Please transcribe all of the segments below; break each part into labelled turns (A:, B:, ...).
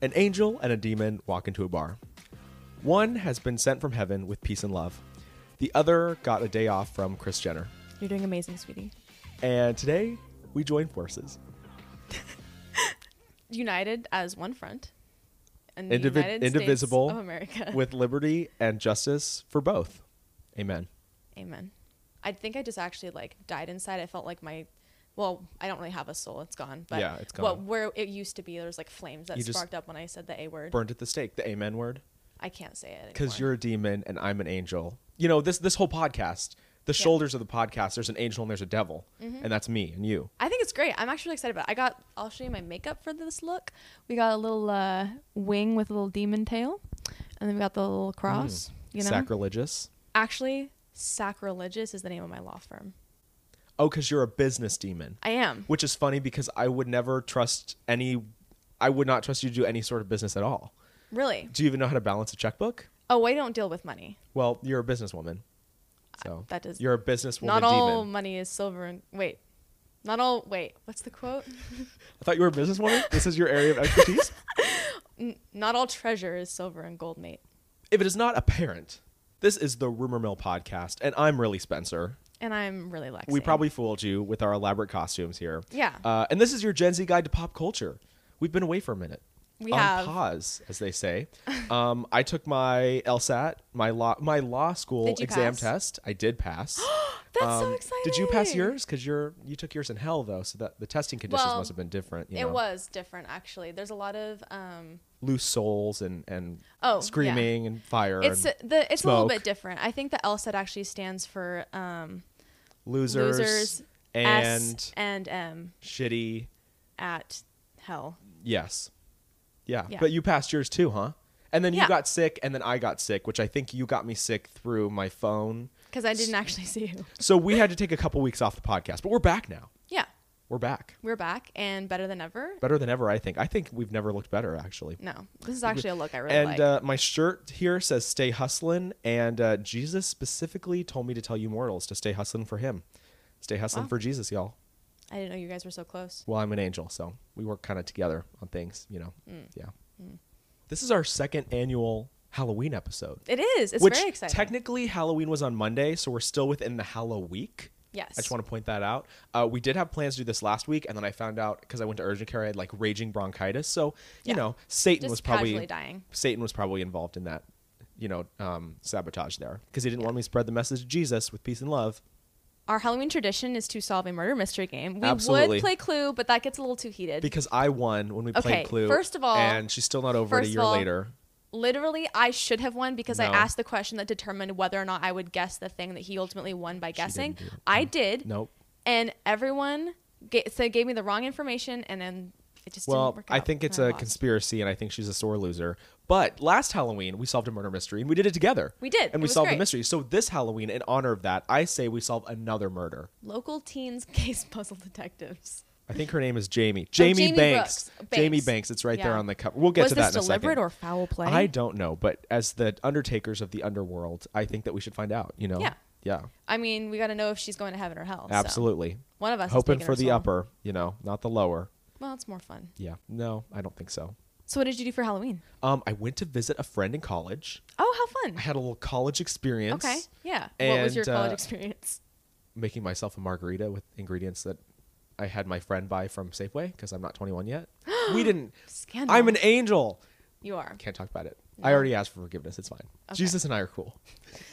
A: An angel and a demon walk into a bar. One has been sent from heaven with peace and love. The other got a day off from Chris Jenner.
B: You're doing amazing, sweetie.
A: And today we join forces.
B: United as one front. And
A: Indivi-
B: United States
A: indivisible
B: of America.
A: with liberty and justice for both. Amen.
B: Amen. I think I just actually like died inside. I felt like my, well, I don't really have a soul. It's gone. But
A: Yeah, it's
B: What
A: gone.
B: where it used to be, there was like flames that
A: You just-
B: sparked up when I said the a word.
A: Burned at the stake, the amen word.
B: I can't say it
A: Because
B: anymore.
A: you're a demon and I'm an angel. You know, this this whole podcast, the shoulders of the podcast, there's an angel and there's a devil.
B: Mm-hmm.
A: And that's me and you.
B: I think it's great. I'm actually excited about. it. I got. I'll show you my makeup for this look. We got a little uh, wing with a little demon tail, and then we got the little cross.
A: Mm.
B: You know,
A: Sacrilegious.
B: actually, sacrilegious is the name of my law firm.
A: Oh, because you're a business demon.
B: I am.
A: which is funny because I would never trust any. I would not trust you to do any sort of business at all.
B: Really?
A: Do you even know how to balance a checkbook?
B: Oh, I don't deal with money.
A: Well, you're a businesswoman, so
B: that does-
A: you're a businesswoman
B: Not all
A: demon.
B: money is silver and wait. Not all wait. What's the quote?
A: I thought you were a businesswoman. this is your area of expertise.
B: Not all treasure is silver and gold, mate.
A: if it is not apparent, this is the Rumor Mill podcast, and I'm really Spencer.
B: And I'm really Lexi.
A: We probably fooled you with our elaborate costumes here.
B: Yeah.
A: Uh, and this is your Gen Z guide to pop culture. We've been away for a minute.
B: We
A: On
B: have.
A: pause, as they say. um, I took my LSAT, my law, my law school
B: Did you
A: exam
B: pass?
A: test. I did pass.
B: That's so
A: Um,
B: exciting.
A: Did you pass yours? Because you're you took yours in hell though, so that the testing conditions
B: Well,
A: must have been different. You
B: It
A: know?
B: was different actually. There's a lot of um
A: loose souls and and
B: Oh, yeah.
A: screaming and fire.
B: it's
A: and
B: the it's a little
A: smoke.
B: bit different. I think the LSAT actually stands for um
A: losers,
B: losers
A: and
B: S and M
A: shitty.
B: at hell.
A: Yes. Yeah.
B: Yeah.
A: But you passed yours too, huh? And then you
B: Yeah.
A: got sick, and then I got sick, which I think you got me sick through my phone.
B: Because I didn't actually see you.
A: So we had to take a couple weeks off the podcast, but we're back now.
B: Yeah.
A: We're back.
B: We're back and better than ever.
A: Better than ever, I think. I think we've never looked better, actually.
B: No, this is actually a look I really
A: and
B: like.
A: uh, my shirt here says "Stay hustlin'," and uh, Jesus specifically told me to tell you mortals to stay hustlin' for Him, stay hustlin'
B: Wow.
A: for Jesus, y'all.
B: I didn't know you guys were so close.
A: Well, I'm an angel, so we work kind of together on things, you know.
B: Mm.
A: Yeah. This is our second annual Halloween episode,
B: It is. It's
A: which
B: very exciting.
A: technically Halloween was on Monday, so we're still within the Hallow week.
B: yes.
A: I just want to point that out. Uh, we did have plans to do this last week, and then I found out because I went to urgent care, I had like raging bronchitis. So you
B: Yeah.
A: know, Satan
B: Just
A: was probably
B: casually dying.
A: Satan was probably involved in that, you know, um, sabotage there because he didn't want me to spread the message of Jesus with peace and love.
B: Our Halloween tradition is to solve a murder mystery game. We
A: Absolutely.
B: would play Clue, but that gets a little too heated.
A: Because I won when we
B: Okay,
A: played Clue.
B: first of all-
A: and she's still not over it a
B: first of
A: year
B: all,
A: later.
B: Literally, I should have won because I
A: No.
B: asked the question that determined whether or not I would guess the thing that he ultimately won by guessing.
A: didn't do it.
B: I did.
A: Nope.
B: And everyone ga- so gave me the wrong information, and then it just didn't
A: Well,
B: work out.
A: I think it's
B: and I
A: a
B: lost.
A: conspiracy, and I think she's a sore loser. But last Halloween, we solved a murder mystery, and we did it together.
B: We did.
A: and
B: It
A: we
B: was
A: solved the
B: great.
A: mystery. So this Halloween, in honor of that, I say we solve another murder.
B: Local teens case puzzle detectives.
A: I think her name is Jamie. Jamie,
B: Oh, Jamie
A: Banks.
B: Brooks.
A: Jamie
B: Banks.
A: Banks. It's right there
B: Yeah.
A: on the cover. We'll get
B: Was
A: to
B: this
A: that in a second.
B: deliberate or foul play?
A: I don't know, but as the undertakers of the underworld, I think that we should find out. You know.
B: Yeah.
A: Yeah.
B: I mean, we got to know if she's going to heaven or hell. so
A: Absolutely.
B: One of us is
A: Hoping
B: taking
A: for
B: her
A: the
B: soul.
A: upper, you know, not the lower.
B: Well, it's more fun.
A: Yeah. No, I don't think so.
B: So, what did you do for Halloween?
A: Um, I went to visit a friend in college.
B: Oh, how
A: I
B: fun!
A: had a little college experience.
B: Okay, yeah. what was your
A: And, uh,
B: college experience?
A: Making myself a margarita with ingredients that I had my friend buy from Safeway because I'm not 21 yet. we didn't.
B: Scandal.
A: I'm an angel.
B: You are.
A: Can't talk about it.
B: No.
A: I already asked for forgiveness. It's fine.
B: Okay.
A: Jesus and I are cool.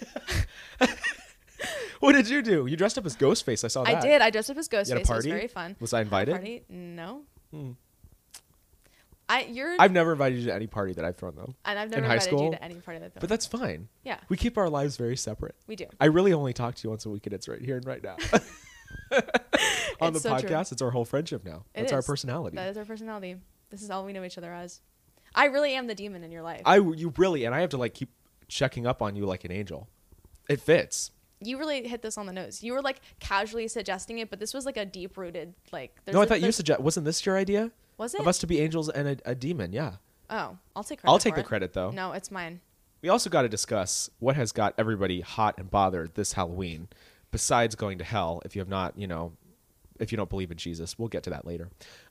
A: what did you do? You dressed up as Ghostface. I saw that.
B: I did. I dressed up as Ghostface.
A: You had a
B: It was
A: party.
B: very fun.
A: Was I invited? Hmm.
B: Party? No. I you're
A: I've never invited you to any party that I've thrown though.
B: and I've
A: in
B: never
A: high
B: invited
A: school.
B: you to any part of the
A: But that's fine.
B: Yeah.
A: We keep our lives very separate.
B: we do.
A: I really only talk to you once a week, and it's right here and right now. On the
B: It's so
A: podcast,
B: true.
A: it's our whole friendship now.
B: It
A: That's our
B: is.
A: personality.
B: That is our personality. This is all we know each other as. I really am the demon in your life.
A: I you really and I have to like keep checking up on you like an angel. It fits.
B: you really hit this on the nose. You were like casually suggesting it, but this was like a deep rooted like. There's
A: no, I
B: a-
A: thought you
B: there's-
A: suggest. Wasn't this your idea?
B: Was
A: Of
B: it?
A: us to be angels and a, a demon. Yeah.
B: Oh, I'll take credit.
A: I'll take
B: for
A: the
B: it.
A: credit though.
B: No, it's mine.
A: We also got to discuss what has got everybody hot and bothered this Halloween, besides going to hell. If you have not, you know, if you don't believe in Jesus. We'll get to that later.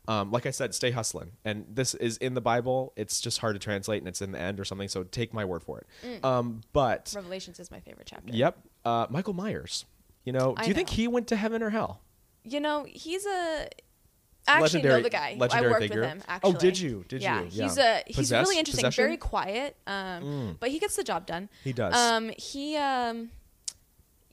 A: Um, like I said, stay hustling. And this is in the Bible. It's just hard to translate and it's in the end or something. So take my word for it.
B: Mm.
A: Um, but,
B: Revelations is my favorite chapter.
A: yep, uh, Michael Myers. You know, do
B: I
A: you think
B: know.
A: he went to heaven or hell?
B: You know, he's a. I actually
A: Legendary-
B: know the guy.
A: legendary
B: I worked
A: figure.
B: with him.
A: Oh,
B: Actually.
A: did you? Did
B: yeah,
A: you?
B: He's
A: Yeah.
B: a he's
A: Possessed?
B: really interesting.
A: Possession? Mm.
B: Very quiet. Um, but he gets the job done.
A: He does.
B: Um, he um,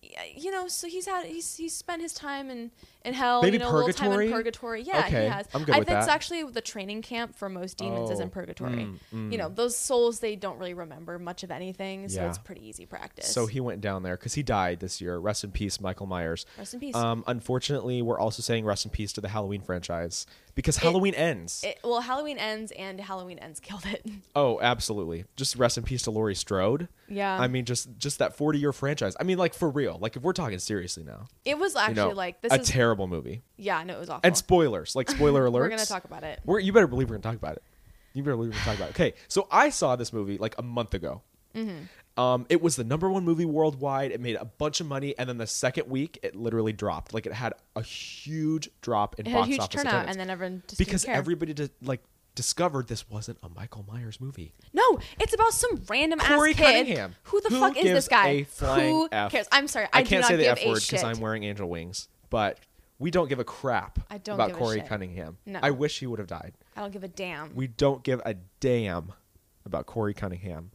B: y- you know, so he's had he's he's spent his time in in hell.
A: Maybe
B: you know, a little time
A: purgatory?
B: in purgatory. Yeah,
A: Okay,
B: he has.
A: I'm good
B: I
A: with
B: think it's
A: that.
B: actually the training camp for most demons is
A: Oh,
B: in purgatory.
A: mm, mm.
B: You know, those souls they don't really remember much of anything, so
A: Yeah.
B: it's pretty easy practice.
A: So he went down there because he died this year. Rest in peace, Michael Myers.
B: Rest in peace.
A: Um, unfortunately, we're also saying rest in peace to the Halloween franchise because Halloween ends.
B: It, well, Halloween ends and Halloween ends killed it.
A: oh, absolutely. Just rest in peace to Laurie Strode.
B: Yeah.
A: I mean, just just that forty-year franchise. I mean, like for real. Like if we're talking seriously now,
B: It was actually
A: you know,
B: like this
A: a
B: is
A: terrible movie
B: yeah, no, it was awful.
A: and spoilers. Like spoiler alerts.
B: We're gonna talk about it.
A: We're, you better believe we're gonna talk about it. You better believe we're gonna talk about it. Okay, so I saw this movie like a month ago.
B: Mm-hmm.
A: Um, it was the number one movie worldwide. It made a bunch of money, and then the second week, it literally dropped. Like it had a huge drop in
B: It had a
A: box
B: huge
A: office
B: turnout,
A: attendance
B: and then everyone just
A: because
B: didn't care.
A: everybody did, like discovered this wasn't a Michael Myers movie.
B: no, it's about some random
A: Corey
B: ass kid.
A: Cunningham.
B: Who the
A: Who
B: fuck is
A: gives
B: this guy?
A: a flying
B: who
A: F?
B: cares? I'm sorry, I,
A: I,
B: do
A: can't
B: not
A: say the
B: give
A: F word
B: because
A: because I'm wearing angel wings, but we don't give a crap
B: I don't
A: about
B: give a
A: Corey
B: shit.
A: Cunningham.
B: No.
A: I wish he would have died.
B: I don't give a damn.
A: we don't give a damn about Corey Cunningham.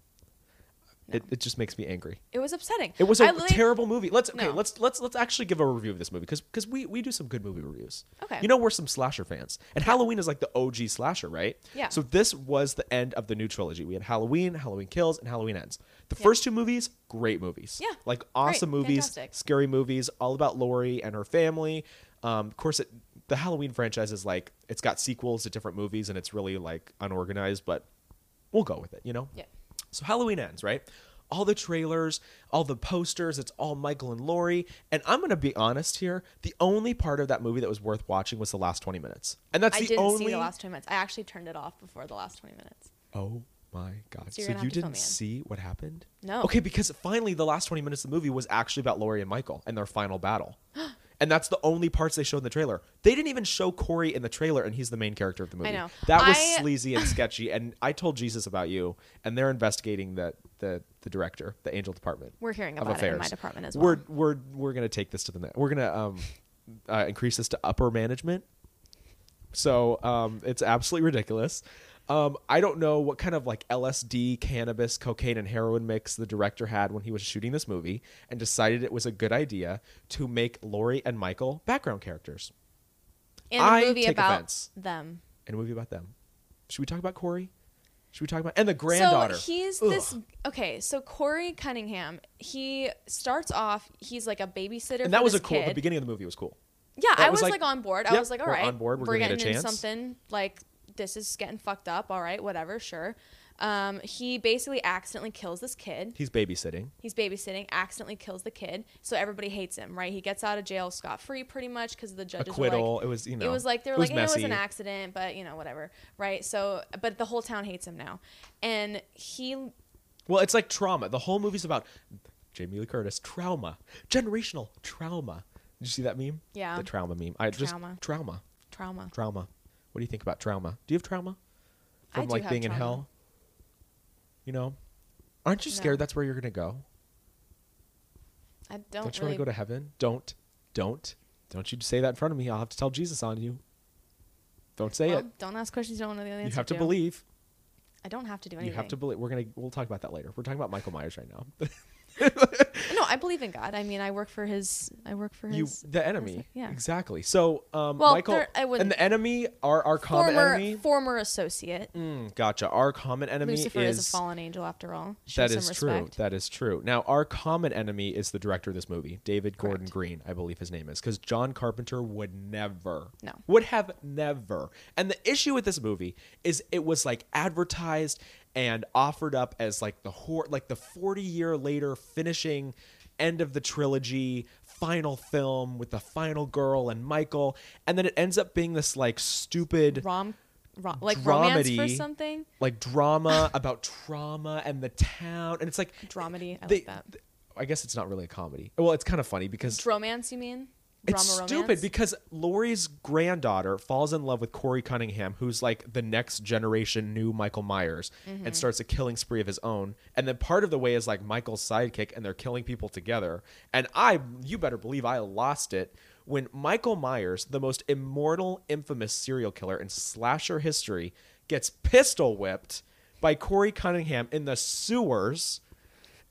A: It, it just makes me angry.
B: it was upsetting.
A: It was a
B: I literally-
A: terrible movie. Let's okay.
B: No.
A: Let's let's let's actually give a review of this movie because because we we do some good movie reviews.
B: Okay.
A: You know we're some slasher fans, and Halloween is like the OG slasher, right?
B: Yeah.
A: So this was the end of the new trilogy. We had Halloween, Halloween Kills, and Halloween Ends. The
B: Yeah.
A: first two movies, great movies.
B: Yeah.
A: Like awesome
B: Great.
A: movies,
B: Fantastic.
A: scary movies, all about Laurie and her family. Um, of course, it, the Halloween franchise is like it's got sequels to different movies, and it's really like unorganized, but we'll go with it. You know.
B: Yeah.
A: So Halloween ends, right? All the trailers, all the posters, it's all Michael and Laurie. And I'm going to be honest here, the only part of that movie that was worth watching was the last 20 minutes. And that's
B: I
A: the
B: didn't
A: only
B: see the last 20 minutes. I actually turned it off before the last 20 minutes.
A: Oh my god. So,
B: So you're gonna
A: you
B: have to fill
A: didn't
B: me in.
A: see what happened?
B: No.
A: Okay, because finally the last 20 minutes of the movie was actually about Laurie and Michael and their final battle. And that's the only parts they showed in the trailer. They didn't even show Corey in the trailer, and he's the main character of the movie.
B: know.
A: That was
B: I-
A: sleazy and sketchy. And I told Jesus about you, and they're investigating the the, the director, the angel department.
B: We're hearing
A: of
B: about it in
A: affairs.
B: my department as
A: We're
B: well.
A: we're we're gonna take this to the next. We're gonna um, uh, increase this to upper management. So um, it's absolutely ridiculous. Um, I don't know what kind of like LSD, cannabis, cocaine, and heroin mix the director had when he was shooting this movie and decided it was a good idea to make Laurie and Michael background characters
B: In
A: I
B: a movie
A: take
B: about
A: offense.
B: them.
A: and a movie about them. Should we talk about Corey? Should we talk about and the granddaughter?
B: So he's
A: Ugh.
B: this okay. So Corey Cunningham, he starts off. He's like a babysitter.
A: and
B: for
A: that was a
B: this
A: cool. The
B: kid.
A: beginning of the movie was cool.
B: Yeah,
A: That
B: I
A: was
B: was
A: like-
B: like, on board. I
A: Yep,
B: was like, all
A: we're
B: right,
A: on board. We're giving it a
B: getting into
A: chance.
B: something like this is getting fucked up. All right, whatever, sure. Um, he basically accidentally kills this kid.
A: He's babysitting.
B: He's babysitting, accidentally kills the kid, so everybody hates him, right? He gets out of jail scot free, pretty much, because the judges
A: Acquittal.
B: Were like,
A: it was you know.
B: it was like they were
A: it was
B: like, hey, it was
A: messy.
B: an accident, but you know, whatever, right? So, but the whole town hates him now, and he
A: Well, it's like trauma. The whole movie's about Jamie Lee Curtis trauma, generational trauma. Did you see that meme?
B: Yeah.
A: the trauma meme. I just
B: Trauma.
A: trauma,
B: trauma.
A: trauma. What do you think about trauma? Do you have trauma
B: I
A: from
B: do
A: like
B: have
A: being in
B: trauma.
A: hell? You know, aren't you scared
B: No.
A: that's where you're gonna go?
B: I
A: Don't,
B: don't,
A: you
B: really.
A: want to go to heaven? Don't, don't, don't you say that in front of me. I'll have to tell Jesus on you. Don't say
B: well,
A: it.
B: Oh, Don't ask questions you don't know the answer
A: You have to believe.
B: I don't have to do anything.
A: You have to believe. We're gonna we'll talk about that later. We're talking about Michael Myers right now.
B: No, I believe in God. I mean, I work for His. I work for
A: you
B: His.
A: the enemy
B: yeah.
A: exactly so um
B: Well,
A: michael
B: there- I
A: and
B: wouldn't-
A: the enemy are our common
B: former
A: enemy
B: former associate.
A: Mm, gotcha our common enemy
B: Lucifer
A: is,
B: is, a fallen angel, after all. Show
A: that
B: some
A: is true
B: respect.
A: that is true now our common enemy is the director of this movie david gordon
B: Correct.
A: green i believe his name is because john carpenter would never
B: No.
A: would have never and the issue with this movie is it was like advertised and offered up as like the hor- like the 40 year later finishing end of the trilogy final film with the final girl and michael and then it ends up being this like stupid
B: Rom, rom like romance for
A: Dramedy.
B: something.
A: like drama about trauma and the town and it's like
B: Dramedy. I
A: they-
B: like that.
A: th- I guess it's not really a comedy. Well, it's kind of funny because
B: Romance, you mean? drama
A: it's
B: romance.
A: stupid because Laurie's granddaughter falls in love with Corey Cunningham, who's like the next generation new Michael Myers,
B: Mm-hmm.
A: and starts a killing spree of his own. And then part of the way is like Michael's sidekick, and they're killing people together. And I, you better believe, I lost it when Michael Myers, the most immortal, infamous serial killer in slasher history, gets pistol whipped by Corey Cunningham in the sewers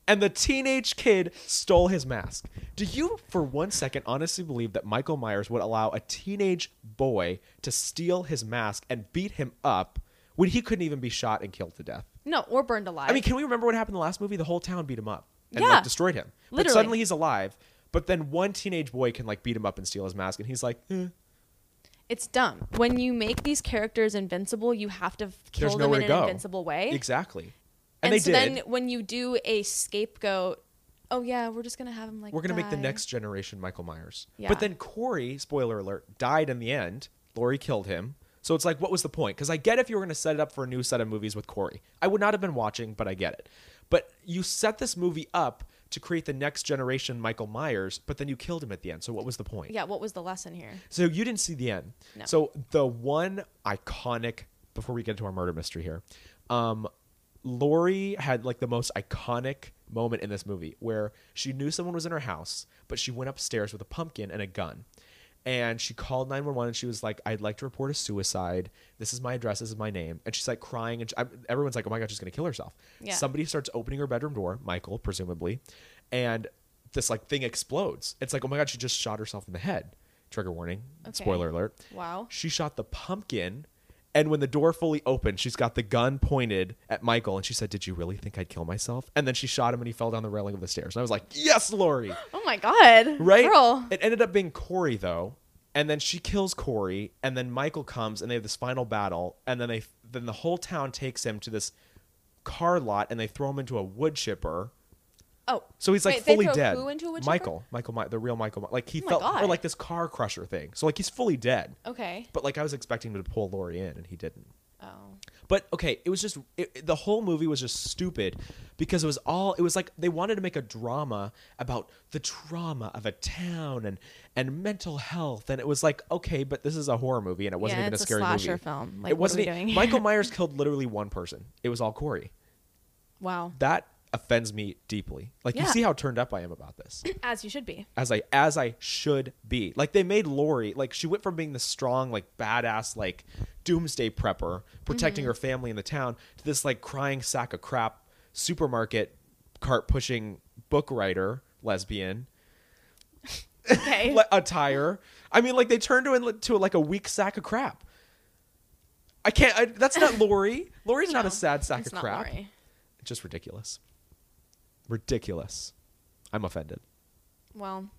A: and the teenage kid stole his mask. Do you, for one second, honestly believe that Michael Myers would allow a teenage boy to steal his mask and beat him up when he couldn't even be shot and killed to death?
B: no, or burned alive.
A: I mean, can we remember what happened in the last movie? The whole town beat him up and
B: Yeah.
A: like, destroyed him. But
B: Literally.
A: suddenly he's alive. But then one teenage boy can like beat him up and steal his mask, and he's like, eh,
B: it's dumb. When you make these characters invincible, you have to f- kill
A: "There's
B: them
A: nowhere
B: in
A: to
B: an
A: go."
B: invincible way.
A: Exactly. And,
B: Eh. And,
A: they
B: so
A: did.
B: then when you do a scapegoat, oh yeah, we're just gonna have him like.
A: we're gonna make the
B: die.
A: next generation Michael Myers.
B: Yeah.
A: But then Corey, spoiler alert, died in the end. Lori killed him. So it's like, what was the point? Because I get if you were gonna set it up for a new set of movies with Corey. I would not have been watching, but I get it. But you set this movie up to create the next generation Michael Myers, but then you killed him at the end. So what was the point?
B: Yeah, what was the lesson here?
A: So you didn't see the end.
B: No.
A: So the one iconic before we get into our murder mystery here, um, Lori had like the most iconic moment in this movie where she knew someone was in her house, but she went upstairs with a pumpkin and a gun. And she called 911 and she was like, I'd like to report a suicide. This is my address. This is my name. And she's like crying. And she, I'm- everyone's like, oh my God, she's going to kill herself.
B: Yeah.
A: Somebody starts opening her bedroom door, Michael, presumably. And this like thing explodes. It's like, oh my God, she just shot herself in the head. Trigger warning.
B: Okay.
A: Spoiler alert.
B: Wow.
A: She shot the pumpkin, and when the door fully opened, she's got the gun pointed at Michael, and she said, "Did you really think I'd kill myself?" And then she shot him, and he fell down the railing of the stairs. And I was like, "Yes, Lori!"
B: Oh my god.
A: Right?
B: Girl.
A: It ended up being Corey though, and then she kills Corey, and then Michael comes, and they have this final battle, and then they then the whole town takes him to this car lot, and they throw him into a wood chipper.
B: Oh.
A: So he's like
B: Wait, they
A: fully
B: throw
A: dead.
B: who into a wood chipper?
A: Michael, Michael, Mi- the real Michael, Mi- like he
B: Oh my
A: felt or
B: God.
A: like this car crusher thing. So like he's fully dead.
B: Okay.
A: But like I was expecting him to pull Lori in, and he didn't.
B: Oh.
A: But okay, it was just it, it- the whole movie was just stupid because it was all it was like they wanted to make a drama about the trauma of a town and and mental health, and it was like okay, but this is a horror movie, and it wasn't
B: Yeah,
A: even
B: it's
A: a
B: a
A: scary
B: slasher
A: movie.
B: film. Like,
A: it
B: what are
A: wasn't.
B: we
A: e-
B: doing?
A: Michael Myers killed literally one person. It was all Corey.
B: Wow.
A: That offends me deeply. Like you
B: Yeah.
A: see how turned up I am about this
B: As you should be.
A: as I as I should be. Like they made Lori like she went from being the strong like badass like doomsday prepper protecting
B: Mm-hmm.
A: her family in the town to this like crying sack of crap supermarket cart pushing book writer lesbian
B: Okay.
A: le- attire. I mean like they turned her into like a weak sack of crap. I can't. I, that's not Lori. Lori's not a
B: No,
A: sad sack
B: it's
A: of
B: not
A: crap.
B: Lori.
A: It's just ridiculous. Ridiculous. I'm offended.
B: Well,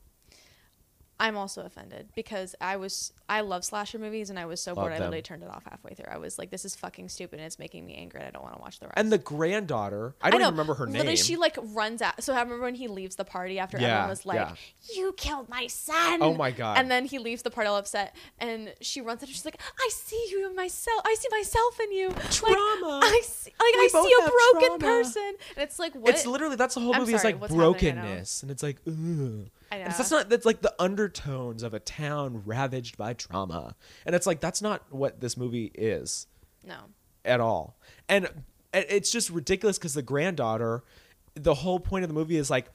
B: I'm also offended because I was I love slasher movies and I was so
A: Love
B: bored I
A: them.
B: literally turned it off halfway through. I was like, this is fucking stupid and it's making me angry and I don't want to watch the rest.
A: And the granddaughter. I don't even remember her
B: Literally,
A: name.
B: she like runs out. So I remember when he leaves the party after
A: Yeah,
B: everyone was like,
A: yeah.
B: "You killed my son."
A: Oh my God.
B: And then he leaves the party all upset, and she runs out. and She's like, "I see you in myself. I see myself in you.
A: Trauma.
B: Like, I see. Like
A: We
B: I
A: both
B: see
A: have
B: a broken
A: trauma.
B: person." And it's like, what?
A: It's literally that's the whole
B: I'm
A: movie
B: sorry,
A: is like
B: what's happening? I know.
A: brokenness, and it's like, ugh.
B: I know.
A: And that's not that's like the undertones of a town ravaged by trauma, and it's like that's not what this movie is
B: no.
A: at all. And it- it's just ridiculous because the granddaughter, the whole point of the movie is like,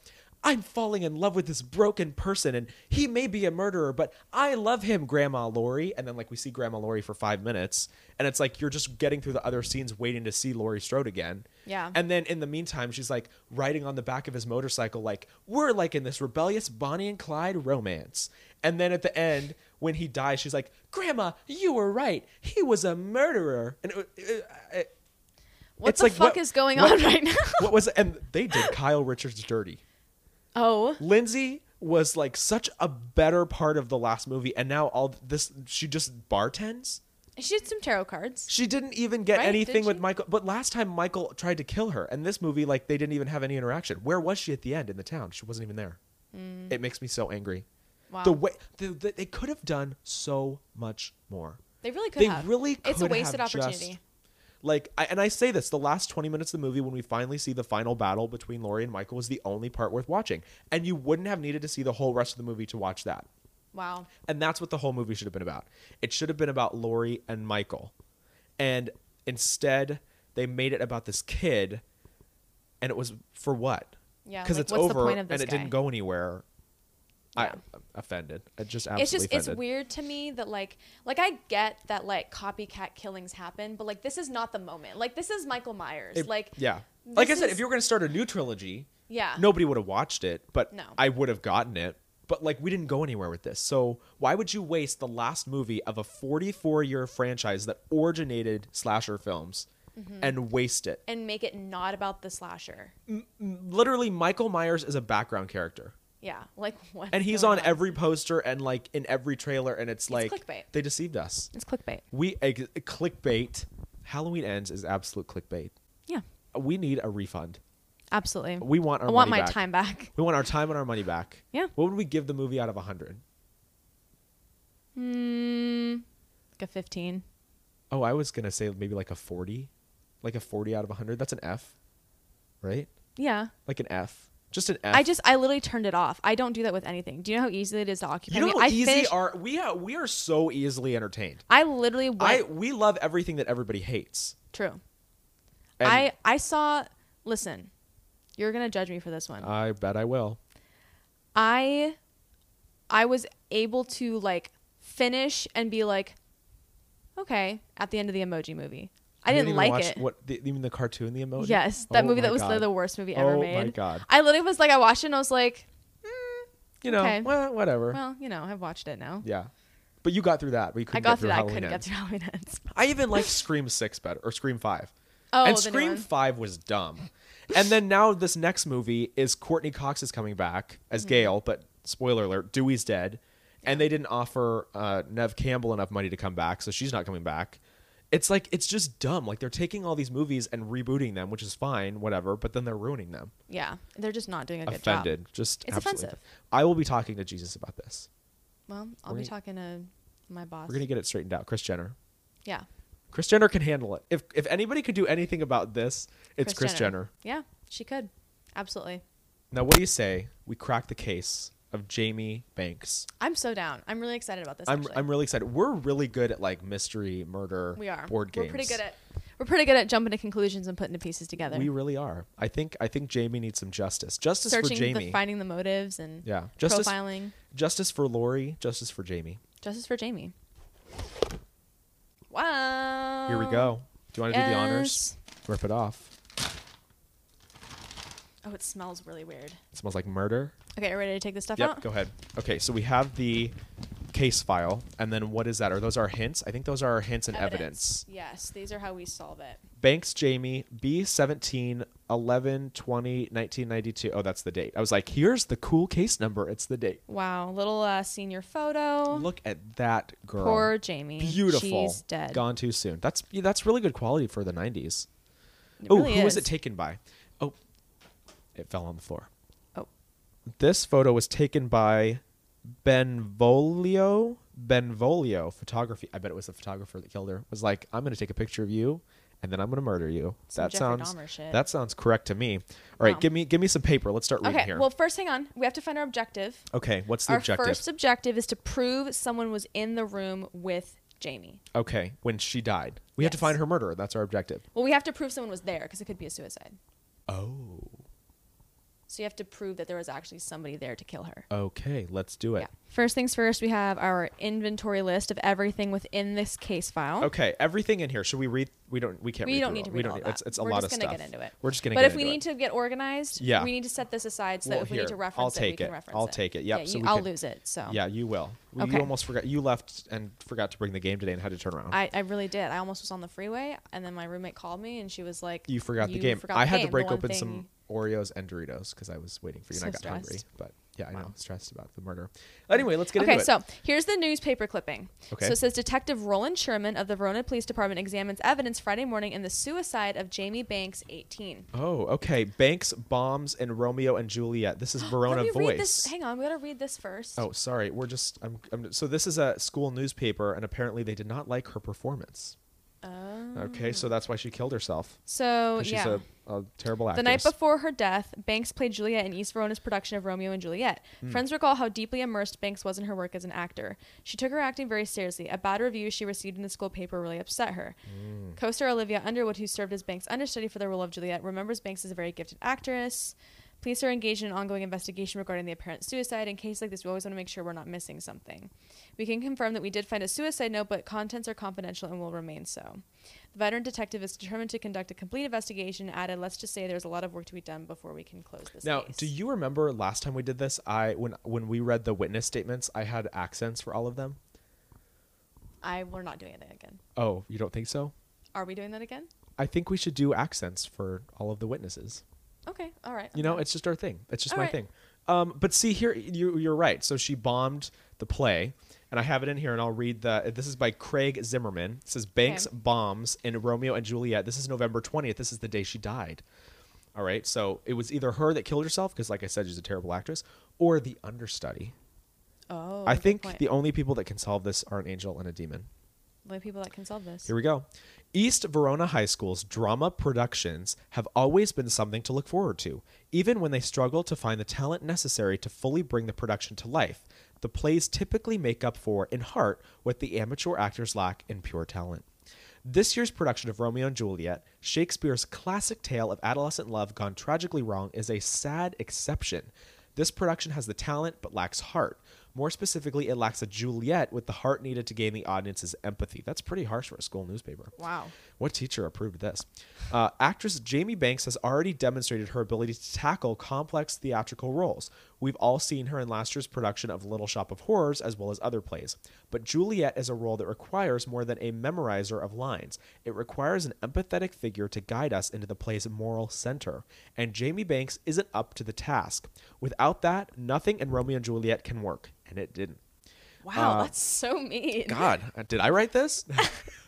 A: I'm falling in love with this broken person and he may be a murderer, but I love him, Grandma Lori. And then, like, we see Grandma Lori for five minutes. And it's like, you're just getting through the other scenes waiting to see Lori Strode again.
B: Yeah.
A: And then in the meantime, she's like riding on the back of his motorcycle, like, we're like in this rebellious Bonnie and Clyde romance. And then at the end, when he dies, she's like, Grandma, you were right. He was a murderer. And it, it, it,
B: What
A: It's
B: the
A: like,
B: fuck
A: what-
B: is going
A: what-
B: on right now?
A: what was and they did Kyle Richards dirty.
B: oh.
A: Lindsay was like such a better part of the last movie, and now all this she just bartends.
B: She did some tarot cards.
A: She didn't even get
B: Right,
A: anything
B: didn't
A: with
B: she?
A: Michael. But last time Michael tried to kill her, and this movie like they didn't even have any interaction. Where was she at the end in the town? She wasn't even there. It makes me so angry.
B: Mm. Wow.
A: The way the, the, they could have done so much more.
B: They really could
A: They
B: have.
A: really could
B: It's a wasted
A: have just-
B: opportunity.
A: like, I, and I say this: the last twenty minutes of the movie, when we finally see the final battle between Laurie and Michael, was the only part worth watching, and you wouldn't have needed to see the whole rest of the movie to watch that.
B: Wow.
A: And that's what the whole movie should have been about. It should have been about Lori and Michael. And instead, they made it about this kid, and it was for what?
B: Yeah,
A: Because
B: like,
A: it's
B: what's the
A: over
B: point of
A: and
B: this
A: it didn't
B: guy?
A: go anywhere.
B: Yeah.
A: I offended. I just absolutely
B: it's just
A: offended.
B: it's weird to me that like like I get that like copycat killings happen, but like this is not the moment. Like this is Michael Myers.
A: It-
B: like
A: yeah, like I
B: this
A: said,
B: is-
A: if you were going to start a new trilogy,
B: yeah.
A: nobody would have watched it, but
B: No.
A: I would have gotten it. But like we didn't go anywhere with this. So why would you waste the last movie of a 44 year franchise that originated slasher films
B: Mm-hmm.
A: and waste it?
B: and make it not about the slasher.
A: Literally Michael Myers is a background character.
B: Yeah. Like what?
A: And he's on, every poster and like in every trailer and it's
B: He's
A: like
B: clickbait.
A: they deceived us.
B: It's clickbait.
A: We ex- clickbait. Halloween ends is absolute clickbait.
B: Yeah.
A: We need a refund.
B: Absolutely.
A: We want our
B: I want my
A: money back.
B: time back.
A: We want our time and our money back.
B: Yeah.
A: What would we give the movie out of 100?
B: Hmm. Like a fifteen.
A: Oh, I was gonna say maybe like a forty, like a forty out of hundred. That's an F, right?
B: Yeah.
A: Like an F, just an F.
B: I just I literally turned it off. I don't do that with anything. Do you know how easy it is to occupy
A: you know
B: me?
A: how
B: I
A: easy
B: finish-
A: are we? Are, we are so easily entertained.
B: I literally
A: I
B: went,
A: we love everything that everybody hates.
B: true.
A: And
B: I I saw. Listen, you're gonna judge me for this one.
A: I bet I will.
B: I I was able to like finish and be like, okay, at the end of the Emoji movie. I didn't,
A: even
B: like
A: watch
B: it.
A: What the, even the cartoon, the emoji.
B: yes, that
A: Oh my
B: movie that was literally
A: God.
B: the worst movie ever
A: Oh my
B: made.
A: God.
B: I literally was like, I watched it and I was like,
A: You know,
B: okay.
A: well, whatever.
B: well, you know, I've watched it now.
A: yeah, but you got through that. But you couldn't
B: I got
A: get through,
B: through that. I
A: Halloween
B: couldn't get
A: Ends.
B: through Halloween Ends.
A: I even like Scream Six better or Scream Five.
B: Oh,
A: and
B: the new
A: Scream
B: one.
A: Five was dumb. And then now this next movie is Courtney Cox is coming back
B: Hmm.
A: as Gail, but spoiler alert, Dewey's dead, and they didn't offer uh, Nev Campbell enough money to come back, so she's not coming back. It's like it's just dumb. Like they're taking all these movies and rebooting them, which is fine, whatever. But then they're ruining them.
B: Yeah, they're just not doing a good
A: offended,
B: job.
A: just
B: It's
A: absolutely.
B: offensive.
A: I will be talking to Jesus about this.
B: Well, I'll
A: We're
B: be
A: gonna-
B: talking to my boss.
A: We're gonna get it straightened out. Chris Jenner.
B: yeah,
A: Chris Jenner can handle it. If if anybody could do anything about this, it's Chris, Jenner.
B: Yeah, she could, absolutely.
A: Now, what do you say we crack the case of Jamie Banks?
B: I'm so down. I'm really excited about this.
A: I'm
B: actually.
A: I'm really excited. We're really good at like mystery, murder,
B: we are
A: board games.
B: We're pretty good at we're pretty good at jumping to conclusions and putting the pieces together.
A: We really are. I think I think Jamie needs some justice. Justice
B: Searching
A: for Jamie.
B: the finding the motives and
A: yeah. Justice.
B: profiling.
A: Justice for Lori. Justice for Jamie.
B: Justice for Jamie. Wow.
A: Here we go. Do you want to do the honors? Rip it off.
B: Oh, it smells really weird.
A: It smells like murder.
B: Okay, are you ready to take this stuff
A: Yep.
B: out?
A: Go ahead. Okay. So we have the case file, and then what is that? Are those our hints? I think those are our hints and evidence.
B: Yes, these are how we solve it.
A: Banks Jamie B 17 11 20 1992. Oh, that's the date. I was like, here's the cool case number. It's the date.
B: Wow, little uh, senior photo.
A: Look at that girl.
B: Poor Jamie.
A: Beautiful.
B: She's dead.
A: Gone too soon. That's yeah, that's really good quality for the 90s.
B: It
A: Oh,
B: really
A: who was
B: is.
A: it taken by? Oh, it fell on the floor.
B: Oh,
A: This photo was taken by Benvolio Benvolio Photography. I bet it was the photographer that killed her. Was like, I'm going to take a picture of you, and then I'm going to murder you.
B: Some
A: that
B: Jeffrey
A: sounds
B: Dahmer shit.
A: that sounds correct to me. All right,
B: Wow.
A: give me give me some paper. Let's start reading
B: Okay,
A: here.
B: well, first, hang on. We have to find our objective.
A: okay, what's the
B: Our
A: objective?
B: first objective is to prove someone was in the room with Jamie.
A: okay, when she died, we have to
B: Yes.
A: find her murderer. That's our objective.
B: Well, we have to prove someone was there because it could be a suicide.
A: Oh,
B: So you have to prove that there was actually somebody there to kill her.
A: okay, let's do it.
B: Yeah. First things first, we have our inventory list of everything within this case file.
A: Okay, everything in here. Should we read? We don't. We can't.
B: We
A: read
B: don't
A: through
B: need
A: it.
B: to
A: we
B: read
A: don't
B: all
A: need-
B: that.
A: It's, it's a
B: We're
A: lot
B: just
A: of
B: gonna
A: stuff.
B: get into it.
A: We're just gonna.
B: But
A: get
B: if we
A: into it.
B: need to get organized,
A: Yeah.
B: we need to set this aside so
A: Well,
B: that if we
A: here,
B: need to reference
A: I'll
B: it, we
A: take
B: can
A: it.
B: reference
A: I'll take it. Yep,
B: Yeah,
A: so
B: you-
A: we
B: I'll
A: can-
B: lose it. So
A: Yeah, you will. Well, You
B: Okay.
A: almost forgot. You left and forgot to bring the game today and had to turn around.
B: I, I really did. I almost was on the freeway, and then my roommate called me, and she was like,
A: you forgot the
B: "You
A: game.
B: forgot
A: I
B: the
A: had
B: game,
A: to
B: the
A: break
B: one
A: open
B: thing
A: some
B: you-"
A: Oreos and Doritos because I was waiting for you and I got
B: So
A: hungry.
B: stressed.
A: But yeah, I know.
B: Wow.
A: Stressed about the murder. Anyway, let's get
B: okay,
A: into it.
B: so here's the newspaper clipping.
A: Okay.
B: So it says Detective Roland Sherman of the Verona Police Department examines evidence Friday morning in the suicide of Jamie Banks, 18.
A: Oh, okay. Banks bombs and Romeo and Juliet. This is Verona
B: Let me
A: Voice.
B: Read this. Hang on, we gotta read this first.
A: Oh, sorry. We're just. I'm, I'm, so this is a school newspaper, and apparently they did not like her performance.
B: Oh.
A: Okay, so that's why she killed herself.
B: So
A: 'cause She's
B: Oh, yeah.
A: a, a terrible actress.
B: The night before her death, Banks played Juliet in East Verona's production of Romeo and Juliet. Friends recall how deeply immersed Banks was in her work as an actor. She took her acting very seriously. A bad review she received in the school paper really upset her. Co-star Olivia Underwood, who served as Banks' understudy for the role of Juliet, remembers Banks as a very gifted actress. Police are engaged in an ongoing investigation regarding the apparent suicide. In cases like this, we always want to make sure we're not missing something. We can confirm that we did find a suicide note, but contents are confidential and will remain so. The veteran detective is determined to conduct a complete investigation and added, let's just say there's a lot of work to be done before we can close this
A: Now,
B: case.
A: do you remember last time we did this? I when when we read the witness statements, I had accents for all of them.
B: I we're not doing that again.
A: Oh, you don't think so?
B: Are we doing that again?
A: I think we should do accents for all of the witnesses.
B: Okay, all right.
A: You know, it's just our thing. It's just
B: All
A: my
B: right.
A: thing. Um, but see here, you, you're right. So she bombed the play, and I have it in here, and I'll read the. This is by Craig Zimmerman. It says Banks
B: Okay.
A: bombs in Romeo and Juliet. This is November 20th. This is the day she died. All right. So it was either her that killed herself because, like I said, she's a terrible actress, or the understudy.
B: oh,
A: I
B: good
A: think
B: point.
A: the only people that can solve this are an angel and a demon.
B: the only people that can solve this.
A: Here we go. East Verona High School's drama productions have always been something to look forward to, even when they struggle to find the talent necessary to fully bring the production to life. The plays typically make up for, in heart, what the amateur actors lack in pure talent. This year's production of Romeo and Juliet, Shakespeare's classic tale of adolescent love gone tragically wrong, is a sad exception. This production has the talent but lacks heart. More specifically, it lacks a Juliet with the heart needed to gain the audience's empathy. That's pretty harsh for a school newspaper.
B: Wow.
A: What teacher approved this? Uh, actress Jamie Banks has already demonstrated her ability to tackle complex theatrical roles. We've all seen her in last year's production of Little Shop of Horrors as well as other plays. But Juliet is a role that requires more than a memorizer of lines. It requires an empathetic figure to guide us into the play's moral center. And Jamie Banks isn't up to the task. Without that, nothing in Romeo and Juliet can work. And it didn't.
B: Wow,
A: Uh,
B: that's so mean.
A: God, uh, did I write this?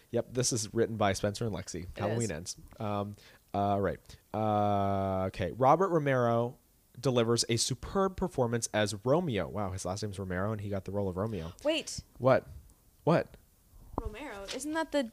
A: yep, this is written by Spencer and Lexi. Halloween
B: is.
A: ends. Um, all right. Uh, okay. Robert Romero delivers a superb performance as Romeo. Wow, his last name's Romero, and he got the role of Romeo.
B: Wait,
A: What? What?
B: Romero, isn't that the?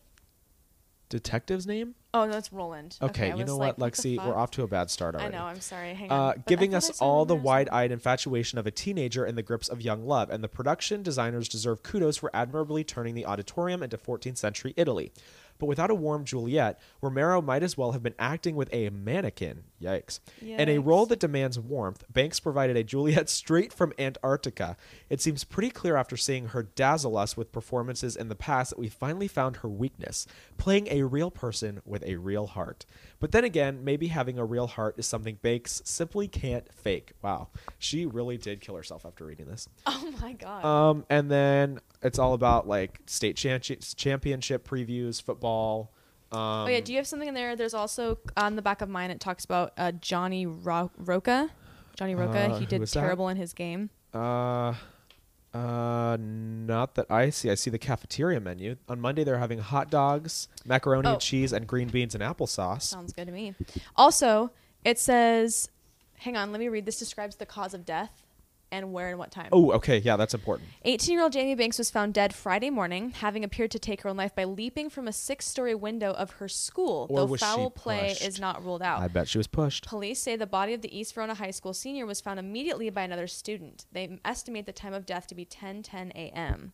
A: Detective's name?
B: Oh, no, that's Roland.
A: Okay,
B: I
A: you
B: was
A: know
B: like,
A: what,
B: the
A: Lexi? We're
B: fuck?
A: off to a bad start
B: I
A: already.
B: know. I'm sorry. Hang on.
A: Uh,
B: But I
A: giving
B: thought
A: us
B: I saw
A: all the
B: Romero's-
A: wide eyed infatuation of a teenager and the grips of young love, and the production designers deserve kudos for admirably turning the auditorium into 14th century Italy. But without a warm Juliet, Romero might as well have been acting with a mannequin. Yikes. In a
B: Yikes.
A: role that demands warmth, Banks provided a Juliet straight from Antarctica. It seems pretty clear after seeing her dazzle us with performances in the past that we finally found her weakness playing a real person with a real heart. But then again, maybe having a real heart is something Banks simply can't fake. Wow. She really did kill herself after reading this.
B: Oh my god.
A: Um, and then it's all about like state chan- championship previews, football. Um,
B: oh yeah. Do you have something in there? There's also on the back of mine. It talks about uh, Johnny Ro- Roca. Johnny Roca.
A: Uh,
B: he
A: who
B: did
A: was that?
B: terrible in his game.
A: Uh, uh, not that I see. I see the cafeteria menu. On Monday, they're having hot dogs, macaroni
B: Oh.
A: and cheese, and green beans and applesauce.
B: Sounds good to me. Also, it says, hang on. Let me read. This describes the cause of death and where and what time.
A: Oh, okay. Yeah, that's important.
B: 18 year old Jamie Banks was found dead Friday morning, having appeared to take her own life by leaping from a six story window of her school,
A: Or
B: though
A: was she
B: foul play
A: pushed?
B: is not ruled out.
A: I bet she was pushed.
B: Police say the body of the East Verona High School senior was found immediately by another student. They estimate the time of death to be 10:10 a.m.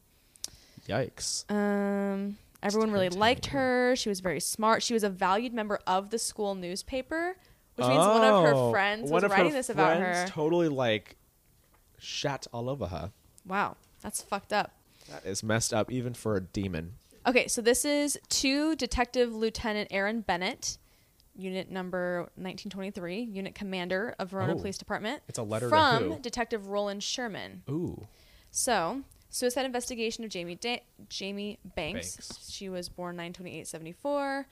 A: Yikes.
B: Um, everyone really
A: 10:10
B: liked
A: a.m..
B: her. She was very smart. She was a valued member of the school newspaper, which means one of her
A: Oh,
B: friends
A: one
B: was
A: of her
B: writing this about
A: friends
B: her.
A: Totally like shat all over her.
B: wow, that's fucked up.
A: That is messed up, even for a demon.
B: Okay, so this is to Detective Lieutenant Aaron Bennett, unit number 1923, unit commander of Verona
A: Oh.
B: Police Department.
A: It's a letter to
B: from
A: who?
B: Detective Roland Sherman.
A: Ooh.
B: So, suicide investigation of Jamie da- Jamie Banks.
A: Banks.
B: She was born 92874.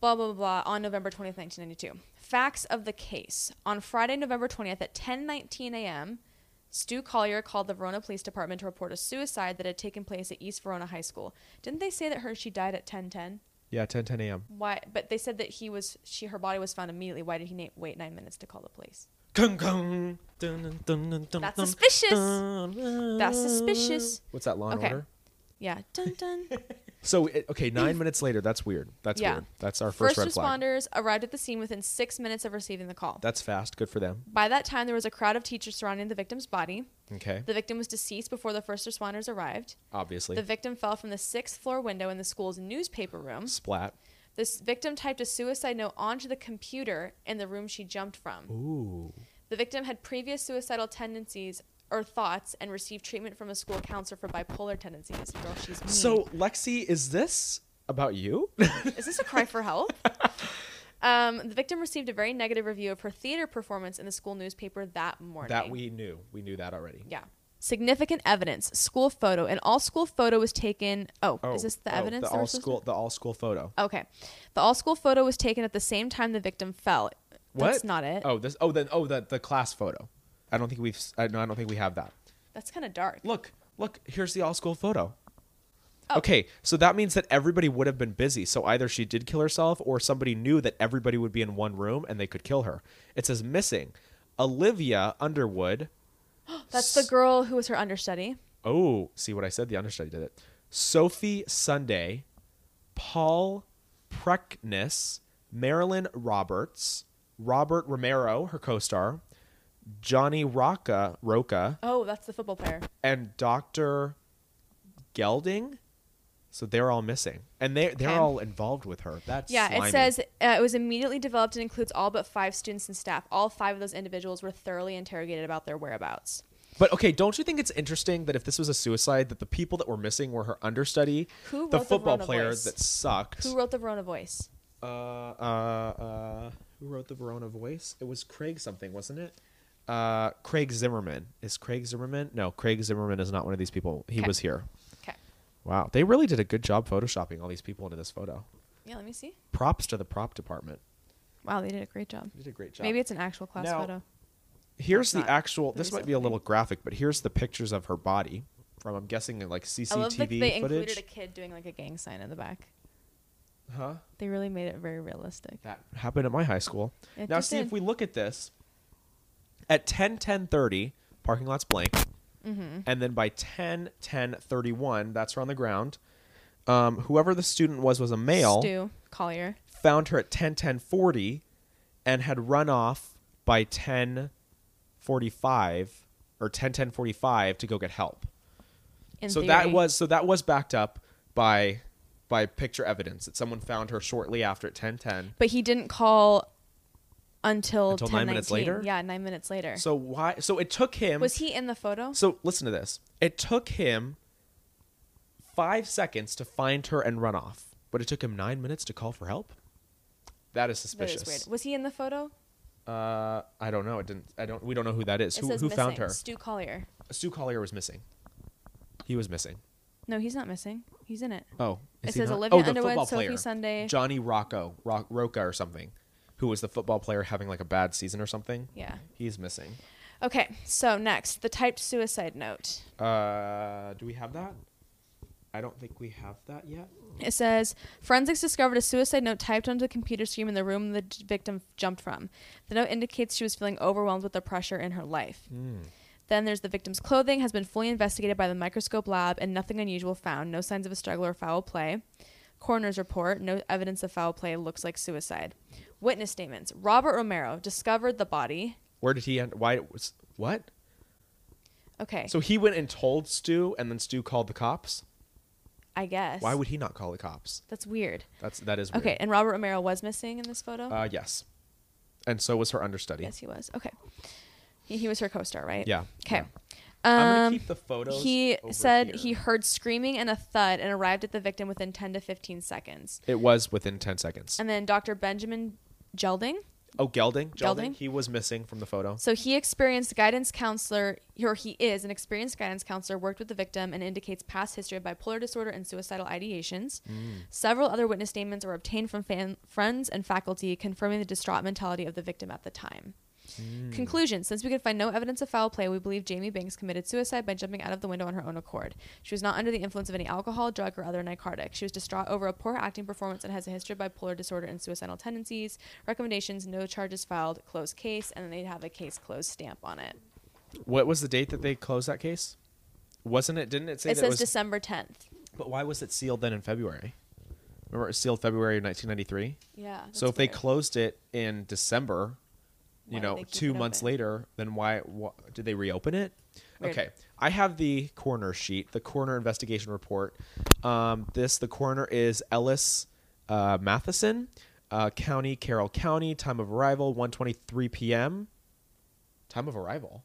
B: Blah blah blah blah, on November 20th, 1992. Facts of the case. On Friday, November 20th at 10:19 a.m., Stu Collier called the Verona Police Department to report a suicide that had taken place at East Verona High School. Didn't they say that her she died at 10:10?
A: Yeah, 10, 10 a.m.
B: Why? But they said that he was she her body was found immediately. Why did he na- wait 9 minutes to call the police?
A: Kung, kung. Dun, dun, dun, dun, dun,
B: That's
A: dun,
B: suspicious.
A: dun.
B: That's suspicious.
A: What's that, Law and
B: Okay.
A: Order?
B: Yeah. Dun dun.
A: So it, okay, nine minutes later. That's weird. That's
B: Yeah.
A: weird. That's our first,
B: First,
A: red flag.
B: responders arrived at the scene within six minutes of receiving the call.
A: That's fast. Good for them.
B: By that time, there was a crowd of teachers surrounding the victim's body.
A: Okay,
B: The victim was deceased before the first responders arrived.
A: obviously.
B: The victim fell from the sixth floor window in the school's newspaper room.
A: Splat.
B: This victim typed a suicide note onto the computer in the room she jumped from.
A: Ooh.
B: The victim had previous suicidal tendencies or thoughts and received treatment from a school counselor for bipolar tendencies. Girl, she's mean.
A: So Lexi, is this about you?
B: Is this a cry for help? Um, the victim received a very negative review of her theater performance in the school newspaper that morning.
A: that we knew. We knew that already.
B: Yeah. Significant evidence, school photo. An all school photo was taken. Oh,
A: Oh,
B: is this the
A: oh,
B: evidence?
A: The
B: that we're
A: all
B: supposed to-
A: school. The all school photo.
B: Okay. The all school photo was taken at the same time the victim fell.
A: What?
B: That's not it.
A: Oh, this. Oh, then. Oh, the the class photo. I don't think we've. s- I, no, I don't think we have that.
B: That's kind of dark.
A: Look, look. Here's the all school photo.
B: Oh.
A: Okay, so that means that everybody would have been busy. So either she did kill herself, or somebody knew that everybody would be in one room and they could kill her. It says missing, Olivia Underwood.
B: That's the girl who was her understudy.
A: Oh, see what I said? The understudy did it. Sophie Sunday, Paul Preckness, Marilyn Roberts, Robert Romero, her co-star, Johnny Rocca Roca,
B: Oh, that's the football player.
A: and Doctor Gelding. So they're all missing, and they they're
B: Okay.
A: all involved with her. That's
B: Yeah,
A: slimy.
B: it says uh, it was immediately developed and includes all but five students and staff. All five of those individuals were thoroughly interrogated about their whereabouts.
A: But okay, don't you think it's interesting that if this was a suicide, that the people that were missing were her understudy,
B: Who
A: the
B: wrote the
A: football
B: Verona
A: player
B: voice?
A: that sucked,
B: Who wrote the Verona voice?
A: uh, uh, uh, who wrote the Verona Voice? It was Craig something, wasn't it? Uh, Craig Zimmerman. Is Craig Zimmerman? No, Craig Zimmerman is not one of these people. He
B: Okay.
A: was here.
B: Okay.
A: Wow, they really did a good job photoshopping all these people into this photo.
B: Yeah, let me see.
A: Props to the prop department.
B: Wow, they did a great job.
A: They did a great job.
B: Maybe it's an actual class
A: Now-
B: photo.
A: here's the
B: not
A: actual. This
B: Louisa
A: might be a little graphic, but here's the pictures of her body from I'm guessing like
B: I love that
A: CCTV
B: they
A: footage.
B: included a kid doing like a gang sign in the back.
A: huh?
B: They really made it very realistic.
A: That happened at my high school.
B: It
A: now
B: just
A: see if
B: did.
A: we look at this. At 10 10 30, parking lot's blank.
B: Mm-hmm.
A: And then by 10 10 31, that's her on the ground. Um, whoever the student was was a male.
B: Stu Collier.
A: Found her at 10 10 40 and had run off by 10 45 or 10 10 45 to go get help.
B: In
A: so that
B: theory.
A: was so that was backed up by by picture evidence that someone found her shortly after at 10 10.
B: But he didn't call until,
A: Until nine
B: 10:19.
A: minutes later?
B: Yeah, nine minutes later.
A: So why? So it took him.
B: was he in the photo?
A: So listen to this. It took him five seconds to find her and run off, but it took him nine minutes to call for help. That is
B: That
A: suspicious.
B: is weird. Was he in the photo?
A: Uh, I don't know. It didn't. I don't. We don't know who that is.
B: It
A: who
B: says
A: who
B: missing.
A: found her?
B: Stu Collier.
A: Stu Collier was missing. He was missing.
B: No, he's not missing. He's in it.
A: Oh,
B: It
A: is he
B: says
A: not?
B: Olivia
A: oh, the
B: Underwood,
A: football
B: Sophie
A: player.
B: Sunday.
A: Johnny Rocco, Rock, Roca or something, who was the football player having like a bad season or something.
B: Yeah.
A: He's missing.
B: Okay, so next, the typed suicide note.
A: Uh, do we have that? I don't think we have that yet.
B: It says forensics discovered a suicide note typed onto the computer screen in the room the d- victim jumped from. The note indicates she was feeling overwhelmed with the pressure in her life.
A: Hmm.
B: Then there's the victim's clothing has been fully investigated by the microscope lab and nothing unusual found. No signs of a struggle or foul play. Coroner's report, no evidence of foul play looks like suicide. Witness statements. Robert Romero discovered the body.
A: Where did he end? Why was what?
B: Okay.
A: So he went and told Stu, and then Stu called the cops.
B: I guess.
A: Why would he not call the cops?
B: That's weird.
A: That's that is weird.
B: Okay, and Robert Romero was missing in this photo?
A: Uh, yes, and so was her understudy.
B: yes, he was. Okay. He, he was her co-star, right?
A: Yeah.
B: Okay.
A: yeah. I'm
B: Um,
A: gonna keep the photos.
B: he
A: over
B: said
A: here.
B: he heard screaming and a thud and arrived at the victim within 10 to 15 seconds.
A: It was within ten seconds.
B: And then Dr. Benjamin Gelding,
A: oh, Gelding.
B: Gelding?
A: He was missing from the photo.
B: so he experienced guidance counselor, or he is an experienced guidance counselor, worked with the victim and indicates past history of bipolar disorder and suicidal ideations.
A: Mm.
B: Several other witness statements were obtained from fan, friends and faculty confirming the distraught mentality of the victim at the time.
A: Hmm.
B: Conclusion Since we could find no evidence of foul play, we believe Jamie Banks committed suicide by jumping out of the window on her own accord. She was not under the influence of any alcohol, drug, or other narcotic. She was distraught over a poor acting performance and has a history of bipolar disorder and suicidal tendencies. Recommendations no charges filed, closed case, and then they'd have a case closed stamp on it.
A: What was the date that they closed that case? Wasn't it? Didn't it say
B: It
A: that
B: says
A: was?
B: December 10th.
A: But why was it sealed then in February? Remember, it was sealed February of 1993.
B: Yeah.
A: so
B: that's
A: if they
B: weird.
A: closed it in December, you
B: Why did
A: know,
B: they keep
A: two
B: it
A: months
B: open?
A: later, then why, why did they reopen it?
B: Weird.
A: Okay, I have the coroner sheet, the coroner investigation report. Um, this the coroner is Ellis uh, Matheson, uh, County Carroll County. Time of arrival 1:23 p.m. Time of arrival.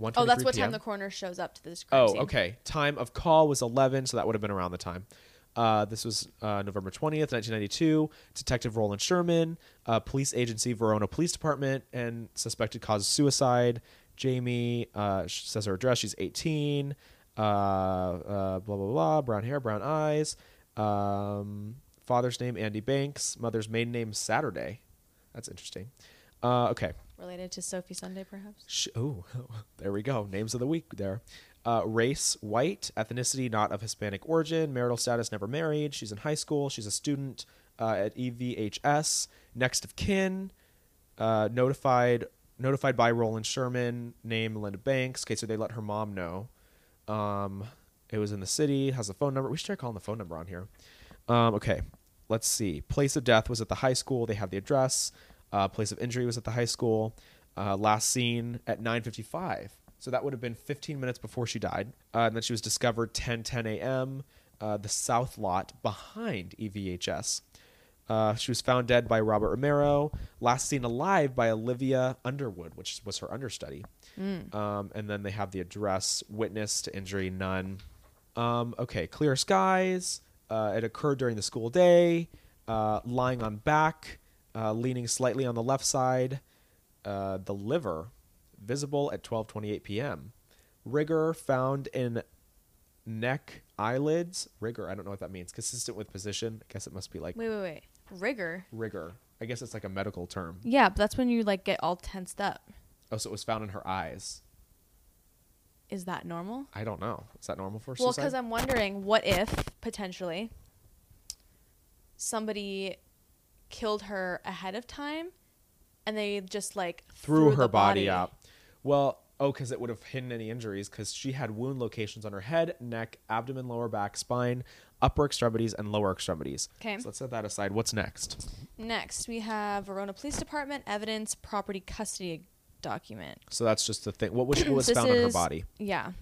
B: Oh, that's
A: 1:23
B: what time
A: PM?
B: the coroner shows up to this. crime
A: Oh,
B: scene.
A: okay. Time of call was 11, so that would have been around the time. Uh, this was uh, November 20th, 1992. Detective Roland Sherman, uh, police agency Verona Police Department, and suspected cause suicide. Jamie uh, sh- says her address. She's 18. Uh, uh, blah, blah, blah. Brown hair, brown eyes. Um, father's name, Andy Banks. Mother's maiden name, Saturday. That's interesting. Uh, okay.
B: Related to Sophie Sunday, perhaps.
A: Sh- oh, there we go. Names of the week there. Uh, race, white. Ethnicity, not of Hispanic origin. Marital status, never married. She's in high school. She's a student uh, at EVHS. Next of kin, uh, notified notified by Roland Sherman. Name, Linda Banks. Okay, so they let her mom know. Um, it was in the city. Has the phone number. We should try calling the phone number on here. Um, okay, let's see. Place of death was at the high school. They have the address. Uh, place of injury was at the high school. Uh, last seen at 9:55. So that would have been 15 minutes before she died. Uh, and then she was discovered 10 10 a.m. Uh, the south lot behind E EVHS. Uh, she was found dead by Robert Romero. Last seen alive by Olivia Underwood, which was her understudy. Um, and then they have the address. Witness to injury, none. Um, okay, clear skies. Uh, it occurred during the school day. Uh, lying on back, uh, leaning slightly on the left side. Uh, the liver, visible at 12:28 p.m. Rigor found in neck, eyelids. Rigor. I don't know what that means. Consistent with position. I guess it must be like
B: Wait, wait, wait. Rigor.
A: rigor. I guess it's like a medical term.
B: Yeah, but that's when you like get all tensed up.
A: Oh, so it was found in her eyes.
B: Is that normal?
A: I don't know. Is that normal for
B: Well,
A: suicide?
B: because I'm wondering, what if potentially somebody killed her ahead of time, and they just like
A: threw, her
B: the
A: body, up. Well, oh, because it would have hidden any injuries because she had wound locations on her head, neck, abdomen, lower back, spine, upper extremities, and lower extremities.
B: 'Kay.
A: So let's set that aside. What's next?
B: Next, we have Verona Police Department evidence property custody document.
A: So that's just the thing. What was, what was
B: This
A: found on her
B: is-
A: body?
B: Yeah.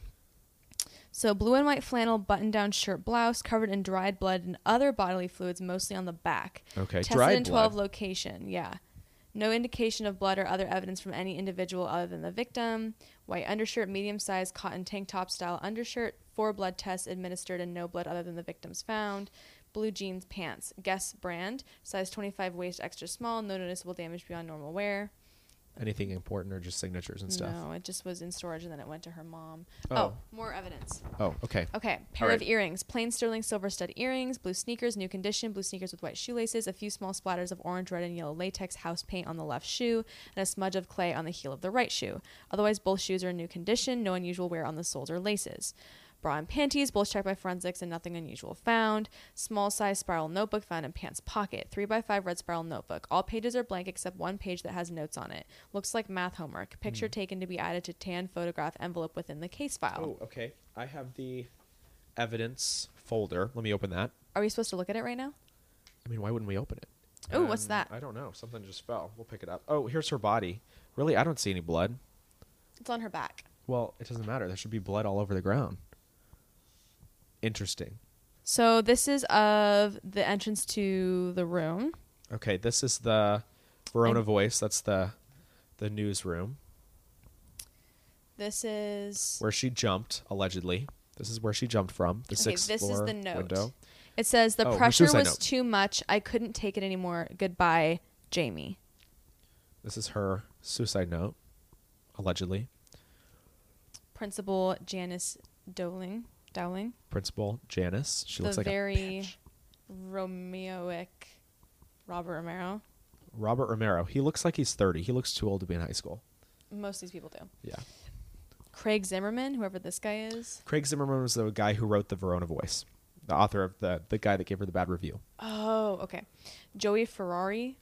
B: So blue and white flannel button-down shirt blouse covered in dried blood and other bodily fluids, mostly on the back.
A: Okay,
B: Tested
A: dried
B: in 12
A: blood.
B: location. Yeah. No indication of blood or other evidence from any individual other than the victim. White undershirt, medium-sized cotton tank top style undershirt. Four blood tests administered and no blood other than the victims found. Blue jeans, pants. Guess brand. Size 25, waist extra small. No noticeable damage beyond normal wear.
A: Anything important or just signatures and stuff?
B: No, it just was in storage and then it went to her mom.
A: Oh.
B: Oh, more evidence.
A: Oh, okay.
B: Okay, pair of
A: right.
B: earrings, plain sterling silver stud earrings, blue sneakers, new condition, blue sneakers with white shoelaces, a few small splatters of orange, red, and yellow latex house paint on the left shoe, and a smudge of clay on the heel of the right shoe. Otherwise, both shoes are in new condition, no unusual wear on the soles or laces. Bra and panties, both checked by forensics and nothing unusual found. Small size spiral notebook found in pants pocket. 3x5 red spiral notebook. All pages are blank except one page that has notes on it. Looks like math homework. Picture
A: Hmm.
B: taken to be added to tan photograph envelope within the case file.
A: Oh, okay. I have the evidence folder. Let me open that.
B: Are we supposed to look at it right now?
A: I mean, why wouldn't we open it? Um,
B: Ooh, what's that?
A: I don't know. Something just fell. We'll pick it up. Oh, here's her body. Really, I don't see any blood.
B: It's on her back.
A: Well, it doesn't matter. There should be blood all over the ground. Interesting.
B: So this is of the entrance to the room.
A: Okay, this is the Verona
B: And-
A: Voice. That's the the newsroom
B: This is
A: where she jumped allegedly. This is where she jumped from. The
B: okay.
A: sixth
B: This
A: floor
B: is the note.
A: window.
B: It says the
A: Oh, her
B: pressure
A: suicide
B: was
A: note.
B: too much. I couldn't take it anymore. Goodbye, Jamie.
A: This is her suicide note, allegedly.
B: Principal Janice Dowling. Dowling.
A: Principal Janice. She
B: the
A: looks like a
B: very
A: bitch.
B: Romeoic Robert Romero.
A: Robert Romero. He looks like he's thirty. He looks too old to be in high school.
B: Most of these people do.
A: Yeah.
B: Craig Zimmerman, whoever this guy is.
A: Craig Zimmerman was the guy who wrote the Verona Voice, the author of the the guy that gave her the bad review.
B: Oh, okay. Joey Ferrari.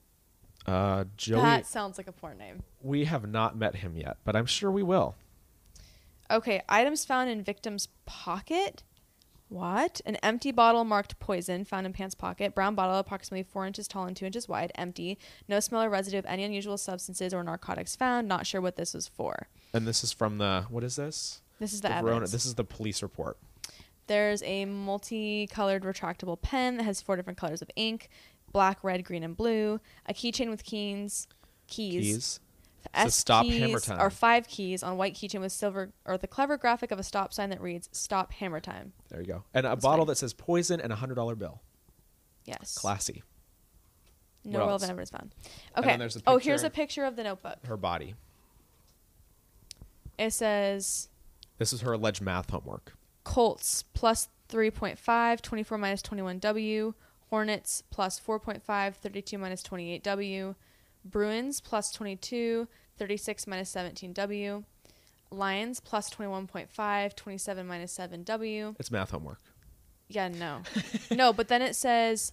A: Uh, Joey.
B: That sounds like a porn name.
A: We have not met him yet, but I'm sure we will.
B: Okay, items found in victim's pocket What? An empty bottle marked poison found in Pants' pocket. Brown bottle, approximately four inches tall and two inches wide, empty. No smell or residue of any unusual substances or narcotics found. Not sure what this was for.
A: And this is from the what is this?
B: This is the,
A: Verona-
B: evidence.
A: This is the police report.
B: There's a multicolored retractable pen that has four different colors of ink: black, red, green, and blue. A keychain with keys, keys,
A: Keys.
B: S
A: stop
B: keys
A: hammer time.
B: or five keys on white keychain with silver or the clever graphic of a stop sign that reads "Stop Hammer Time."
A: There you go. And a
B: That's
A: bottle
B: funny.
A: that says poison and a hundred dollar bill.
B: Yes.
A: Classy.
B: No
A: What
B: relevant
A: else?
B: evidence found.
A: And
B: Okay.
A: then there's a
B: oh, here's
A: picture-
B: a picture of the notebook.
A: Her body.
B: It says
A: This is her alleged math homework.
B: Colts plus 3.5, 24 minus 21W, Hornets plus 4.5, 32 minus 28W, Bruins plus 22, 36 minus 17W, Lions plus 21.5, 27 minus 7W.
A: It's math homework.
B: Yeah, no. no, but then it says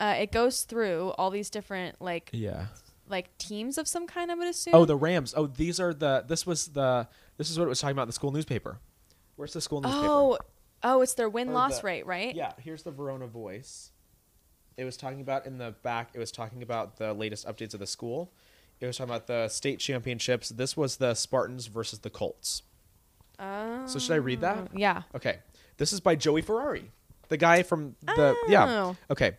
B: uh, it goes through all these different like
A: Yeah.
B: like teams of some kind, I would assume.
A: Oh, the Rams. Oh, these are the. This was the. This is what it was talking about in the school newspaper. Where's the school newspaper?
B: Oh, oh, it's their win
A: Or
B: loss
A: the-
B: rate, right?
A: Yeah, here's the Verona Voice. It was talking about in the back. It was talking about the latest updates of the school. It was talking about the state championships. This was the Spartans versus the Colts.
B: Oh.
A: So should I read that?
B: Yeah.
A: Okay. This is by Joey Ferrari, the guy from the yeah.
B: Oh.
A: Okay.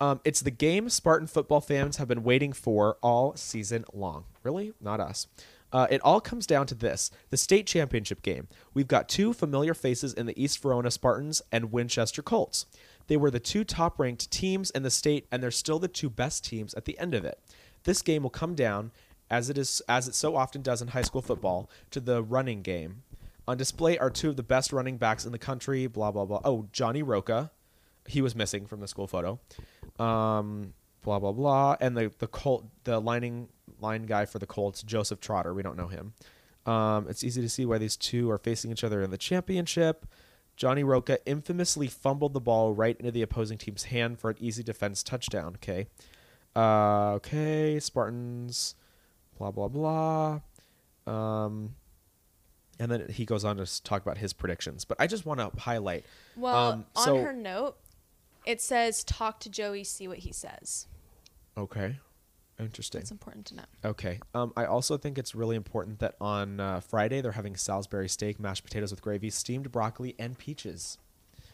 A: Um, it's the game Spartan football fans have been waiting for all season long. Really? Not us. Uh, it all comes down to this the state championship game. We've got two familiar faces in the East Verona Spartans and Winchester Colts. They were the two top ranked teams in the state, and they're still the two best teams at the end of it. This game will come down, as it is as it so often does in high school football, to the running game. On display are two of the best running backs in the country, blah, blah, blah. Oh, Johnny Roca. He was missing from the school photo. Um, blah, blah, blah. And the, the Colt, the lining line guy for the Colts, Joseph Trotter. We don't know him. Um, it's easy to see why these two are facing each other in the championship. Johnny Roca infamously fumbled the ball right into the opposing team's hand for an easy defense touchdown. Okay. Uh, okay. Spartans, blah, blah, blah. Um, and then he goes on to s- talk about his predictions. But I just want to highlight.
B: Well,
A: um,
B: on
A: so-
B: her note, it says talk to Joey, see what he says.
A: Okay, interesting.
B: That's important to know.
A: Okay. Um, I also think it's really important that on uh, Friday they're having Salisbury steak, mashed potatoes with gravy, steamed broccoli, and peaches.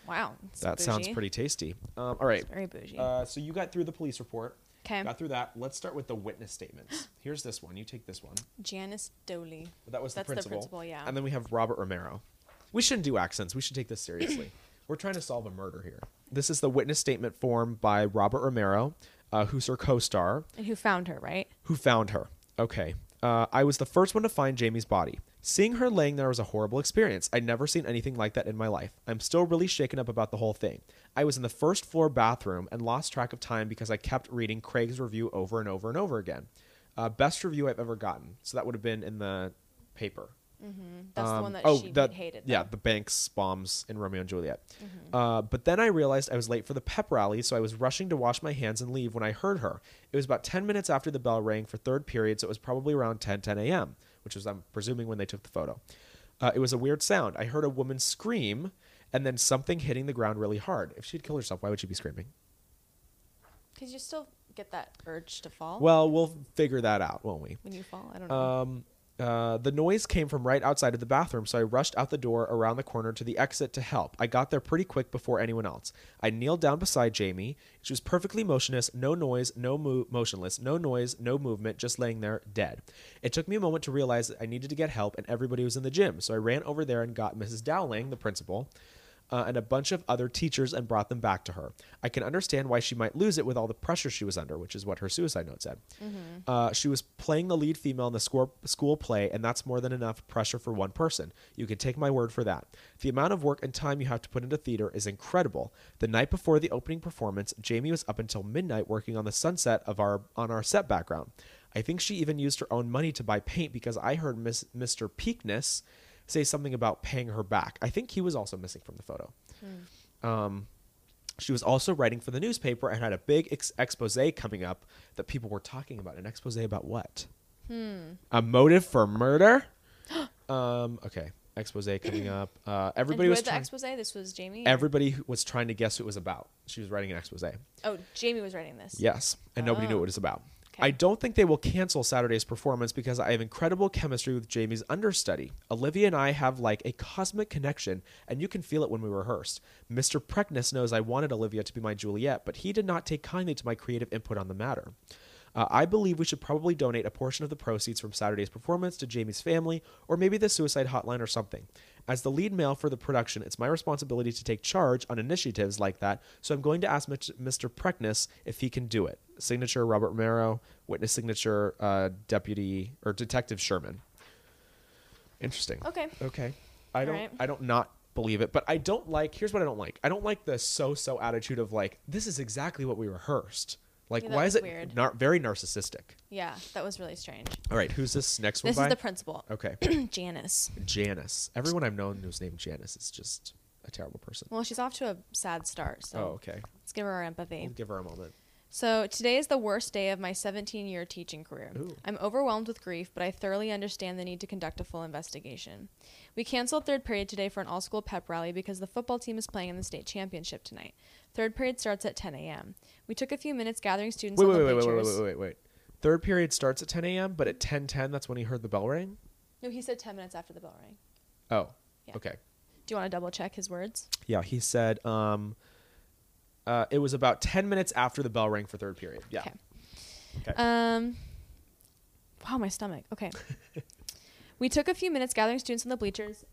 B: Wow. it's
A: that sounds
B: bougie.
A: pretty tasty. Um, all right.
B: It's very bougie.
A: Uh, so you got through the police report.
B: 'Kay.
A: Got through that. Let's start with the witness statements. Here's this one. You take this one.
B: Janice Doley.
A: That was
B: That's
A: the
B: the
A: principal.
B: principal, yeah.
A: And then we have Robert Romero. We shouldn't do accents. We should take this seriously. We're trying to solve a murder here. This is the witness statement form by Robert Romero, uh, who's her co-star,
B: And who found her, right?
A: who found her. Okay. Uh, I was the first one to find Jamie's body. Seeing her laying there was a horrible experience. I'd never seen anything like that in my life. I'm still really shaken up about the whole thing. I was in the first floor bathroom and lost track of time because I kept reading Craig's review over and over and over again. Uh, best review I've ever gotten. So that would have been in the paper.
B: That's the
A: Um,
B: one that
A: oh,
B: she
A: the-
B: hated.
A: Yeah,
B: though. Mm-hmm.
A: the Banks bombs in Romeo and Juliet. Uh, but then I realized I was late for the pep rally, so I was rushing to wash my hands and leave when I heard her. It was about 10 minutes after the bell rang for third period, so it was probably around 10, 10 a.m., which was, I'm presuming, when they took the photo. Uh, it was a weird sound. I heard a woman scream and then something hitting the ground really hard. If she'd killed herself, why would she be screaming?
B: Because you still get that urge to fall
A: Well, we'll figure that out, won't we?
B: when you fall. I don't know.
A: Um, uh, the noise came from right outside of the bathroom, so I rushed out the door around the corner to the exit to help. I got there pretty quick before anyone else. I kneeled down beside Jamie. She was perfectly motionless, no noise, no mo- motionless, no noise, no movement, just laying there dead. It took me a moment to realize that I needed to get help, and everybody was in the gym, so I ran over there and got Mrs. Dowling, the principal. Uh, and a bunch of other teachers and brought them back to her. I can understand why she might lose it with all the pressure she was under, which is what her suicide note said. Uh, she was playing the lead female in the score, school play, and that's more than enough pressure for one person. You can take my word for that. The amount of work and time you have to put into theater is incredible. The night before the opening performance, Jamie was up until midnight working on the sunset of our on our set background. I think she even used her own money to buy paint because I heard Miss, Mr. Peakness say something about paying her back. I think he was also missing from the photo.
B: Hmm.
A: Um, she was also writing for the newspaper and had a big ex- expose coming up that people were talking about. An
B: Hmm.
A: expose about what? A motive for murder? um, okay. expose coming up. Uh,
B: And
A: everybody
B: who
A: was
B: had the
A: trying,
B: expose? This was Jamie. or-
A: everybody was trying to guess who it was about. She was writing an expose.
B: oh, Jamie was writing this.
A: Yes, and nobody knew
B: Oh.
A: what it was about.
B: Okay.
A: I don't think they will cancel Saturday's performance because I have incredible chemistry with Jamie's understudy. Olivia and I have like a cosmic connection, and you can feel it when we rehearsed. Mr. Preckness knows I wanted Olivia to be my Juliet, but he did not take kindly to my creative input on the matter. Uh, I believe we should probably donate a portion of the proceeds from Saturday's performance to Jamie's family, or maybe the suicide hotline or something. As the lead male for the production, it's my responsibility to take charge on initiatives like that, so I'm going to ask Mitch- Mr. Preckness if he can do it. Signature Robert Romero, witness signature uh, Deputy or Detective Sherman. Interesting.
B: Okay.
A: Okay. I
B: All
A: don't
B: right.
A: I don't not believe it, but I don't like here's what I don't like. I don't like the so-so attitude of like this is exactly what we rehearsed. Like
B: Yeah, that
A: why
B: was
A: is it
B: weird.
A: nar- very narcissistic?
B: Yeah, that was really strange.
A: All right, who's this next one
B: This
A: by?
B: is the principal,
A: okay.
B: Janice.
A: Janice. Everyone I've known who's named Janice is just a terrible person.
B: Well, she's off to a sad start, so
A: oh, okay.
B: let's give her our
A: We'll
B: empathy.
A: give her a moment.
B: So today is the worst day of my 17-year teaching career.
A: Ooh.
B: I'm overwhelmed with grief, but I thoroughly understand the need to conduct a full investigation. We canceled third period today for an all-school pep rally because the football team is playing in the state championship tonight. Third period starts at 10 a.m. We took a few minutes gathering students.
A: Wait,
B: all
A: wait,
B: the
A: wait, wait,
B: pictures.
A: wait, wait, wait, wait. Third period starts at 10 a.m., but at 10:10, that's when he heard the bell ring.
B: No, he said 10 minutes after the bell rang.
A: Oh,
B: Yeah.
A: okay.
B: Do you want to double check his words?
A: Yeah, he said um, uh, it was about 10 minutes after the bell rang for third period. Yeah.
B: Okay.
A: Okay.
B: Um. Wow, my stomach. Okay. we took a few minutes gathering students in the bleachers,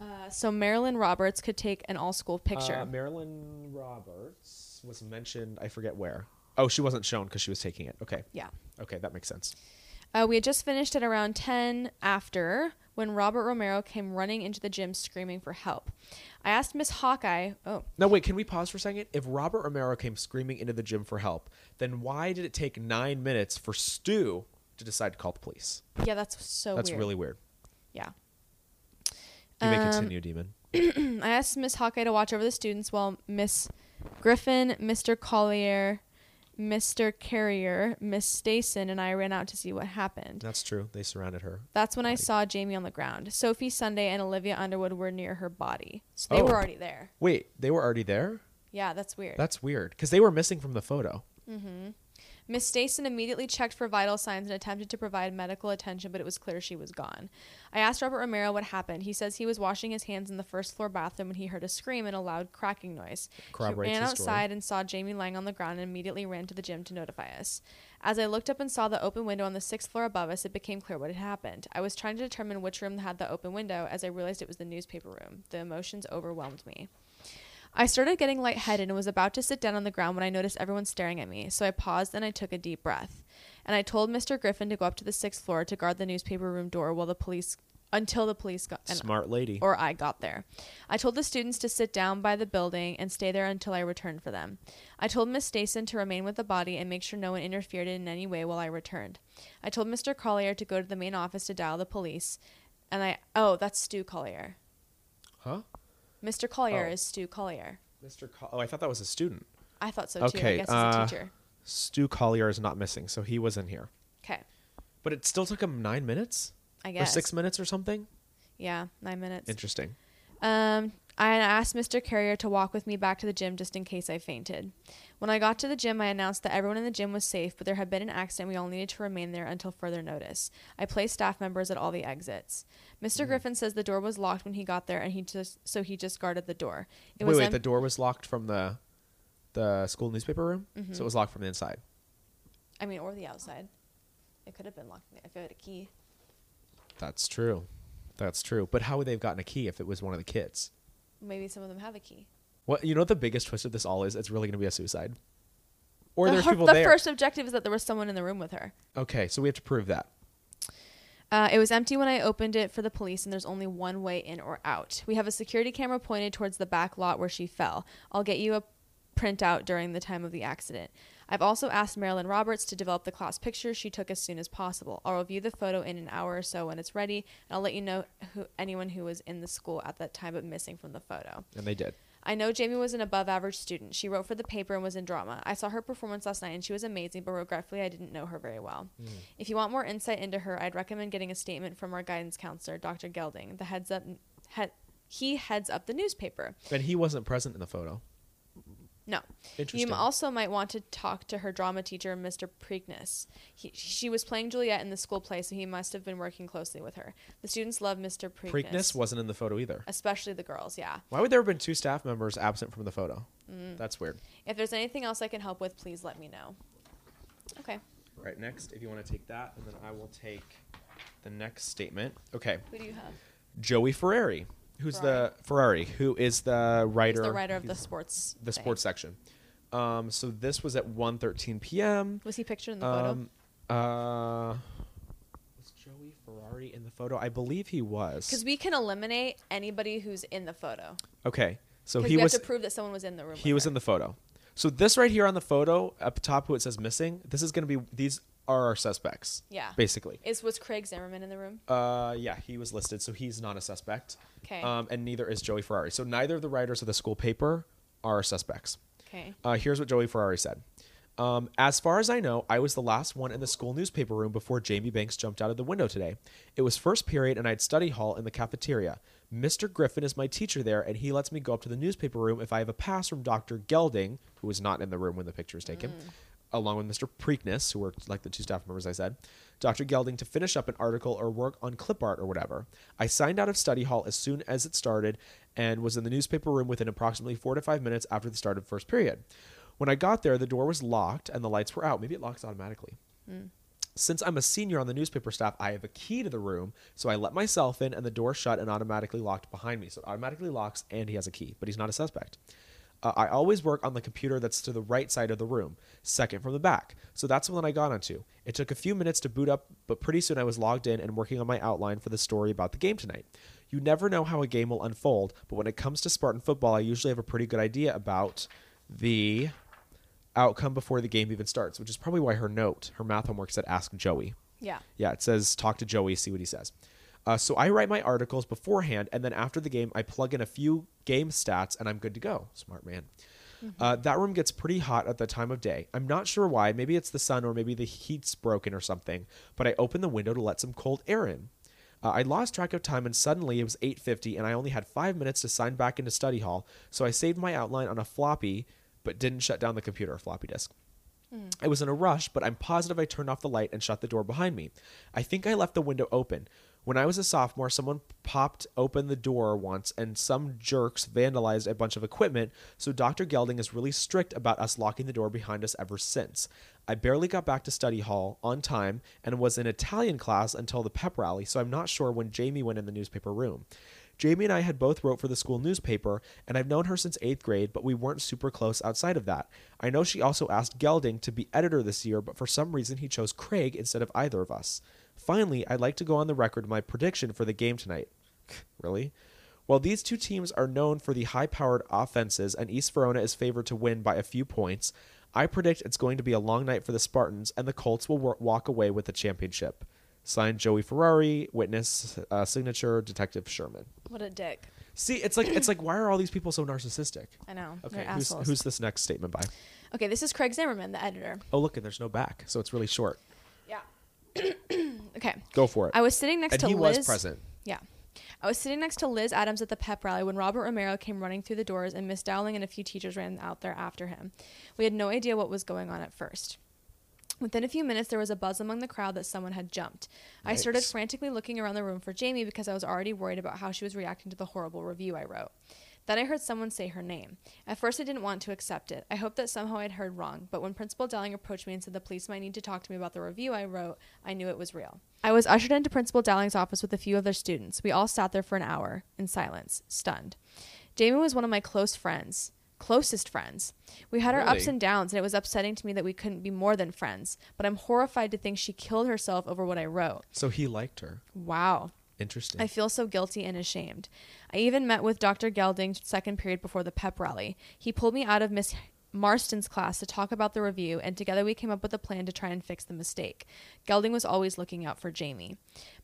B: uh, so Marilyn Roberts could take an all-school picture.
A: Uh, Marilyn Roberts was mentioned, I forget where. Oh, she wasn't shown because she was taking it. Okay.
B: yeah.
A: Okay, that makes sense.
B: Uh, we had just finished at around 10 after when Robert Romero came running into the gym screaming for help. I asked Miss Hawkeye, oh,
A: Now, wait, can we pause for a second? If Robert Romero came screaming into the gym for help, then why did it take nine minutes for Stu to decide to call the police?
B: yeah, that's so
A: That's
B: weird.
A: really weird.
B: yeah.
A: You may
B: Um,
A: continue, Demon.
B: Mm, I asked Miss Hawkeye to watch over the students while Miss Griffin, Mr. Collier, Mr. Carrier, Miss Stason, and I ran out to see what happened.
A: That's true. They surrounded her.
B: That's when I saw Jamie on the ground. Sophie Sunday and Olivia Underwood were near her body. So they
A: Oh.
B: were already there.
A: Wait, they were already there?
B: Yeah, that's weird.
A: That's weird because they were missing from the photo.
B: Miss Stason immediately checked for vital signs and attempted to provide medical attention, but it was clear she was gone. I asked Robert Romero what happened. He says he was washing his hands in the first floor bathroom when he heard a scream and a loud cracking noise. He
A: Corroborates
B: ran
A: his story.
B: outside and saw Jamie lying on the ground and immediately ran to the gym to notify us. As I looked up and saw the open window on the sixth floor above us, it became clear what had happened. I was trying to determine which room had the open window as I realized it was the newspaper room. The emotions overwhelmed me. I started getting lightheaded and was about to sit down on the ground when I noticed everyone staring at me, so I paused and I took a deep breath. And I told Mr. Griffin to go up to the sixth floor to guard the newspaper room door while the police until the police got and-
A: Smart lady.
B: or I got there. I told the students to sit down by the building and stay there until I returned for them. I told Miss Stason to remain with the body and make sure no one interfered in any way while I returned. I told Mr. Collier to go to the main office to dial the police. And I oh, that's Stu Collier.
A: huh?
B: Mr. Collier
A: Oh.
B: is Stu Collier.
A: Mr. Col- oh, I thought that was a student.
B: I thought so too. I
A: Okay,
B: guess
A: uh,
B: he's a teacher.
A: Stu Collier is not missing, so he was in here.
B: Okay.
A: But it still took him nine minutes
B: I
A: or
B: guess.
A: six minutes or something.
B: Yeah, nine minutes.
A: Interesting.
B: Um, I asked Mr. Carrier to walk with me back to the gym just in case I fainted. When I got to the gym, I announced that everyone in the gym was safe, but there had been an accident. We all needed to remain there until further notice. I placed staff members at all the exits. Mr.
A: Mm-hmm.
B: Griffin says the door was locked when he got there, and he just so he just guarded the door. It
A: wait,
B: was
A: wait.
B: em-
A: the door was locked from the the school newspaper room,
B: Mm-hmm.
A: so it was locked from the inside.
B: I mean, or the outside. It could have been locked if I had a key.
A: That's true. That's true. But how would they have gotten a key if it was one of the kids?
B: Maybe some of them have a key.
A: What you know? What the biggest twist of this all is it's really going to be a suicide. Or
B: the
A: there's
B: har-
A: people
B: the
A: there.
B: first objective is that there was someone in the room with her.
A: Okay, so we have to prove that.
B: Uh, it was empty when I opened it for the police, and there's only one way in or out. We have a security camera pointed towards the back lot where she fell. I'll get you a printout during the time of the accident. I've also asked Marilyn Roberts to develop the class picture she took as soon as possible. I'll review the photo in an hour or so when it's ready, and I'll let you know who, anyone who was in the school at that time but missing from the photo.
A: And they did.
B: I know Jamie was an above average student. She wrote for the paper and was in drama. I saw her performance last night and she was amazing, but regretfully, I didn't know her very well.
A: Mm.
B: If you want more insight into her, I'd recommend getting a statement from our guidance counselor, Dr. Gelding. The heads up he- he heads up the newspaper.
A: And he wasn't present in the photo.
B: No.
A: Interesting.
B: You also might want to talk to her drama teacher, Mr. Preakness. He, she was playing Juliet in the school play, so he must have been working closely with her. The students love Mr. Preakness,
A: Preakness wasn't in the photo either.
B: especially the girls. Yeah.
A: Why would there have been two staff members absent from the photo?
B: Mm.
A: That's weird.
B: If there's anything else I can help with, please let me know. Okay.
A: All right, next, if you want to take that, and then I will take the next statement. Okay.
B: Who do you have?
A: Joey Ferrari, who's the Ferrari, who is the
B: He's
A: writer,
B: the writer of the sports.
A: the
B: thing.
A: sports section. Um, so this was at 1.13 p.m.
B: Was he pictured in the photo?
A: Um, uh, was Joey Ferrari in the photo? I believe he
B: Because
A: was.
B: we can eliminate anybody who's in the photo.
A: Okay, so
B: 'Cause
A: he
B: we
A: was
B: have to prove that someone was in the room.
A: he was in the photo. So this right here on the photo up top, who it says missing, this is going to be these are our suspects.
B: Yeah.
A: basically.
B: Is was Craig Zimmerman in the room?
A: Uh, yeah, he was listed, so he's not a suspect.
B: 'Kay.
A: Um, and neither is Joey Ferrari. So neither of the writers of the school paper are suspects.
B: Okay.
A: Uh, here's what Joey Ferrari said. Um, as far as I know, I was the last one in the school newspaper room before Jamie Banks jumped out of the window today. It was first period, and I had study hall in the cafeteria. Mr. Griffin is my teacher there, and he lets me go up to the newspaper room if I have a pass from Dr. Gelding, who was not in the room when the picture was taken, along with Mr. Preakness, who were like the two staff members I said, Dr. Gelding to finish up an article or work on clip art or whatever. I signed out of study hall as soon as it started and was in the newspaper room within approximately four to five minutes after the start of first period. When I got there, the door was locked and the lights were out. Maybe it locks automatically. Since I'm a senior on the newspaper staff, I have a key to the room, so I let myself in and the door shut and automatically locked behind me. So it automatically locks and he has a key, but he's not a suspect. Uh, I always work on the computer that's to the right side of the room, second from the back. So that's the one I got onto. It took a few minutes to boot up, but pretty soon I was logged in and working on my outline for the story about the game tonight. You never know how a game will unfold, but when it comes to Spartan football, I usually have a pretty good idea about the outcome before the game even starts, which is probably why her note, her math homework said ask Joey.
B: Yeah.
A: Yeah, it says talk to Joey, see what he says. Uh, so I write my articles beforehand, and then after the game, I plug in a few game stats, and I'm good to go. Smart man. Uh, that room gets pretty hot at the time of day. I'm not sure why. Maybe it's the sun, or maybe the heat's broken or something. But I open the window to let some cold air in. Uh, I lost track of time, and suddenly it was 8:50, and I only had five minutes to sign back into study hall. So I saved my outline on a floppy, but didn't shut down the computer, floppy disk. I was in a rush, but I'm positive I turned off the light and shut the door behind me. I think I left the window open. When I was a sophomore, someone popped open the door once, and some jerks vandalized a bunch of equipment, so Dr. Gelding is really strict about us locking the door behind us ever since. I barely got back to study hall on time and was in Italian class until the pep rally, so I'm not sure when Jamie went in the newspaper room. Jamie and I had both wrote for the school newspaper, and I've known her since eighth grade, but we weren't super close outside of that. I know she also asked Gelding to be editor this year, but for some reason he chose Craig instead of either of us. Finally, I'd like to go on the record my prediction for the game tonight. really? While these two teams are known for the high powered offenses and East Verona is favored to win by a few points, I predict it's going to be a long night for the Spartans and the Colts will wa- walk away with the championship. Signed Joey Ferrari, witness uh, signature Detective Sherman.
B: What a dick.
A: See, it's like it's like why are all these people so narcissistic?
B: I know.
A: Okay,
B: They're
A: who's,
B: assholes.
A: who's this next statement by?
B: okay, this is Craig Zimmerman, the editor.
A: Oh, look, and there's no back, so it's really short.
B: Yeah. okay.
A: Go for it.
B: I was sitting next
A: and
B: to
A: he
B: Liz.
A: was present.
B: Yeah. I was sitting next to Liz Adams at the pep rally when Robert Romero came running through the doors and Miss Dowling and a few teachers ran out there after him. We had no idea what was going on at first. Within a few minutes, there was a buzz among the crowd that someone had jumped. I started
A: Yikes.
B: frantically looking around the room for Jamie because I was already worried about how she was reacting to the horrible review I wrote. Then I heard someone say her name. At first, I didn't want to accept it. I hoped that somehow I'd heard wrong, but when Principal Dowling approached me and said the police might need to talk to me about the review I wrote, I knew it was real. I was ushered into Principal Dowling's office with a few other students. We all sat there for an hour in silence, stunned. Jamie was one of my close friends, closest friends. We had our ups
A: Really?
B: and downs, and it was upsetting to me that we couldn't be more than friends. But I'm horrified to think she killed herself over what I wrote.
A: So he liked her.
B: Wow.
A: Interesting.
B: I feel so guilty and ashamed. I even met with Dr. Gelding's second period before the pep rally. He pulled me out of Miss Marston's class to talk about the review, and together we came up with a plan to try and fix the mistake. Gelding was always looking out for Jamie.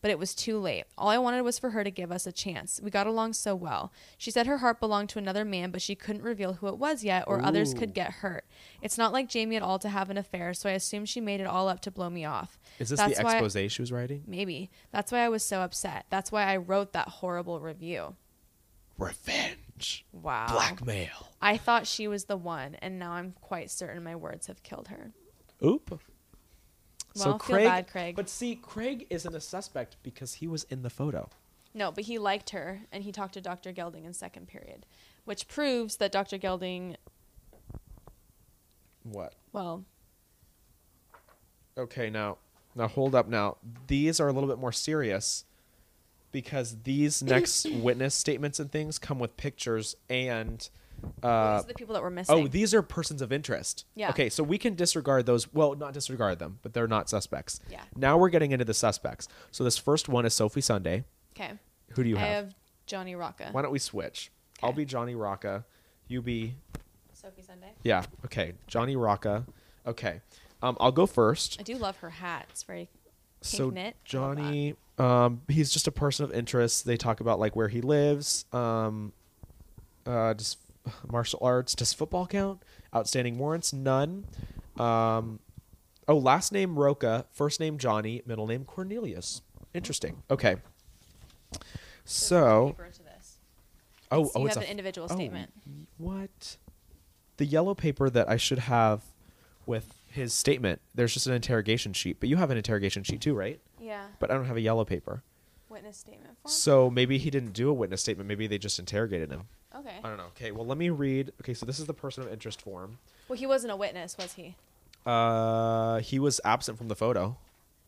B: But it was too late. All I wanted was for her to give us a chance. We got along so well. She said her heart belonged to another man, but she couldn't reveal who it was yet, or others
A: Ooh.
B: could get hurt. It's not like Jamie at all to have an affair, so I assume she made it all up to blow me off.
A: Is this
B: That's
A: the
B: why-
A: expose she was writing?
B: Maybe. That's why I was so upset. That's why I wrote that horrible review.
A: revenge,
B: Wow.
A: blackmail.
B: I thought she was the one, and now I'm quite certain my words have killed her.
A: Oop.
B: Well, feel bad, Craig.
A: But see, Craig isn't a suspect because he was in the photo.
B: No, but he liked her, and he talked to Dr. Gelding in second period, which proves that Dr. Gelding,
A: What?
B: well,
A: Okay, now, now hold up. Now these are a little bit more serious because these next witness statements and things come with pictures and. Uh,
B: these are the people that were missing.
A: Oh, these are persons of interest.
B: Yeah.
A: Okay, so we can disregard those. Well, not disregard them, but they're not suspects.
B: Yeah.
A: Now we're getting into the suspects. So this first one is Sophie Sunday.
B: okay.
A: Who do you
B: I
A: have?
B: have Johnny Rocca.
A: Why don't we switch? I'll
B: Okay.
A: be Johnny Rocca. You be
B: Sophie Sunday.
A: yeah. Okay, Johnny Rocca. Okay. Um, I'll go first.
B: I do love her hat. It's very
A: so
B: pink knit. Love that.
A: Johnny, um, he's just a person of interest. They talk about like where he lives, um, uh, just martial arts. Does football count? Outstanding warrants? None. Um, oh, last name Roca, first name Johnny, middle name Cornelius. Interesting. Okay.
B: There's
A: So,
B: deeper to this.
A: oh,
B: So
A: oh,
B: you
A: it's
B: have
A: a
B: an individual
A: oh,
B: statement.
A: y- What? The yellow paper that I should have with his statement. There's just an interrogation sheet, but you have an interrogation sheet too, right?
B: Yeah.
A: But I don't have a yellow paper.
B: Witness statement form.
A: So maybe he didn't do a witness statement. Maybe they just interrogated him.
B: okay.
A: I don't know. Okay, well, let me read. Okay, so this is the person of interest form.
B: Well, he wasn't a witness, was he?
A: Uh, he was absent from the photo.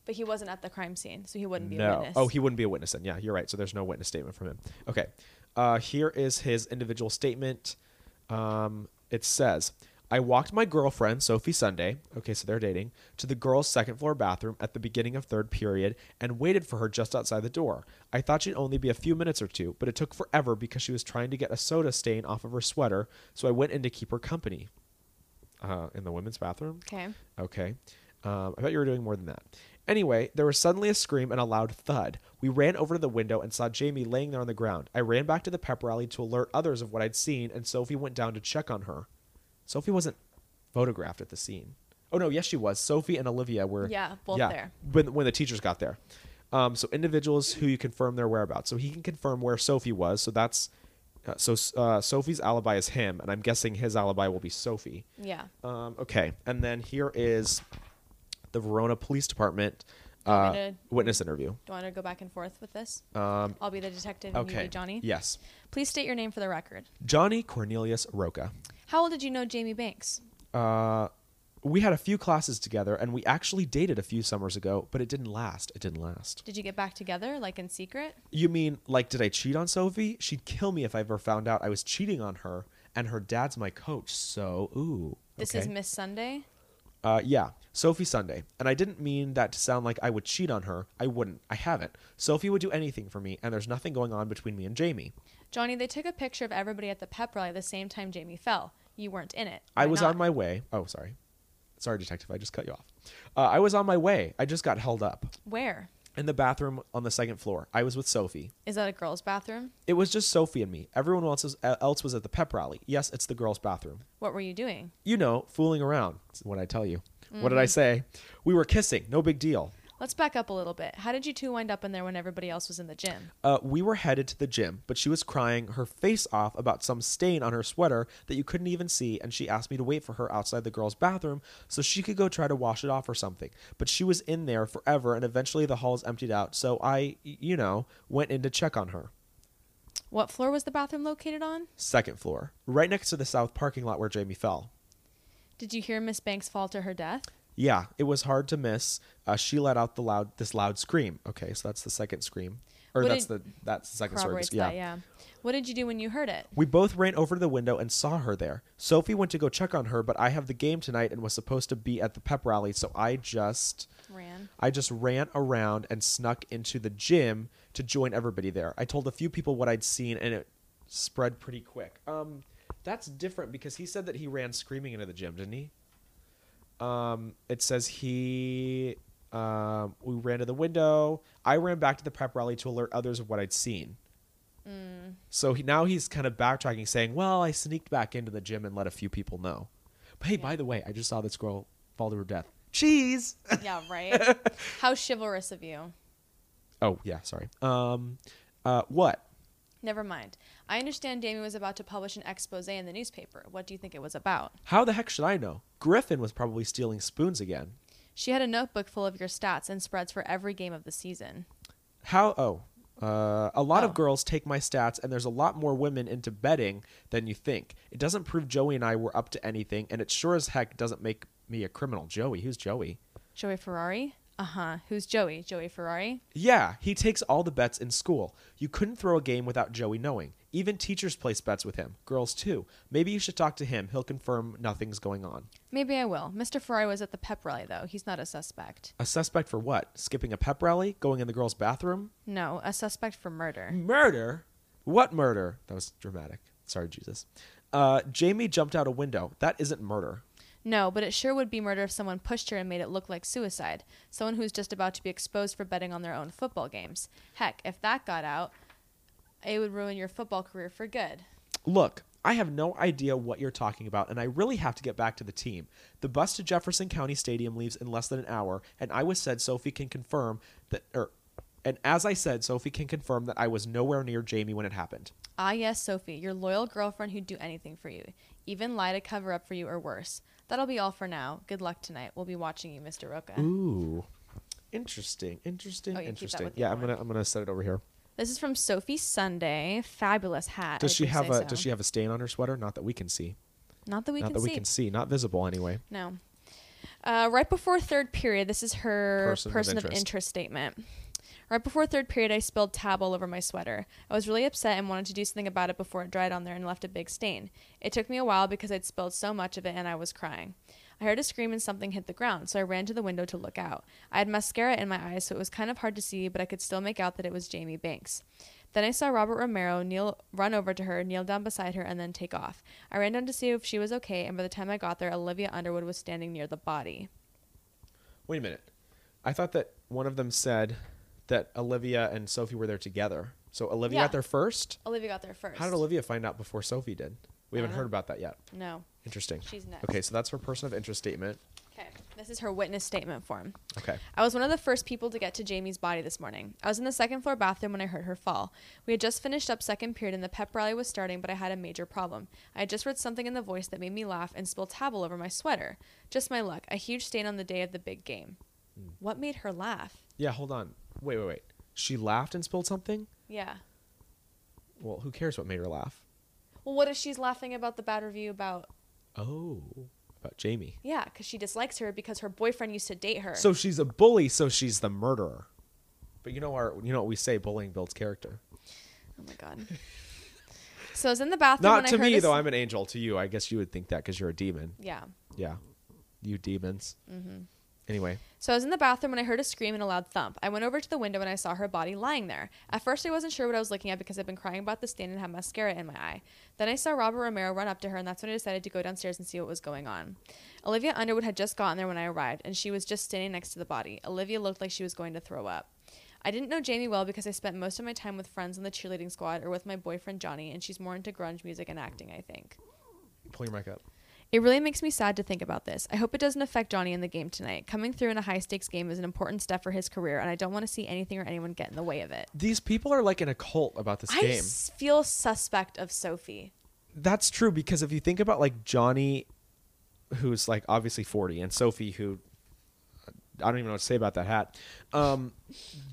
B: But he wasn't at the crime scene, so he wouldn't be a
A: No.
B: witness.
A: Oh, he wouldn't be a witness then. Yeah, you're right. So there's no witness statement from him. Okay. Uh, here is his individual statement. Um, it says, I walked my girlfriend, Sophie Sunday, okay, so they're dating, to the girls' second floor bathroom at the beginning of third period and waited for her just outside the door. I thought she'd only be a few minutes or two, but it took forever because she was trying to get a soda stain off of her sweater, so I went in to keep her company. Uh, in the women's bathroom?
B: Okay.
A: Okay. Um, I bet you were doing more than that. Anyway, there was suddenly a scream and a loud thud. We ran over to the window and saw Jamie laying there on the ground. I ran back to the pep rally to alert others of what I'd seen, and Sophie went down to check on her. Sophie wasn't photographed at the scene. Oh no, yes she was. Sophie and Olivia were
B: Yeah, both there.
A: when when the teachers got there. Um, so individuals who you confirm their whereabouts. So he can confirm where Sophie was. So that's uh, so uh, Sophie's alibi is him, and I'm guessing his alibi will be Sophie.
B: Yeah.
A: Um, okay, and then here is the Verona Police Department
B: Want
A: uh,
B: me to-
A: witness interview.
B: Do you want to go back and forth with this?
A: Um,
B: I'll be the detective and you
A: okay,
B: be Johnny.
A: Yes,
B: Please state your name for the record.
A: Johnny Cornelius Roca.
B: How well did you know Jamie Banks?
A: Uh, we had a few classes together, and we actually dated a few summers ago, but it didn't last. It didn't last.
B: Did you get back together, like in secret?
A: You mean like did I cheat on Sophie? She'd kill me if I ever found out I was cheating on her, and her dad's my coach. So ooh.
B: This
A: okay.
B: is Miss Sunday.
A: Uh, yeah, Sophie Sunday. And I didn't mean that to sound like I would cheat on her. I wouldn't. I haven't. Sophie would do anything for me, and there's nothing going on between me and Jamie.
B: Johnny, they took a picture of everybody at the pep rally the same time Jamie fell. You weren't in it.
A: I
B: Why
A: was
B: not?
A: on my way. Oh, sorry. Sorry, Detective. I just cut you off. Uh, I was on my way. I just got held up
B: Where?
A: in the bathroom on the second floor. I was with Sophie.
B: Is that a girl's bathroom?
A: It was just Sophie and me. Everyone else, is, uh, else was at the pep rally. Yes, it's the girls' bathroom.
B: What were you doing?
A: You know, fooling around. That's What I tell you. What
B: Mm-hmm.
A: did I say? We were kissing. No big deal.
B: Let's back up a little bit. How did you two wind up in there when everybody else was in the gym?
A: Uh, we were headed to the gym, but she was crying her face off about some stain on her sweater that you couldn't even see, and she asked me to wait for her outside the girls' bathroom so she could go try to wash it off or something. But she was in there forever, and eventually the halls emptied out, so I, y- you know, went in to check on her.
B: What floor was the bathroom located on?
A: Second floor, right next to the south parking lot where Jamie fell.
B: Did you hear Miss Banks fall to her death?
A: Yeah, it was hard to miss. Uh, she let out the loud this loud scream. Okay, so that's the second scream, or
B: What
A: that's
B: did-
A: the that's the second story.
B: Corroborates that, yeah. What did you do when you heard it?
A: We both ran over to the window and saw her there. Sophie went to go check on her, but I have the game tonight and was supposed to be at the pep rally, so I just
B: Ran.
A: I just ran around and snuck into the gym to join everybody there. I told a few people what I'd seen and it spread pretty quick. Um that's different because he said that he ran screaming into the gym, didn't he? Um it says he um we ran to the window. I ran back to the prep rally to alert others of what I'd seen. So he, now he's kind of backtracking, saying, "Well, I sneaked back into the gym and let a few people know." But hey, by the way, I just saw this girl fall to her death. Cheese.
B: yeah, right. How chivalrous of you.
A: oh yeah, sorry. Um, uh, what?
B: Never mind. I understand Damien was about to publish an expose in the newspaper. What do you think it was about?
A: How the heck should I know? Griffin was probably stealing spoons again.
B: She had a notebook full of your stats and spreads for every game of the season.
A: How? Oh, uh, a lot
B: Oh.
A: of girls take my stats, and there's a lot more women into betting than you think. It doesn't prove Joey and I were up to anything, and it sure as heck doesn't make me a criminal. Joey, who's Joey?
B: Joey Ferrari? Uh huh. Who's Joey? Joey Ferrari?
A: Yeah, he takes all the bets in school. You couldn't throw a game without Joey knowing. Even teachers place bets with him, girls too. Maybe you should talk to him. He'll confirm nothing's going on.
B: Maybe I will. Mr. Ferrari was at the pep rally, though. He's not a suspect.
A: A suspect for what? Skipping a pep rally? Going in the girls' bathroom?
B: No, a suspect for murder.
A: Murder? What murder? That was dramatic. Sorry, Jesus. Uh, Jamie jumped out a window. That isn't murder.
B: No, but it sure would be murder if someone pushed her and made it look like suicide. Someone who's just about to be exposed for betting on their own football games. Heck, if that got out, it would ruin your football career for good.
A: Look, I have no idea what you're talking about, and I really have to get back to the team. The bus to Jefferson County Stadium leaves in less than an hour, and I was said Sophie can confirm that, or, and as I said, Sophie can confirm that I was nowhere near Jamie when it happened.
B: Ah, yes, Sophie, your loyal girlfriend who'd do anything for you, even lie to cover up for you or worse. That'll be all for now. Good luck tonight. We'll be watching you, Mr. Roca.
A: Ooh, interesting, interesting,
B: Oh, you keep that
A: interesting.
B: with you,
A: Yeah, I'm
B: Lauren.
A: gonna I'm gonna set it over here.
B: This is from Sophie Sunday. Fabulous hat. I
A: Does she
B: would
A: have
B: say
A: a
B: so.
A: Does she have a stain on her sweater? Not that we can see.
B: Not that we
A: Not
B: can
A: that
B: see.
A: we can see. Not visible anyway.
B: No. Uh, right before third period, this is her
A: Person
B: person,
A: of
B: of,
A: interest.
B: interest. statement. Right before third period, I spilled tab all over my sweater. I was really upset and wanted to do something about it before it dried on there and left a big stain. It took me a while because I'd spilled so much of it and I was crying. I heard a scream and something hit the ground, so I ran to the window to look out. I had mascara in my eyes, so it was kind of hard to see, but I could still make out that it was Jamie Banks. Then I saw Robert Romero kneel, run over to her, kneel down beside her, and then take off. I ran down to see if she was okay, and by the time I got there, Olivia Underwood was standing near the body.
A: Wait a minute. I thought that one of them said that Olivia and Sophie were there together. So Olivia
B: Yeah.
A: got there first.
B: Olivia got there first. Uh-huh.
A: How did Olivia find out before Sophie did? We
B: I
A: haven't
B: don't
A: heard
B: know.
A: about that yet.
B: No.
A: Interesting.
B: She's next.
A: Okay, so that's her person of interest statement.
B: Okay. This is her witness statement form.
A: Okay.
B: I was one of the first people to get to Jamie's body this morning. I was in the second floor bathroom when I heard her fall. We had just finished up second period and the pep rally was starting, but I had a major problem. I had just read something in the voice that made me laugh and spilled tab all over my sweater. Just my luck. A huge stain on the day of the big game.
A: Hmm.
B: What made her laugh?
A: Yeah, hold on. Wait, wait, wait. She laughed and spilled something?
B: Yeah.
A: Well, who cares what made her laugh?
B: Well, what if she's laughing about the bad review about?
A: Oh, about Jamie.
B: Yeah, because she dislikes her because her boyfriend used to date her.
A: So she's a bully, so she's the murderer. But you know our you know what we say bullying builds character.
B: oh my god. so I was in the bathroom.
A: Not
B: when
A: to
B: I heard
A: me
B: a s-
A: though, I'm an angel to you. I guess you would think that cuz you're a demon.
B: Yeah.
A: Yeah. You demons. Mm-hmm. Anyway,
B: So I was in the bathroom when I heard a scream and a loud thump. I went over to the window and I saw her body lying there. At first, I wasn't sure what I was looking at because I'd been crying about the stain and had mascara in my eye. Then I saw Robert Romero run up to her, and that's when I decided to go downstairs and see what was going on. Olivia Underwood had just gotten there when I arrived, and she was just standing next to the body. Olivia looked like she was going to throw up. I didn't know Jamie well because I spent most of my time with friends in the cheerleading squad or with my boyfriend Johnny, and she's more into grunge music and acting, I think.
A: pull your mic up.
B: It really makes me sad to think about this. I hope it doesn't affect Johnny in the game tonight. Coming through in a high stakes game is an important step for his career, and I don't want to see anything or anyone get in the way of it.
A: These people are like in a cult about this
B: I
A: game.
B: s- feel suspect of Sophie.
A: That's true because if you think about like Johnny, who's like obviously forty, and Sophie, who uh, I don't even know what to say about that hat. Um,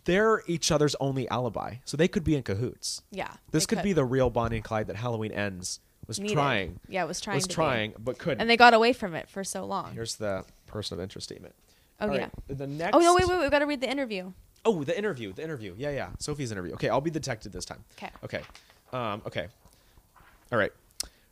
A: they're each other's only alibi, so they could be in cahoots.
B: Yeah,
A: this
B: they
A: could,
B: could.
A: be the real Bonnie and Clyde that Halloween ends was
B: Needed.
A: trying.
B: Yeah, it was trying.
A: was
B: to be.
A: trying, but couldn't.
B: and they got away from it for so long.
A: Here's the person of interest statement.
B: Oh,
A: All right, The next.
B: oh no, wait, wait, wait, we've got to read the interview.
A: Oh, the interview. The interview. Yeah, yeah. Sophie's interview. Okay, I'll be detective this time.
B: 'Kay.
A: Okay. Um, okay. All right.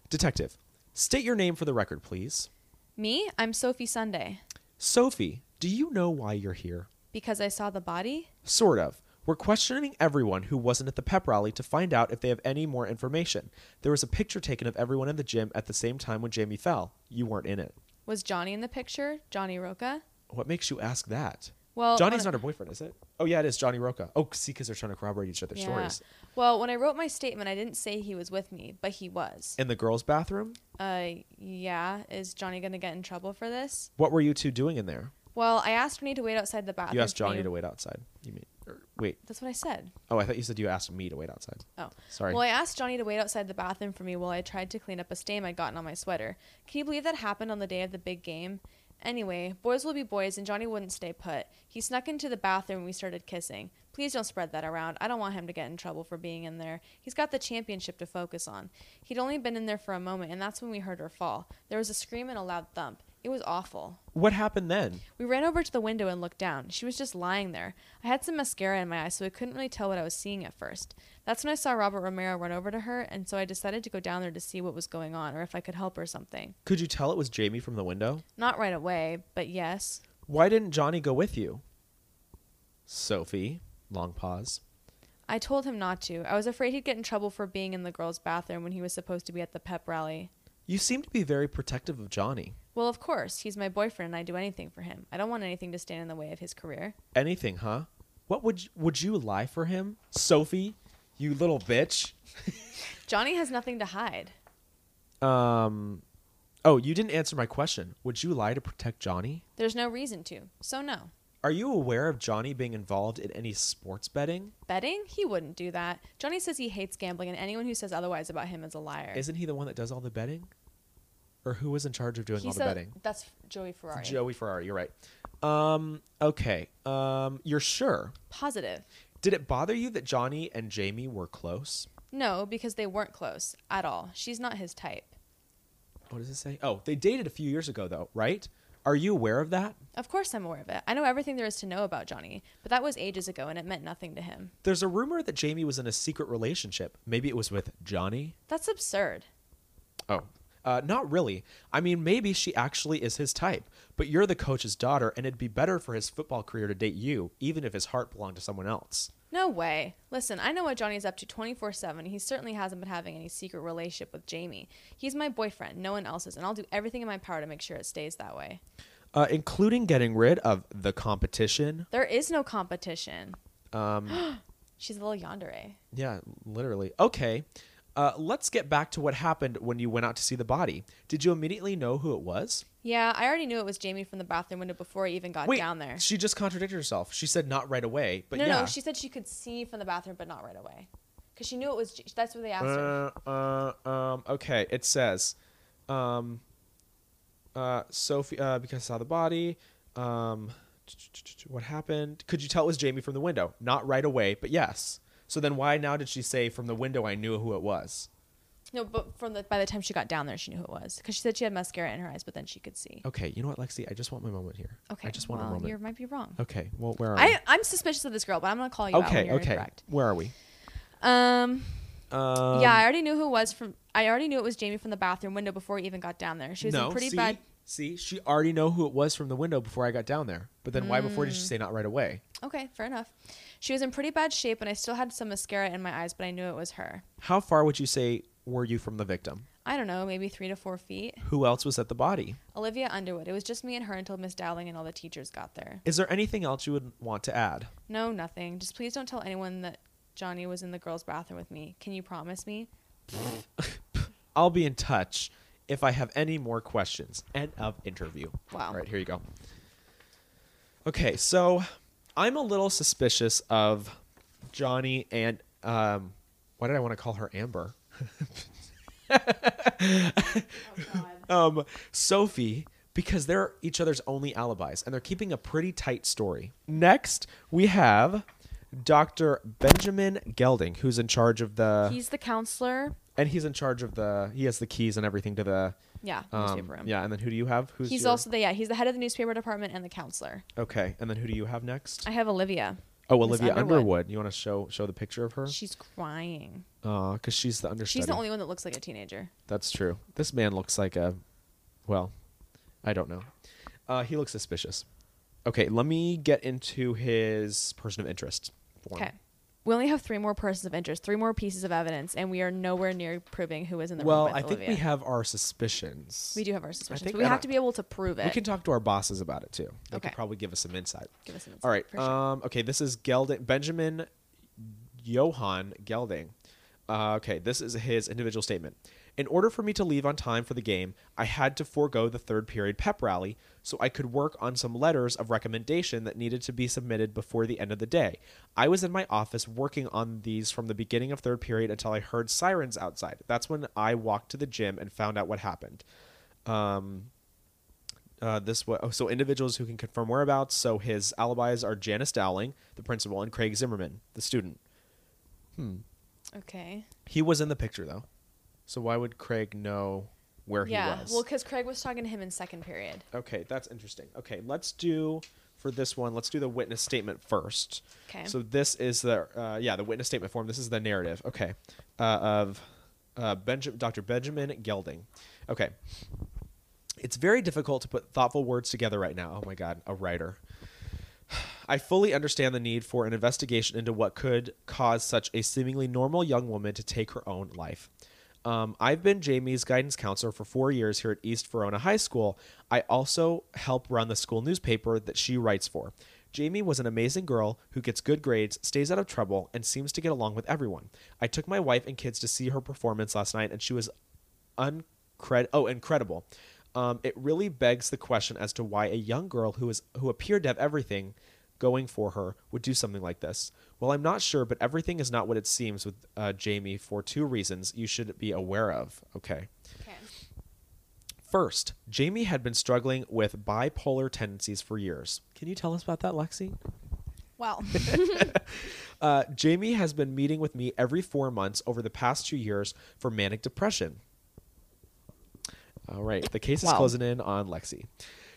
A: Detective, state your name for the record, please.
B: Me, I'm Sophie Sunday
A: Sophie, do you know why you're here?
B: because I saw the body.
A: Sort of. We're questioning everyone who wasn't at the pep rally to find out if they have any more information. There was a picture taken of everyone in the gym at the same time when Jamie fell. You weren't in it.
B: Was Johnny in the picture? Johnny Roca.
A: What makes you ask that?
B: Well,
A: Johnny's
B: on-
A: not her boyfriend, is it? Oh, yeah, it is Johnny Roca. Oh, see, because they're trying to corroborate each other's
B: Yeah.
A: stories.
B: Well, when I wrote my statement, I didn't say he was with me, but he was.
A: In the girls' bathroom?
B: Uh, yeah. Is Johnny gonna get in trouble for this?
A: What were you two doing in there?
B: Well, I Er. asked Renee to wait outside the bathroom.
A: You asked
B: for me.
A: Johnny to wait outside. You mean? Or, Wait.
B: That's what I said.
A: Oh, I thought you said you asked me to wait outside.
B: Oh.
A: Sorry.
B: Well, I asked Johnny to wait outside the bathroom for me while I tried to clean up a stain I'd gotten on my sweater. Can you believe that happened on the day of the big game? Anyway, boys will be boys, and Johnny wouldn't stay put. He snuck into the bathroom and we started kissing. Please don't spread that around. I don't want him to get in trouble for being in there. He's got the championship to focus on. He'd only been in there for a moment, and that's when we heard her fall. There was a scream and a loud thump. It was awful.
A: what happened then?
B: We ran over to the window and looked down. She was just lying there. I had some mascara in my eye, so I couldn't really tell what I was seeing at first. That's when I saw Robert Romero run over to her, and so I decided to go down there to see what was going on or if I could help or something.
A: Could you tell it was Jamie from the window?
B: Not right away, but yes.
A: Why didn't Johnny go with you? Sophie, long pause.
B: I told him not to. I was afraid he'd get in trouble for being in the girls' bathroom when he was supposed to be at the pep rally.
A: You seem to be very protective of Johnny.
B: Well, of course, he's my boyfriend and I do anything for him. I don't want anything to stand in the way of his career.
A: Anything, huh? What would would you lie for him? Sophie, you little bitch.
B: Johnny has nothing to hide.
A: Um Oh, you didn't answer my question. Would you lie to protect Johnny?
B: There's no reason to, so no.
A: Are you aware of Johnny being involved in any sports betting?
B: Betting? He wouldn't do that. Johnny says he hates gambling, and anyone who says otherwise about him is a liar.
A: Isn't he the one that does all the betting? Or who was in charge of doing
B: he
A: all the
B: said-
A: betting?
B: That's Joey Ferrari.
A: Joey Ferrari, you're right. Um, okay. Um, you're sure.
B: Positive.
A: Did it bother you that Johnny and Jamie were close?
B: No, because they weren't close at all. She's not his type.
A: What does it say? Oh, they dated a few years ago though, right? Are you aware of that?
B: Of course, I'm aware of it. I know everything there is to know about Johnny, but that was ages ago, and it meant nothing to him.
A: There's a rumor that Jamie was in a secret relationship. Maybe it was with Johnny?
B: That's absurd.
A: Oh. Uh, not really. I mean, maybe she actually is his type, but you're the coach's daughter, and it'd be better for his football career to date you, even if his heart belonged to someone else.
B: No way. Listen, I know what Johnny's up to 24 7. He certainly hasn't been having any secret relationship with Jamie. He's my boyfriend, no one else's, and I'll do everything in my power to make sure it stays that way.
A: Uh, including getting rid of the competition.
B: There is no competition.
A: Um,
B: She's a little yandere.
A: Yeah, literally. Okay. Uh, let's get back to what happened when you went out to see the body. Did you immediately know who it was?
B: Yeah, I already knew it was Jamie from the bathroom window before I even got down there.
A: She just contradicted herself. She said not right away, but
B: no,
A: yeah.
B: no, she said she could see from the bathroom, but not right away, because she knew it was. J- that's what they asked her.
A: Uh, uh, um, okay, it says, um, uh, Sophie, uh, because I saw the body. Um, what happened? Could you tell it was Jamie from the window? Not right away, but yes. So then why now did she say from the window I knew who it was?
B: No, but from the by the time she got down there, she knew who it was, because she said she had mascara in her eyes, but then she could see.
A: Okay, you know what, Lexi? I just want my moment here.
B: Okay,
A: Oh, I just want
B: well,
A: a moment.
B: You might be wrong.
A: Okay. Well, where are
B: I, I'm suspicious of this girl, but I'm gonna call you
A: we?
B: out when
A: Okay.
B: you're
A: Okay.
B: incorrect.
A: Where are we?
B: Um,
A: Um,
B: yeah, I already knew who it was from. I already knew it was Jamie from the bathroom window before I even got down there. She was
A: no.
B: in pretty
A: see,
B: bad.
A: see, she already know who it was from the window before I got down there. But then why before
B: Mm.
A: did she say not right away?
B: Okay, fair enough. She was in pretty bad shape, and I still had some mascara in my eyes, but I knew it was her.
A: How far would you say were you from the victim?
B: I don't know, maybe three to four feet.
A: Who else was at the body?
B: Olivia Underwood. It was just me and her until Miss Dowling and all the teachers got there.
A: Is there anything else you would want to add?
B: No, nothing. Just please don't tell anyone that Johnny was in the girls' bathroom with me. Can you promise me?
A: I'll be in touch if I have any more questions. End of interview.
B: Wow.
A: All right, here you go. Okay, so I'm a little suspicious of Johnny and um, why did I want to call her Amber? Oh, um, Sophie because they're each other's only alibis and they're keeping a pretty tight story. Next, we have Dr. Benjamin Gelding, who's in charge of the
B: He's the counselor.
A: and he's in charge of the he has the keys and everything to the
B: Yeah,
A: um,
B: newspaper room.
A: yeah and then who do you have who's
B: He's
A: your-
B: also the yeah. He's the head of the newspaper department and the counselor.
A: okay and then who do you have next
B: I have Olivia.
A: oh
B: Miss
A: olivia underwood.
B: Underwood.
A: you want to show show the picture of her
B: She's crying.
A: because she's the understudy
B: She's the only one that looks like a teenager.
A: that's true this man looks like a well i don't know uh, he looks suspicious okay let me get into his person of interest form.
B: Okay. We only have three more persons of interest, three more pieces of evidence, and we are nowhere near proving who was in the
A: well
B: room
A: i
B: with
A: think we
B: Olivia.
A: have our suspicions
B: we do have our suspicions,
A: think-
B: but we
A: I
B: have
A: don't-
B: to be able to prove it.
A: we can talk to our bosses about it too they
B: Okay.
A: could probably give us some insight
B: Give us some insight,
A: All right.
B: for sure.
A: Um, okay, this is Gelding Benjamin Johann Gelding. Uh, okay, this is his individual statement. In order for me to leave on time for the game, I had to forego the third period pep rally so I could work on some letters of recommendation that needed to be submitted before the end of the day. I was in my office working on these from the beginning of third period until I heard sirens outside. That's when I walked to the gym and found out what happened. Um, uh, this wa- oh, so individuals who can confirm whereabouts. So his alibis are Janice Dowling, the principal, and Craig Zimmerman, the student. uh,
B: Okay.
A: He was in the picture though, so why would Craig know where
B: yeah.
A: he was?
B: Well, because Craig was talking to him in second period.
A: okay, that's interesting. Okay, let's do for this one. Let's do the witness statement first.
B: Okay.
A: So this is the uh, yeah the witness statement form. This is the narrative. Okay, uh, of uh, Benja- Dr. Benjamin Gelding. Okay, it's very difficult to put thoughtful words together right now. Oh my God, a writer. I fully understand the need for an investigation into what could cause such a seemingly normal young woman to take her own life. Um, I've been Jamie's guidance counselor for four years here at East Verona High School. I also help run the school newspaper that she writes for. Jamie was an amazing girl who gets good grades, stays out of trouble, and seems to get along with everyone. I took my wife and kids to see her performance last night, and she was uncred oh incredible. Um, it really begs the question as to why a young girl who is who appeared to have everything going for her would do something like this. Well, I'm not sure, but everything is not what it seems with uh, Jamie for two reasons you should be aware of. Okay.
B: okay.
A: First, Jamie had been struggling with bipolar tendencies for years. Can you tell us about that, Lexi?
B: Well.
A: Uh, Jamie has been meeting with me every four months over the past two years for manic depression. All right, the case is
B: Wow.
A: closing in on Lexi.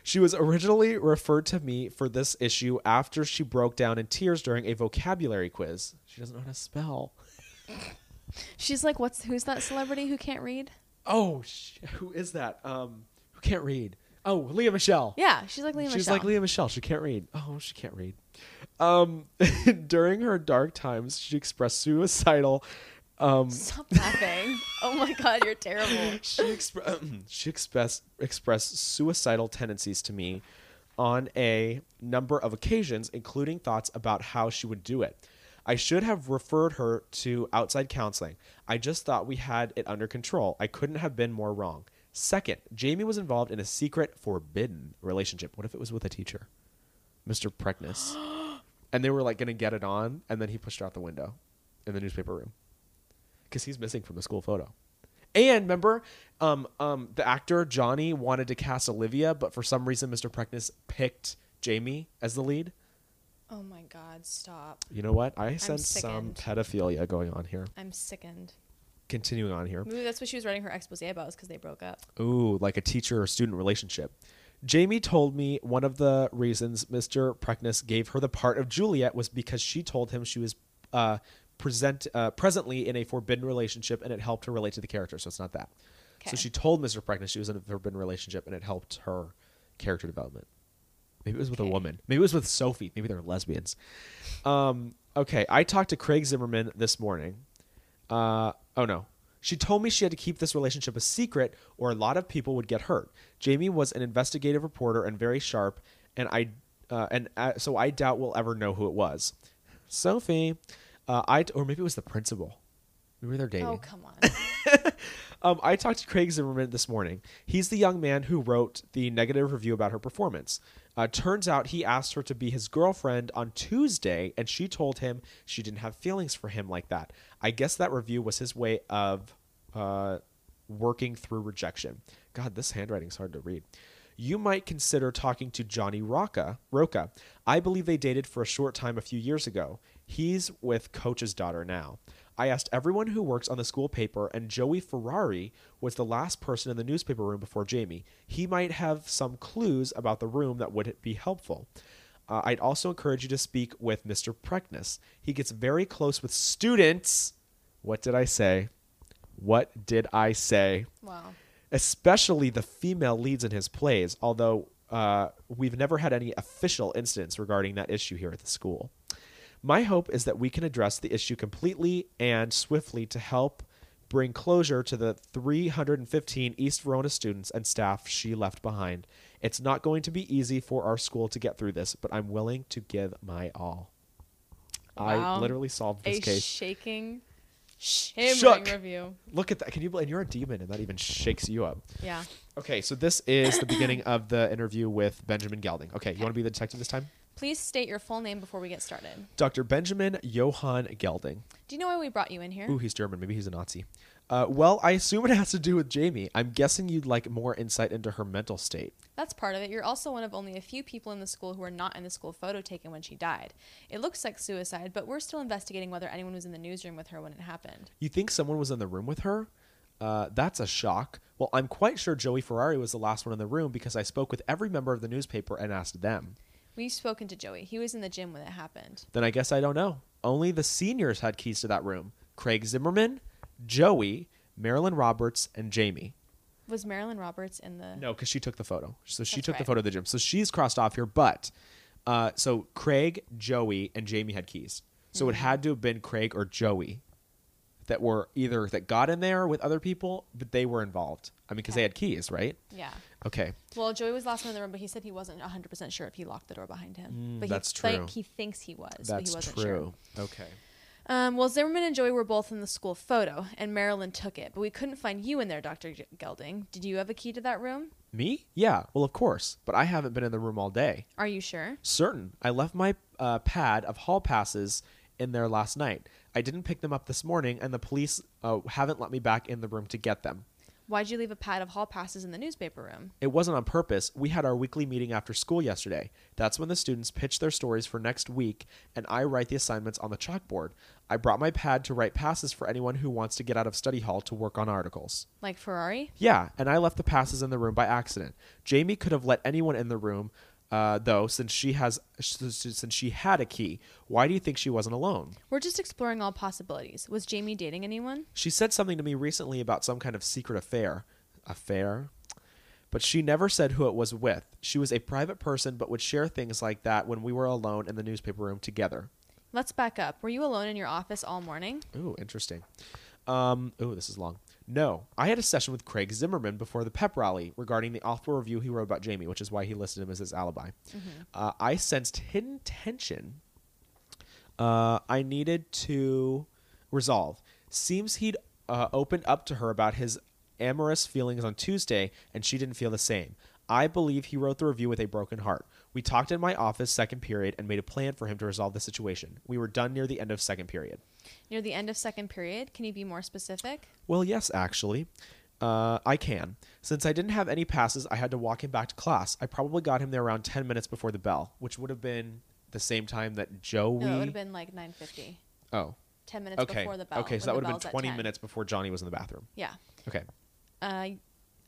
A: She was originally referred to me for this issue after she broke down in tears during a vocabulary quiz. She doesn't know how to spell.
B: She's like, what's who's that celebrity who can't read?
A: Oh, sh- who is that? Um, who can't read? Oh, Leah Michelle.
B: Yeah, she's like Leah
A: She's
B: Michele.
A: like Leah Michelle. She can't read. Oh, she can't read. Um, during her dark times, she expressed suicidal. Um,
B: Stop laughing. oh my god, you're terrible.
A: she expre- um, she expressed expressed suicidal tendencies to me on a number of occasions, including thoughts about how she would do it. I should have referred her to outside counseling. I just thought we had it under control. I couldn't have been more wrong. Second, Jamie was involved in a secret, forbidden relationship. What if it was with a teacher, Mr. Preckness, and they were like going to get it on, and then he pushed her out the window in the newspaper room because he's missing from the school photo. And remember, um, um, the actor Johnny wanted to cast Olivia, but for some reason, Mr. Preckness picked Jamie as the lead.
B: Oh my god, stop.
A: You know what? I sense some
B: sickened.
A: pedophilia going on here.
B: I'm sickened.
A: Continuing on here.
B: Maybe that's what she was writing her expose about, is because they broke up.
A: Ooh, like a teacher or student relationship. Jamie told me one of the reasons Mr. Preckness gave her the part of Juliet was because she told him she was uh, present uh, presently in a forbidden relationship and it helped her relate to the character. So it's not that. So
B: Okay.
A: she told Mr. Preckness she was in a forbidden relationship and it helped her character development. Maybe it was with a
B: Okay.
A: woman. Maybe it was with Sophie. Maybe they're lesbians. Um, okay, I talked to Craig Zimmerman this morning. Uh, oh no. She told me she had to keep this relationship a secret or a lot of people would get hurt. Jamie was an investigative reporter and very sharp, and I uh, and uh, so I doubt we'll ever know who it was. Sophie, uh, I or maybe it was the principal. We were there dating.
B: Oh come on.
A: Um, I talked to Craig Zimmerman this morning. He's the young man who wrote the negative review about her performance. Uh, turns out he asked her to be his girlfriend on Tuesday, and she told him she didn't have feelings for him like that. I guess that review was his way of uh, working through rejection. God, this handwriting's hard to read. You might consider talking to Johnny Rocca. Roca. I believe they dated for a short time a few years ago. He's with Coach's daughter now. I asked everyone who works on the school paper, and Joey Ferrari was the last person in the newspaper room before Jamie. He might have some clues about the room that would be helpful. Uh, I'd also encourage you to speak with Mr. Preckness. He gets very close with students. What did I say? What did I say?
B: Wow.
A: especially the female leads in his plays, although uh, we've never had any official incidents regarding that issue here at the school. My hope is that we can address the issue completely and swiftly to help bring closure to the 315 East Verona students and staff she left behind. It's not going to be easy for our school to get through this, but I'm willing to give my all. I
B: Wow.
A: literally solved this
B: a
A: case.
B: shaking Shimmering
A: Shook.
B: review.
A: Look at that. Can you believe? And you're a demon, and that even shakes you up.
B: Yeah.
A: Okay, so this is the beginning of the interview with Benjamin Gelding. Okay, you want to be the detective this time?
B: Please state your full name before we get started.
A: Dr. Benjamin Johann Gelding.
B: Do you know why we brought you in here?
A: Ooh, he's German. Maybe he's a Nazi. Uh, well, I assume it has to do with Jamie. I'm guessing you'd like more insight into her mental state.
B: That's part of it. You're also one of only a few people in the school who are not in the school photo taken when she died. It looks like suicide, but we're still investigating whether anyone was in the newsroom with her when it happened.
A: You think someone was in the room with her? Uh, that's a shock. Well, I'm quite sure Joey Ferrari was the last one in the room because I spoke with every member of the newspaper and asked them.
B: We've spoken to Joey. He was in the gym when it happened.
A: Then I guess I don't know. Only the seniors had keys to that room Craig Zimmerman, Joey, Marilyn Roberts, and Jamie.
B: Was Marilyn Roberts in the
A: No, because she took the photo. So she
B: That's
A: took the
B: right.
A: photo of the gym. So she's crossed off here. But uh, so Craig, Joey, and Jamie had keys. So
B: Mm-hmm.
A: it had to have been Craig or Joey that were either that got in there with other people, but they were involved. I mean, because they
B: Okay.
A: had keys, right?
B: Yeah.
A: Okay.
B: Well, Joey was the last one in the room, but he said he wasn't 100% sure if he locked the door behind him.
A: Mm,
B: but he,
A: that's
B: but
A: true.
B: he thinks he was. but he
A: That's
B: wasn't Sure.
A: true. Okay.
B: Um, well, Zimmerman and Joey were both in the school photo, and Marilyn took it, but we couldn't find you in there, Dr. G- Gelding. Did you have a key to that room?
A: Me? Yeah. Well, of course. But I haven't been in the room all day.
B: Are you sure?
A: Certain. I left my uh, pad of hall passes in there last night. I didn't pick them up this morning, and the police uh, haven't let me back in the room to get them.
B: Why'd you leave a pad of hall passes in the newspaper room?
A: It wasn't on purpose. We had our weekly meeting after school yesterday. That's when the students pitch their stories for next week, and I write the assignments on the chalkboard. I brought my pad to write passes for anyone who wants to get out of study hall to work on articles.
B: Like Ferrari?
A: Yeah, and I left the passes in the room by accident. Jamie could have let anyone in the room, uh, though, since she has since she had a key. Why do you think she wasn't alone?
B: We're just exploring all possibilities. Was Jamie dating anyone?
A: She said something to me recently about some kind of secret affair. Affair? But she never said who it was with. She was a private person, but would share things like that when we were alone in the newspaper room together.
B: Let's back up. Were you alone in your office all morning?
A: Ooh, interesting. Um, ooh, this is long. No, I had a session with Craig Zimmerman before the pep rally regarding the awful review he wrote about Jamie, which is why he listed him as his alibi. Uh, I sensed hidden tension uh, I needed to resolve. Seems he'd uh, opened up to her about his amorous feelings on Tuesday, and she didn't feel the same. I believe he wrote the review with a broken heart. We talked in my office second period and made a plan for him to resolve the situation. We were done near the end of second period.
B: Near the end of second period? Can you be more specific?
A: Well, yes, actually. Uh, I can. Since I didn't have any passes, I had to walk him back to class. I probably got him there around 10 minutes before the bell, which would have been the same time that Joey.
B: No, it would have been like 9.50.
A: oh,
B: 10 minutes
A: okay.
B: before the bell.
A: okay, so that
B: when the
A: would have
B: bell's
A: been
B: at
A: 20
B: 10.
A: minutes before Johnny was in the bathroom.
B: Yeah.
A: Okay.
B: Uh,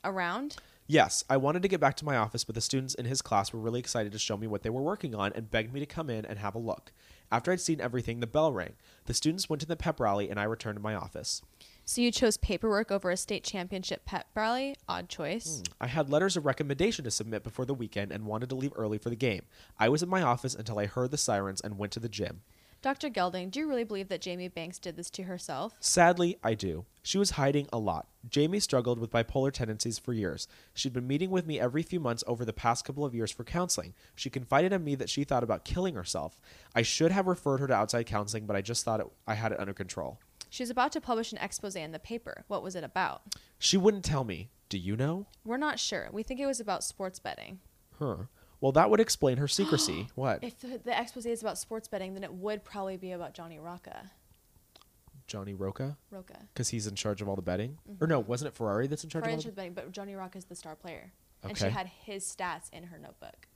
B: around?
A: Yes, I wanted to get back to my office, but the students in his class were really excited to show me what they were working on and begged me to come in and have a look. After I'd seen everything, the bell rang. The students went to the pep rally, and I returned to my office.
B: So you chose paperwork over a state championship pep rally? Odd choice.
A: I had letters of recommendation to submit before the weekend and wanted to leave early for the game. I was in my office until I heard the sirens and went to the gym.
B: Dr. Gelding, do you really believe that Jamie Banks did this to herself?
A: Sadly, I do. She was hiding a lot. Jamie struggled with bipolar tendencies for years. She'd been meeting with me every few months over the past couple of years for counseling. She confided in me that she thought about killing herself. I should have referred her to outside counseling, but I just thought it, I had it under control.
B: She was about to publish an expose in the paper. What was it about?
A: She wouldn't tell me. Do you know?
B: We're not sure. We think it was about sports betting.
A: Huh. Well, that would explain her secrecy. what?
B: If the, the expose is about sports betting, then it would probably be about Johnny Rocca.
A: Johnny Roca?
B: Roca.
A: Because he's in charge of all the betting? Or no, wasn't it Ferrari that's in charge
B: Friends
A: of all
B: with betting, but Johnny Rocca is the star player. And she
A: Okay.
B: had his stats in her notebook.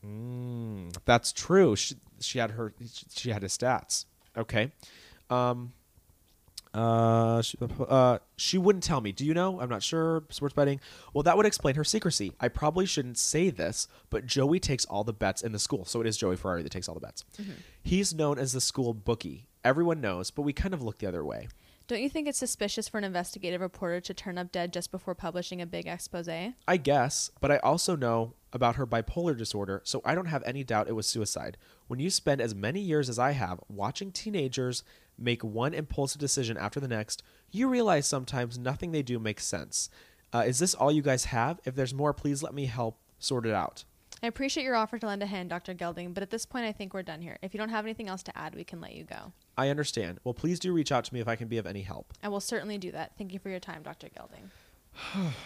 A: the mm, That's true. She, she had her she had his stats. Okay. Um uh she, uh, she wouldn't tell me. Do you know? I'm not sure. Sports betting. Well, that would explain her secrecy. I probably shouldn't say this, but Joey takes all the bets in the school. So it is Joey Ferrari that takes all the bets. He's known as the school bookie. Everyone knows, but we kind of look the other way.
B: Don't you think it's suspicious for an investigative reporter to turn up dead just before publishing a big expose?
A: I guess, but I also know about her bipolar disorder, so I don't have any doubt it was suicide. When you spend as many years as I have watching teenagers make one impulsive decision after the next, you realize sometimes nothing they do makes sense. Uh, is this all you guys have? If there's more, please let me help sort it out.
B: I appreciate your offer to lend a hand, Dr. Gelding, but at this point, I think we're done here. If you don't have anything else to add, we can let you go.
A: I understand. Well, please do reach out to me if I can be of any help.
B: I will certainly do that. Thank you for your time, Dr. Gelding.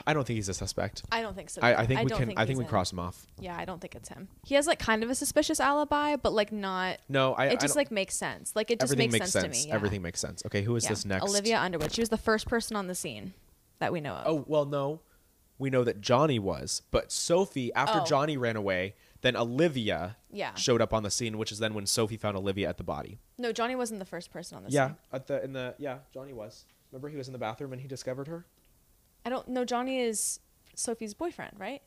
A: I don't think he's a suspect.
B: I don't think so.
A: I,
B: either.
A: I think we
B: don't
A: can. I
B: he's
A: think we
B: in.
A: cross him off.
B: Yeah, I don't think it's him. He has like kind of a suspicious alibi, but like not.
A: No, I. I
B: it just
A: don't-
B: like makes sense. Like it just
A: everything
B: makes, sense, to me. Yeah.
A: Everything makes sense. Okay, who is
B: Yeah.
A: this next?
B: Olivia Underwood. She was the first person on the scene that we know of.
A: Oh well, no, we know that Johnny was, but Sophie after
B: Oh.
A: Johnny ran away, then Olivia
B: Yeah.
A: showed up on the scene, which is then when Sophie found Olivia at the body.
B: No, Johnny wasn't the first person on the
A: yeah,
B: scene.
A: at the in the yeah, Johnny was. Remember he was in the bathroom and he discovered her.
B: I don't know. Johnny is Sophie's boyfriend, right?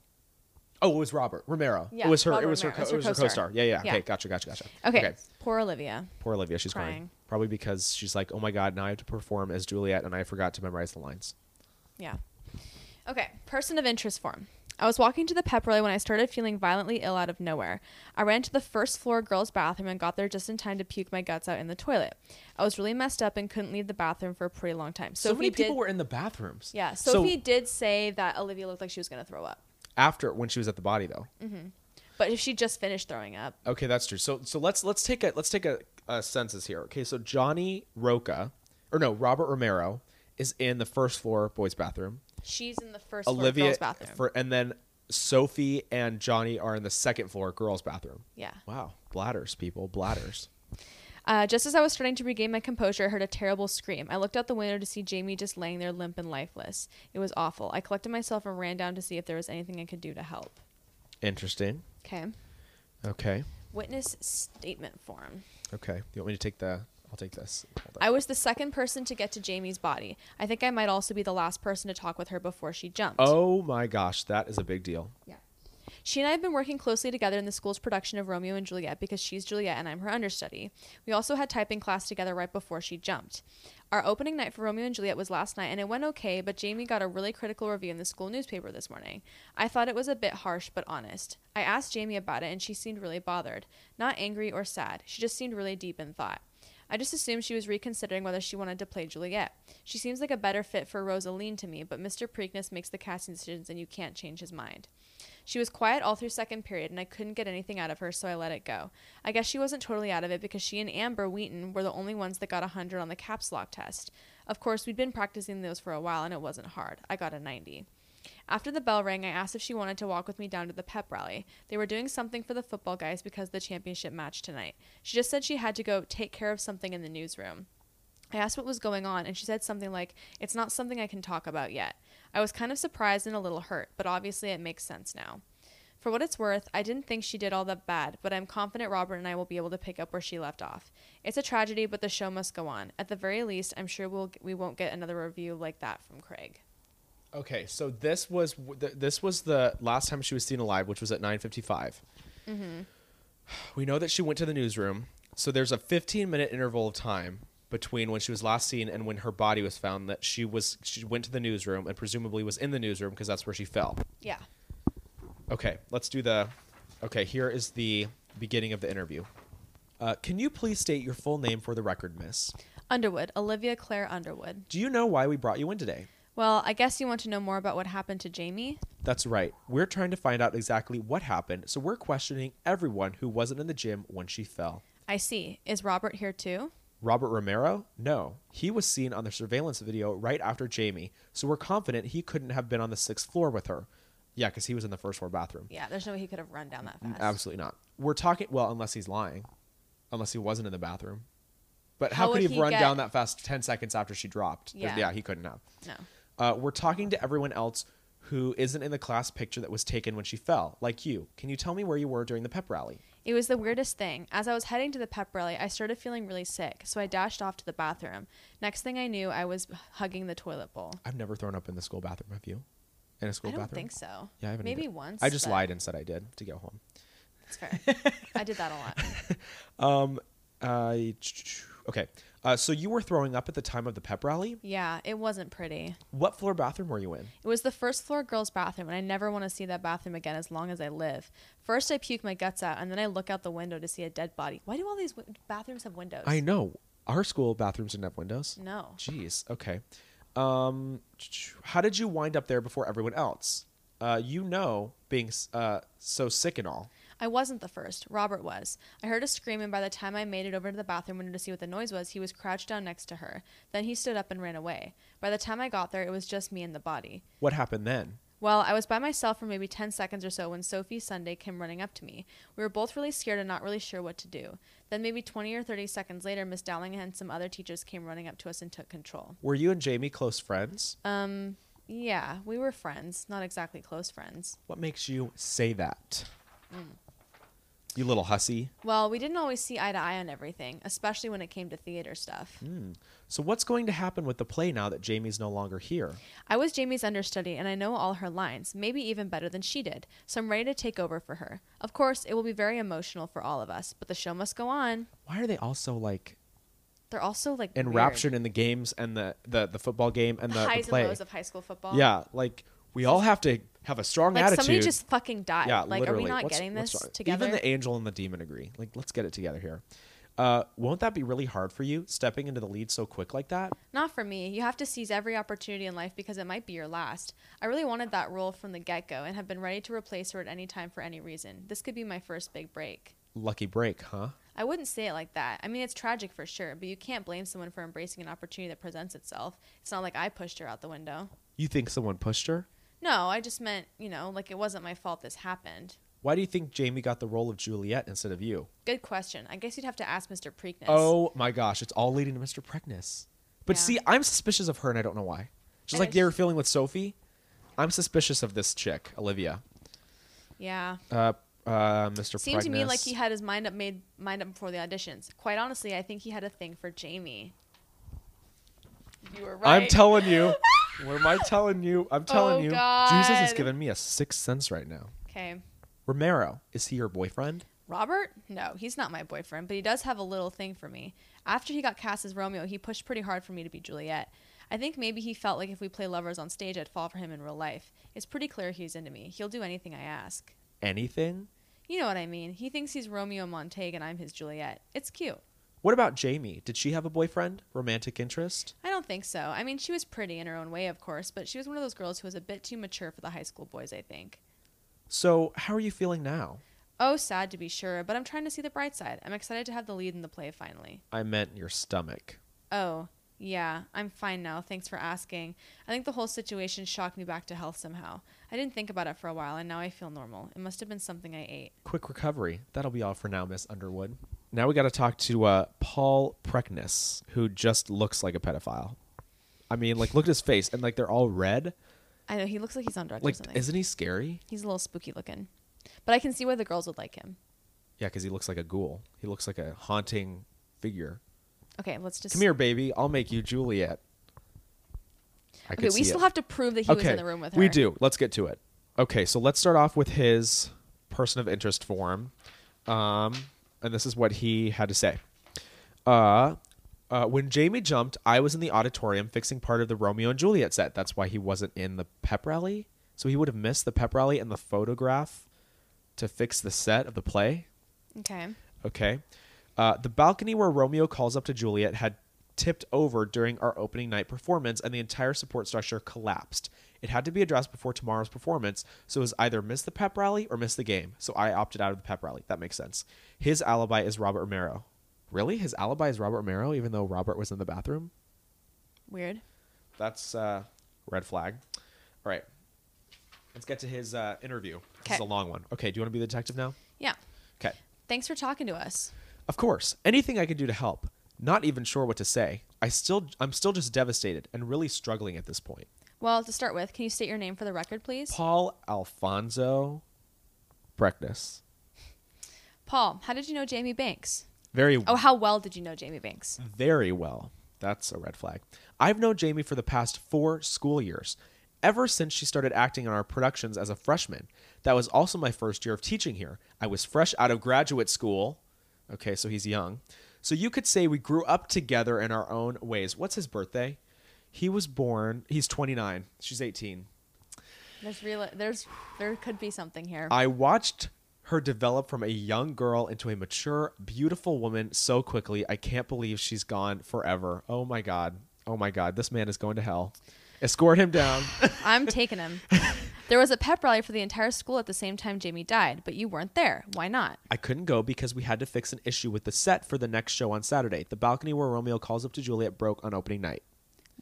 A: Oh, it was Robert Romero.
B: Yeah,
A: it was her.
B: Robert
A: it was her.
B: Romero.
A: Co-
B: It's
A: it
B: her
A: was her
B: co-star.
A: co-star. Yeah, yeah.
B: Yeah.
A: Okay, gotcha, gotcha, gotcha.
B: Okay. Poor Olivia.
A: Poor Olivia, she's crying.
B: Crying.
A: Probably because she's like, oh my god, now I have to perform as Juliet, and I forgot to memorize the lines.
B: Yeah. Okay. Person of interest form. I was walking to the pep rally when I started feeling violently ill out of nowhere. I ran to the first floor girls' bathroom and got there just in time to puke my guts out in the toilet. I was really messed up and couldn't leave the bathroom for a pretty long time.
A: So,
B: Sophie
A: many people
B: did,
A: were in the bathrooms.
B: Yeah,
A: So-
B: Sophie did say that Olivia looked like she was going to throw up.
A: after when she was at the body though.
B: But if she just finished throwing up,
A: Okay, that's true. So so let's let's take a let's take a, a census here. Okay, so Johnny Roca or no Robert Romero is in the first floor boys' bathroom.
B: she's in the first
A: Olivia
B: floor girls' bathroom.
A: For, and then Sophie and Johnny are in the second floor girls' bathroom.
B: yeah.
A: Wow, bladders, people, bladders.
B: Uh, just as I was starting to regain my composure, I heard a terrible scream. I looked out the window to see Jamie just laying there limp and lifeless. It was awful. I collected myself and ran down to see if there was anything I could do to help.
A: Interesting.
B: Okay.
A: Okay,
B: Witness statement form.
A: okay. You want me to take the? I'll take this. Hold on.
B: I was the second person to get to Jamie's body. I think I might also be the last person to talk with her before she jumped.
A: oh my gosh, that is a big deal.
B: Yeah. She and I have been working closely together in the school's production of Romeo and Juliet because she's Juliet and I'm her understudy. We also had typing class together right before she jumped. Our opening night for Romeo and Juliet was last night and it went okay, but Jamie got a really critical review in the school newspaper this morning. I thought it was a bit harsh but honest. I asked Jamie about it and she seemed really bothered. Not angry or sad, she just seemed really deep in thought. I just assumed she was reconsidering whether she wanted to play Juliet. She seems like a better fit for Rosaline to me, but Mr. Preakness makes the casting decisions and you can't change his mind. She was quiet all through second period, and I couldn't get anything out of her, so I let it go. I guess she wasn't totally out of it because she and Amber Wheaton were the only ones that got 100 on the caps lock test. Of course, we'd been practicing those for a while, and it wasn't hard. I got a 90. After the bell rang, I asked if she wanted to walk with me down to the pep rally. They were doing something for the football guys because of the championship match tonight. She just said she had to go take care of something in the newsroom. I asked what was going on, and she said something like, It's not something I can talk about yet. I was kind of surprised and a little hurt, but obviously it makes sense now. For what it's worth, I didn't think she did all that bad, but I'm confident Robert and I will be able to pick up where she left off. It's a tragedy, but the show must go on. At the very least, I'm sure we'll, we won't get another review like that from Craig.
A: Okay, so this was w- th- this was the last time she was seen alive, which was at nine We know that she went to the newsroom, so there's a fifteen minute interval of time between when she was last seen and when her body was found. That she was she went to the newsroom and presumably was in the newsroom because that's where she fell.
B: Yeah.
A: Okay, let's do the. Okay, here is the beginning of the interview. Uh, can you please state your full name for the record, Miss?
B: Underwood, Olivia Claire Underwood.
A: Do you know why we brought you in today?
B: Well, I guess you want to know more about what happened to Jamie?
A: That's right. We're trying to find out exactly what happened, so we're questioning everyone who wasn't in the gym when she fell.
B: I see. Is Robert here too?
A: Robert Romero? No. He was seen on the surveillance video right after Jamie, so we're confident he couldn't have been on the sixth floor with her. Yeah, because he was in the first floor bathroom.
B: Yeah, there's no way he could have run down that fast.
A: Absolutely not. We're talking, well, unless he's lying, unless he wasn't in the bathroom. But how,
B: How
A: could
B: would
A: he have
B: he
A: run
B: get-
A: down that fast 10 seconds after she dropped? There-
B: Yeah.
A: yeah he couldn't have.
B: No.
A: Uh, we're talking to everyone else who isn't in the class picture that was taken when she fell, like you. Can you tell me where you were during the pep rally?
B: It was the weirdest thing. As I was heading to the pep rally, I started feeling really sick, so I dashed off to the bathroom. Next thing I knew, I was hugging the toilet bowl.
A: I've never thrown up in the school bathroom. Have you? In a school
B: I don't
A: bathroom?
B: think so.
A: Yeah, I haven't.
B: Maybe
A: either.
B: once.
A: I just
B: but
A: lied and said I did to get home.
B: It's fair. I did that a lot.
A: Uh, okay. Uh, so you were throwing up at the time of the pep rally.
B: Yeah, it wasn't pretty.
A: What floor bathroom were you in?
B: It was the first floor girls' bathroom, and I never want to see that bathroom again as long as I live. First, I puke my guts out, and then I look out the window to see a dead body. Why do all these w- bathrooms have windows?
A: I know our school bathrooms didn't have windows.
B: No.
A: Jeez. Okay. Um, how did you wind up there before everyone else? Uh, uh, you know being s- uh, so sick and all.
B: I wasn't the first. Robert was. I heard a scream, and by the time I made it over to the bathroom window to see what the noise was, he was crouched down next to her. Then he stood up and ran away. By the time I got there, it was just me and the body.
A: What happened then?
B: Well, I was by myself for maybe 10 seconds or so when Sophie Sunday came running up to me. We were both really scared and not really sure what to do. Then, maybe 20 or 30 seconds later, Miss Dowling and some other teachers came running up to us and took control.
A: Were you and Jamie close friends?
B: Um, yeah, we were friends, not exactly close friends.
A: What makes you say that?
B: Mm.
A: You little hussy.
B: Well, we didn't always see eye to eye on everything, especially when it came to theater stuff.
A: So what's going to happen with the play now that Jamie's no longer here?
B: I was Jamie's understudy and I know all her lines, maybe even better than she did, so I'm ready to take over for her. Of course, it will be very emotional for all of us, but the show must go on.
A: Why are they all so like
B: They're also like weird.
A: enraptured in the games and the the, the football game and
B: the,
A: the, the
B: highs
A: play?
B: and lows of high school football.
A: yeah, like we all have to have a strong
B: like
A: attitude.
B: somebody just fucking died.
A: yeah,
B: like,
A: literally.
B: are we not
A: What's-
B: getting
A: what's
B: this
A: wrong?
B: together?
A: Even the angel and the demon agree. Like, let's get it together here. Uh, won't that be really hard for you, stepping into the lead so quick like that?
B: Not for me. You have to seize every opportunity in life because it might be your last. I really wanted that role from the get go and have been ready to replace her at any time for any reason. This could be my first big break.
A: Lucky break, huh?
B: I wouldn't say it like that. I mean, it's tragic for sure, but you can't blame someone for embracing an opportunity that presents itself. It's not like I pushed her out the window.
A: You think someone pushed her?
B: No, I just meant, you know, like it wasn't my fault this happened.
A: Why do you think Jamie got the role of Juliet instead of you?
B: Good question. I guess you'd have to ask Mr. Preakness.
A: Oh my gosh, it's all leading to Mr. Preckness. But
B: Yeah.
A: see, I'm suspicious of her and I don't know why. Just
B: And
A: like
B: it's-
A: they were feeling with Sophie, I'm suspicious of this chick, Olivia.
B: Yeah.
A: Uh, uh, Mr.
B: Seemed to me
A: Preckness.
B: like he had his mind up made mind up before the auditions. Quite honestly, I think he had a thing for Jamie. You were right.
A: I'm telling you. what am I telling you? I'm telling
B: Oh,
A: you. Jesus has
B: God.
A: given me a sixth sense right now.
B: Okay.
A: Romero, is he your boyfriend?
B: Robert? No, he's not my boyfriend, but he does have a little thing for me. After he got cast as Romeo, he pushed pretty hard for me to be Juliet. I think maybe he felt like if we play lovers on stage, I'd fall for him in real life. It's pretty clear he's into me. He'll do anything I ask.
A: Anything?
B: You know what I mean. He thinks he's Romeo Montague and I'm his Juliet. It's cute.
A: What about Jamie? Did she have a boyfriend? Romantic interest?
B: I don't think so. I mean, she was pretty in her own way, of course, but she was one of those girls who was a bit too mature for the high school boys, I think.
A: So, how are you feeling now?
B: Oh, sad to be sure, but I'm trying to see the bright side. I'm excited to have the lead in the play finally.
A: I meant your stomach.
B: Oh, yeah, I'm fine now. Thanks for asking. I think the whole situation shocked me back to health somehow. I didn't think about it for a while, and now I feel normal. It must have been something I ate.
A: Quick recovery. That'll be all for now, Miss Underwood. Now we got to talk to uh, Paul Preckness, who just looks like a pedophile. I mean, like, look at his face, and like they're all red.
B: I know, he looks like he's on drugs
A: Like,
B: or something.
A: isn't he scary?
B: he's a little spooky looking. But I can see why the girls would like him.
A: Yeah, because he looks like a ghoul. He looks like a haunting figure.
B: Okay, let's just.
A: Come here, baby. I'll make you Juliet. I could
B: Okay, we
A: see
B: still
A: it.
B: have to prove that he was in the room with her.
A: We do. Let's get to it. Okay, so let's start off with his person of interest form. Um, and this is what he had to say. Uh, uh, when Jamie jumped, I was in the auditorium fixing part of the Romeo and Juliet set. That's why he wasn't in the pep rally. So he would have missed the pep rally and the photograph to fix the set of the play.
B: Okay.
A: Okay. Uh, the balcony where Romeo calls up to Juliet had tipped over during our opening night performance, and the entire support structure collapsed. It had to be addressed before tomorrow's performance, so it was either miss the pep rally or miss the game. So I opted out of the pep rally. That makes sense. His alibi is Robert Romero. Really? His alibi is Robert Romero, even though Robert was in the bathroom?
B: Weird.
A: That's uh, red flag. All right. Let's get to his uh, interview. This is
B: Okay.
A: a long one. Okay, do you want to be the detective now?
B: Yeah.
A: Okay.
B: Thanks for talking to us.
A: Of course, anything I can do to help. Not even sure what to say. I still I'm still just devastated and really struggling at this point.
B: Well, to start with, can you state your name for the record, please?
A: Paul Alfonso Breckness.
B: Paul, how did you know Jamie Banks?
A: Very
B: Oh, how well did you know Jamie Banks?
A: very well. That's a red flag. I've known Jamie for the past 4 school years. Ever since she started acting in our productions as a freshman. That was also my first year of teaching here. I was fresh out of graduate school. Okay, so he's young. So you could say we grew up together in our own ways. What's his birthday? He was born, he's 29. She's 18.
B: There's real. There's there could be something here.
A: I watched her develop from a young girl into a mature, beautiful woman so quickly. I can't believe she's gone forever. Oh my God. Oh my God. This man is going to hell. Escort him down.
B: I'm taking him. There was a pep rally for the entire school at the same time Jamie died, but you weren't there. Why not?
A: I couldn't go because we had to fix an issue with the set for the next show on Saturday. The balcony where Romeo calls up to Juliet broke on opening night.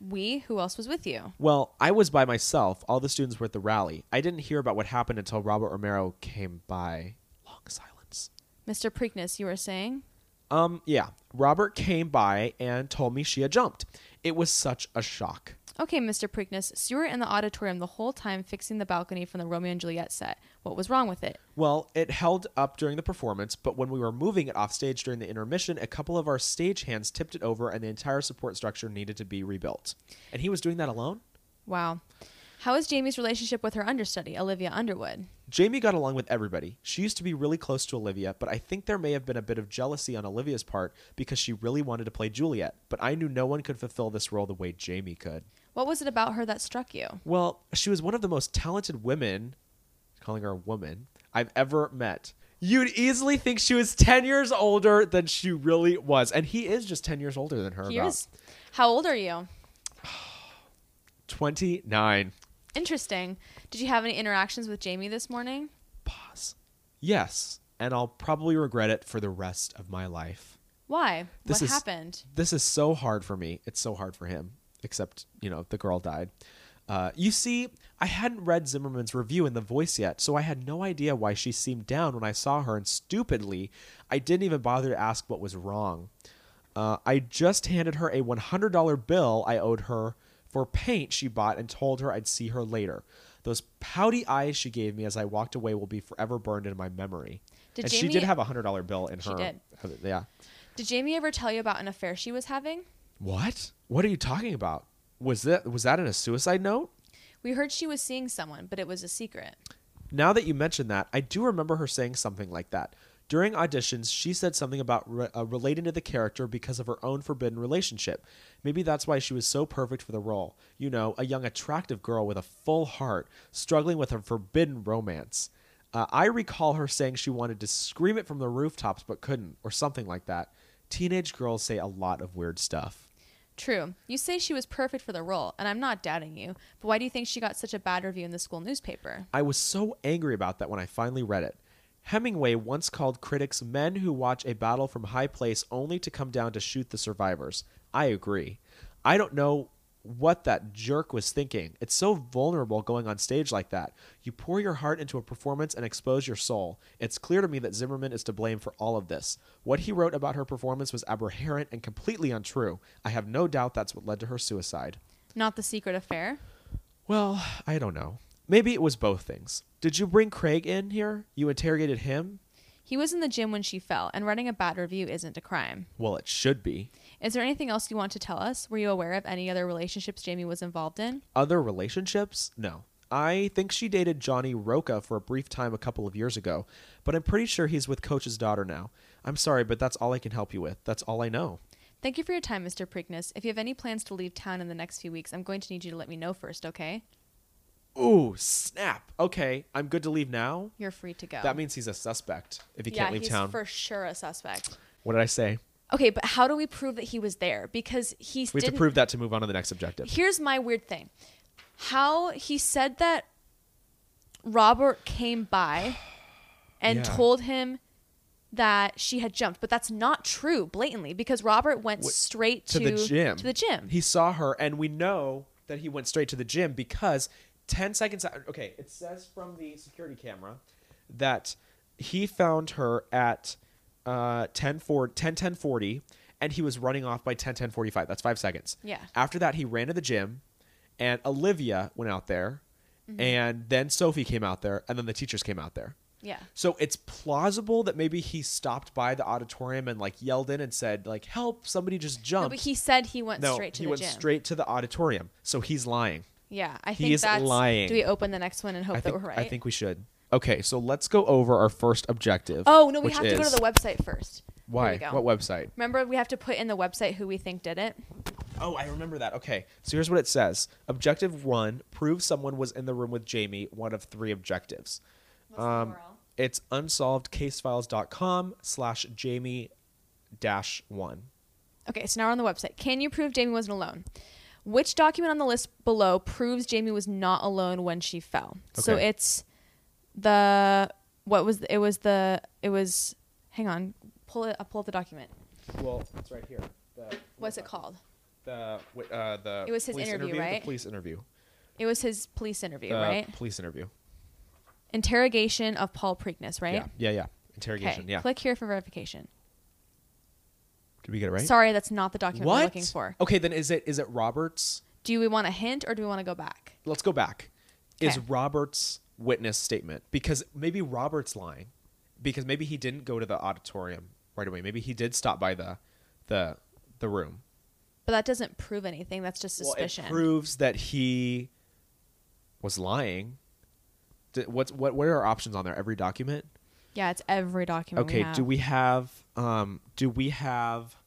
B: We, who else was with you?
A: Well, I was by myself. All the students were at the rally. I didn't hear about what happened until Robert Romero came by. Long silence.
B: Mr. Preakness, you were saying?
A: Um, yeah. Robert came by and told me she had jumped. It was such a shock.
B: Okay, Mr. Preakness, so you were in the auditorium the whole time fixing the balcony from the Romeo and Juliet set. What was wrong with it?
A: Well, it held up during the performance, but when we were moving it off stage during the intermission, a couple of our stagehands tipped it over and the entire support structure needed to be rebuilt. And he was doing that alone?
B: Wow. How is Jamie's relationship with her understudy, Olivia Underwood?
A: Jamie got along with everybody. She used to be really close to Olivia, but I think there may have been a bit of jealousy on Olivia's part because she really wanted to play Juliet, but I knew no one could fulfill this role the way Jamie could.
B: What was it about her that struck you?
A: Well, she was one of the most talented women, calling her a woman, I've ever met. You'd easily think she was 10 years older than she really was. And he is just 10 years older than her.
B: He
A: about
B: was- How old are you?
A: 29.
B: Interesting. Did you have any interactions with Jamie this morning?
A: Pause. Yes. And I'll probably regret it for the rest of my life.
B: Why?
A: This
B: what
A: is-
B: happened?
A: This is so hard for me. It's so hard for him. Except, you know, the girl died. Uh, you see, I hadn't read Zimmerman's review in The Voice yet, so I had no idea why she seemed down when I saw her, and stupidly, I didn't even bother to ask what was wrong. Uh, I just handed her a $100 bill I owed her for paint she bought and told her I'd see her later. Those pouty eyes she gave me as I walked away will be forever burned in my memory.
B: Did
A: and she
B: Jamie-
A: did have a $100 bill in
B: She
A: her.
B: did.
A: Yeah.
B: Did Jamie ever tell you about an affair she was having?
A: What? What are you talking about? Was that was that in a suicide note?
B: We heard she was seeing someone, but it was a secret.
A: Now that you mention that, I do remember her saying something like that. During auditions, she said something about re- uh, relating to the character because of her own forbidden relationship. Maybe that's why she was so perfect for the role. You know, a young, attractive girl with a full heart, struggling with a forbidden romance. Uh, I recall her saying she wanted to scream it from the rooftops but couldn't, or something like that. Teenage girls say a lot of weird stuff.
B: True. You say she was perfect for the role, and I'm not doubting you, but why do you think she got such a bad review in the school newspaper?
A: I was so angry about that when I finally read it. Hemingway once called critics men who watch a battle from high place only to come down to shoot the survivors. I agree. I don't know what that jerk was thinking. It's so vulnerable going on stage like that. You pour your heart into a performance and expose your soul. It's clear to me that Zimmerman is to blame for all of this. What he wrote about her performance was aberrant and completely untrue. I have no doubt that's what led to her suicide.
B: Not the secret affair?
A: Well, I don't know. Maybe it was both things. Did you bring Craig in here? You interrogated him?
B: He was in the gym when she fell, and writing a bad review isn't a crime.
A: Well, it should be.
B: Is there anything else you want to tell us? Were you aware of any other relationships Jamie was involved in?
A: Other relationships? No. I think she dated Johnny Roca for a brief time a couple of years ago, but I'm pretty sure he's with Coach's daughter now. I'm sorry, but that's all I can help you with. That's all I know.
B: Thank you for your time, Mr. Preakness. If you have any plans to leave town in the next few weeks, I'm going to need you to let me know first, okay?
A: Ooh, snap. Okay, I'm good to leave now?
B: You're free to go.
A: That means he's a suspect if he
B: Um, yeah,
A: can't leave
B: he's
A: town.
B: for sure a suspect.
A: what did I say?
B: Okay, but how do we prove that he was there? Because he
A: We have
B: didn't.
A: to prove that to move on to the next objective.
B: Here's my weird thing: how he said that Robert came by and
A: Yeah.
B: told him that she had jumped, but that's not true, blatantly, because Robert went
A: Wh-
B: straight
A: to
B: to,
A: the gym.
B: To the gym.
A: He saw her, and we know that he went straight to the gym because 10 seconds. Okay, it says from the security camera that he found her at uh, 10, 4, 10, 10 40, and he was running off by 10, 10 45. That's five seconds.
B: Yeah.
A: After that, he ran to the gym, and Olivia went out there,
B: Mm-hmm.
A: and then Sophie came out there, and then the teachers came out there.
B: yeah.
A: So it's plausible that maybe he stopped by the auditorium and like yelled in and said like help somebody just
B: No,
A: jumped
B: but he said he went straight to
A: he
B: the
A: went
B: gym.
A: straight to the auditorium. So he's lying.
B: yeah, I
A: He
B: think
A: is
B: that's.
A: lying.
B: Do we open the next one and hope
A: I
B: that
A: think
B: Oh, we're right?
A: I think we should. Okay, so let's go over our first objective.
B: oh no, we
A: which
B: have to go to
A: is-
B: the website first. Here we
A: Why?
B: go.
A: What website?
B: Remember, we have to put in the website who we think did it.
A: Oh, I remember that. Okay. So here's what it says. Objective 1, prove someone was in the room with Jamie, one of 3 objectives. Um, it's unsolvedcasefiles.com slash Jamie dash one.
B: Okay, so now we're on the website. Can you prove Jamie wasn't alone? Which document on the list below proves Jamie was not alone when she fell? So
A: Okay.
B: it's the what was the, it was the it was hang on pull it I'll pull up the document.
A: Well, it's right here. The,
B: What's it called?
A: The wi- uh, the.
B: It was his
A: police
B: interview, right?
A: The police interview.
B: It was his police interview,
A: The
B: right?
A: Police interview.
B: Interrogation of Paul Preakness, right?
A: Yeah. Yeah. Yeah.
B: Okay.
A: Interrogation. Yeah.
B: Click here for verification.
A: Did we get it right?
B: Sorry, that's not the document
A: What? Oh.
B: we're looking for.
A: Okay, then is it is it Roberts?
B: Do we want a hint or do we want to go back?
A: Let's go back. Is
B: Okay.
A: Roberts witness statement because maybe Roberts lying because maybe he didn't go to the auditorium right away. Maybe he did stop by the the the room.
B: But that doesn't prove anything. That's just suspicion.
A: Well, it proves that he was lying. D- What's what? What are our options on there? Every document.
B: yeah, it's every document.
A: Okay.
B: have.
A: Do we have um? Do we have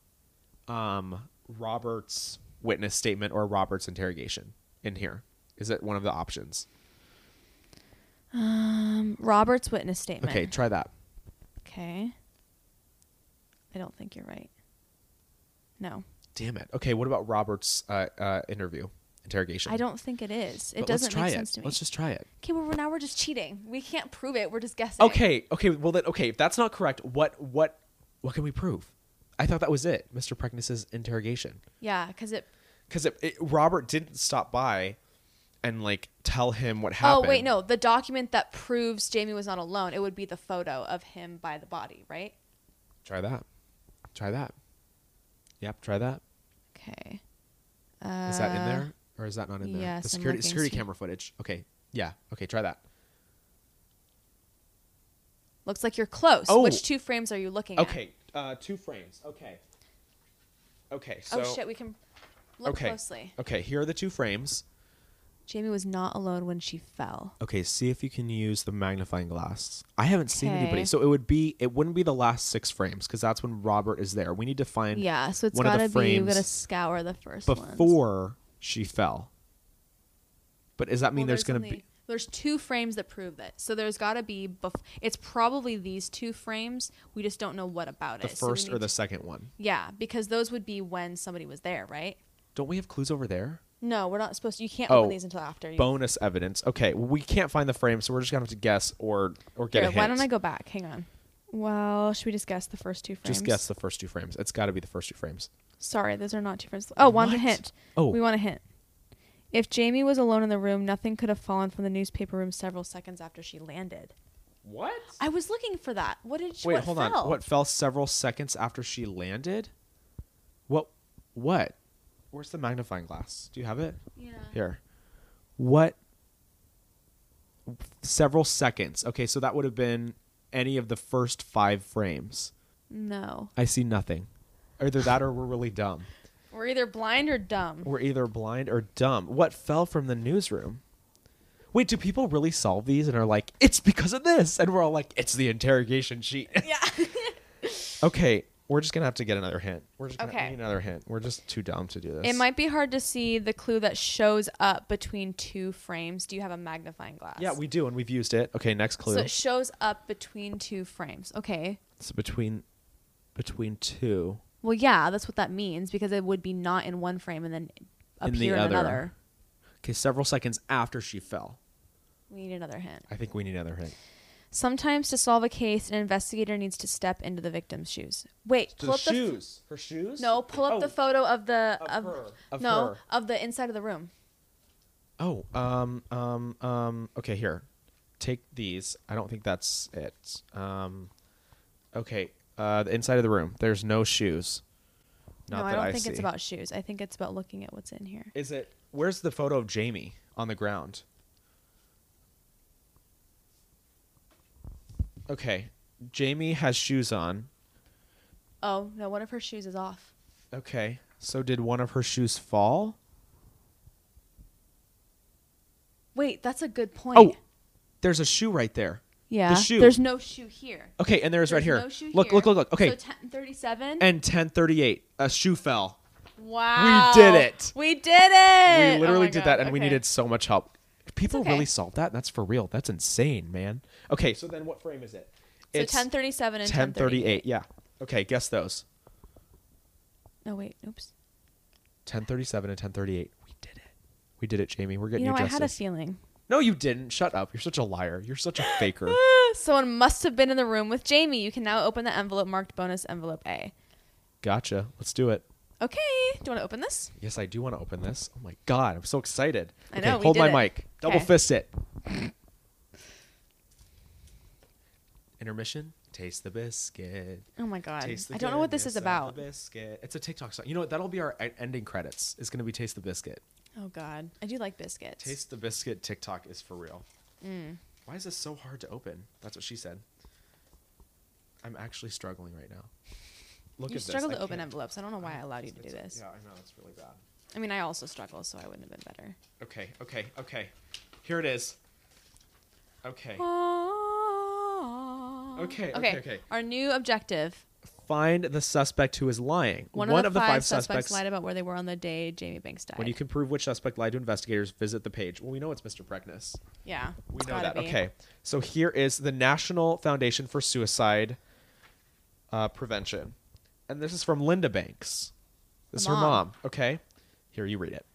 A: um Robert's witness statement or Robert's interrogation in here? Is it one of the options?
B: Um, Robert's witness statement.
A: Okay, try that.
B: Okay. I don't think you're right. No,
A: Damn it. Okay, what about Robert's uh, uh, interview interrogation?
B: I don't think it is. It
A: But
B: doesn't
A: let's try
B: make
A: it.
B: sense to me.
A: Let's just try it.
B: okay, well now we're just cheating. We can't prove it. We're just guessing.
A: Okay. Okay. Well, then. Okay. If that's not correct, what what what can we prove? I thought that was it, Mr. Preckness's interrogation,
B: Yeah, because it.
A: because it, it, Robert didn't stop by and like tell him what happened.
B: Oh wait, no. The document that proves Jamie was not alone. It would be the photo of him by the body, right?
A: Try that. Try that. Yep. Try that.
B: Okay. Uh,
A: Is that in there or is that not in there?
B: yes,
A: the
B: I'm
A: security
B: looking,
A: security
B: see.
A: camera footage. Okay. Yeah. Okay. Try that.
B: Looks like you're close.
A: Oh.
B: Which two frames are you looking at?
A: Okay. Uh, two frames. Okay. Okay. So.
B: oh shit, we can look
A: okay.
B: closely.
A: Okay. Here are the two frames.
B: Jamie was not alone when she fell.
A: Okay, see if you can use the magnifying glass. I haven't seen anybody,
B: Okay.
A: so it would be it wouldn't be the last six frames because that's when Robert is there. We need to find
B: Yeah, so it's
A: one of the
B: gotta be. We
A: frames
B: gotta scour the first ones.
A: before she fell. But does that mean
B: Well,
A: there's, gonna
B: only-
A: be?
B: there's two frames that prove that. So there's gotta be. Bef- it's probably these two frames. We just don't know what about
A: The
B: it. So we
A: first or
B: need
A: the
B: to-
A: second one?
B: yeah, because those would be when somebody was there, right?
A: Don't we have clues over there?
B: No, we're not supposed. to. You can't
A: Oh,
B: open these until after. You,
A: Bonus evidence. Okay, well, we can't find the frame, so we're just gonna have to guess or or get
B: Here,
A: a hint.
B: why don't I go back? Hang on. Well, should we just guess the first two frames?
A: Just guess the first two frames. It's got to be the first two frames.
B: Sorry, those are not two friends. Oh, want a
A: What?
B: hint.
A: Oh.
B: We want a hint. If Jamie was alone in the room, nothing could have fallen from the newspaper room several seconds after she landed.
A: What?
B: I was looking for that. What did she
A: Wait,
B: what
A: hold
B: fell?
A: on. What fell several seconds after she landed? What? What? Where's the magnifying glass? Do you have it
B: Yeah.
A: here? What? Several seconds. Okay, so that would have been any of the first five frames.
B: No.
A: I see nothing. Either that or we're really dumb.
B: We're either blind or dumb.
A: We're either blind or dumb. What fell from the newsroom? Wait, do people really solve these and are like, it's because of this? And we're all like, it's the interrogation sheet.
B: Yeah.
A: Okay, we're just gonna have to get another hint. We're just gonna
B: Okay.
A: we need another hint. We're just too dumb to do this.
B: it might be hard to see the clue that shows up between two frames. Do you have a magnifying glass?
A: Yeah, we do, and we've used it. Okay, next clue.
B: So it shows up between two frames. Okay.
A: it's between between two
B: Well, yeah, that's what that means because it would be not in one frame and then
A: in
B: appear
A: the
B: in
A: other.
B: another.
A: Okay, several seconds after she fell.
B: We need another hint.
A: I think we need another hint.
B: Sometimes to solve a case, an investigator needs to step into the victim's shoes. Wait, pull up the f-
A: her shoes.
B: no, pull up the
A: Oh,
B: photo of the
A: Of
B: of,
A: her. Of
B: no
A: her.
B: of the inside of the room.
A: Oh, um, um, um. Okay, here, take these. I don't think that's it. Um, okay. Uh, the inside of the room. There's no shoes. Not
B: no, I
A: that
B: don't think it's
A: see.
B: about shoes. I think it's about looking at what's in here.
A: Is it? Where's the photo of Jamie on the ground? Okay, Jamie has shoes on.
B: Oh no, one of her shoes is off.
A: Okay, so did one of her shoes fall?
B: Wait, that's a good point.
A: Oh, there's a shoe right there.
B: yeah.
A: shoe.
B: There's no shoe here.
A: Okay, and there's, right here.
B: No shoe
A: look,
B: here.
A: look, look, look. Okay,
B: So ten thirty-seven.
A: and 10:38, a shoe fell.
B: wow.
A: did it.
B: We did it.
A: we
B: Oh
A: literally
B: my
A: did
B: God,
A: that, and we
B: okay.
A: needed so much help. People
B: okay.
A: really solved that. That's for real. That's insane, man. Okay, so then what frame is it?
B: So ten thirty-seven and ten
A: 10:38. Yeah. Okay, guess those.
B: No wait, oops.
A: 1037 and 1038. We We did it, Jamie. We're
B: You
A: getting you,
B: know, I
A: justice.
B: had a feeling.
A: no, you didn't. Shut up. You're such a liar. You're such a faker.
B: Ah, Someone must have been in the room with Jamie. You can now open the envelope marked bonus envelope A.
A: gotcha. Let's do it.
B: Okay. Do you want to open this?
A: Yes, I do want to open this. Oh my god, I'm so excited.
B: I know, we
A: hold
B: did
A: my
B: it.
A: mic. Double
B: Okay.
A: fist it. Intermission. Taste the biscuit.
B: Oh my god.
A: Taste the
B: I don't know what this
A: goodness
B: is
A: of the
B: about.
A: biscuit. It's a TikTok song. You know what? That'll be our e- ending credits. It's gonna be Taste the Biscuit.
B: Oh god. I do like biscuits.
A: Taste the Biscuit TikTok is for real.
B: Mm.
A: Why is this so hard to open? That's what she said. I'm actually struggling right now. Look
B: you
A: at
B: struggle
A: this.
B: to open
A: can't-
B: envelopes. I don't know why I allowed you to do
A: It's-
B: this.
A: Yeah, I know it's really bad.
B: I mean, I also struggle, so I wouldn't have been better.
A: Okay, okay, okay. Here it is. Okay. Okay, okay, okay.
B: Our new objective.
A: Find the suspect who is lying.
B: One, of, the five, suspects, lied about where they were on the day Jamie Banks died.
A: When you can prove which suspect lied to investigators, visit the page. Well, we know it's Mr. Preckness.
B: yeah.
A: We
B: it's
A: know
B: gotta
A: that.
B: be.
A: Okay. So here is the National Foundation for Suicide uh, Prevention. And this is from Linda Banks. This is
B: The
A: her
B: mom.
A: mom. Okay. Here, you read it.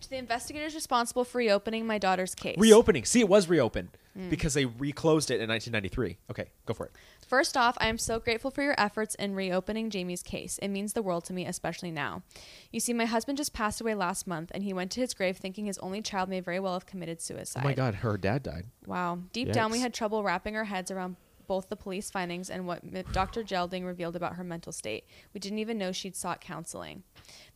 B: To the investigators responsible for reopening my daughter's case.
A: Reopening. See, it was reopened
B: Hmm.
A: because they reclosed it in 1993. Okay, go for it.
B: First off, I am so grateful for your efforts in reopening Jamie's case. It means the world to me, especially now. You see, my husband just passed away last month, and he went to his grave thinking his only child may very well have committed suicide.
A: Oh my God, her dad died.
B: Wow. Deep down, we
A: Yikes.
B: had trouble wrapping our heads around both the police findings and what M- Dr. Gelding revealed about her mental state. We didn't even know she'd sought counseling.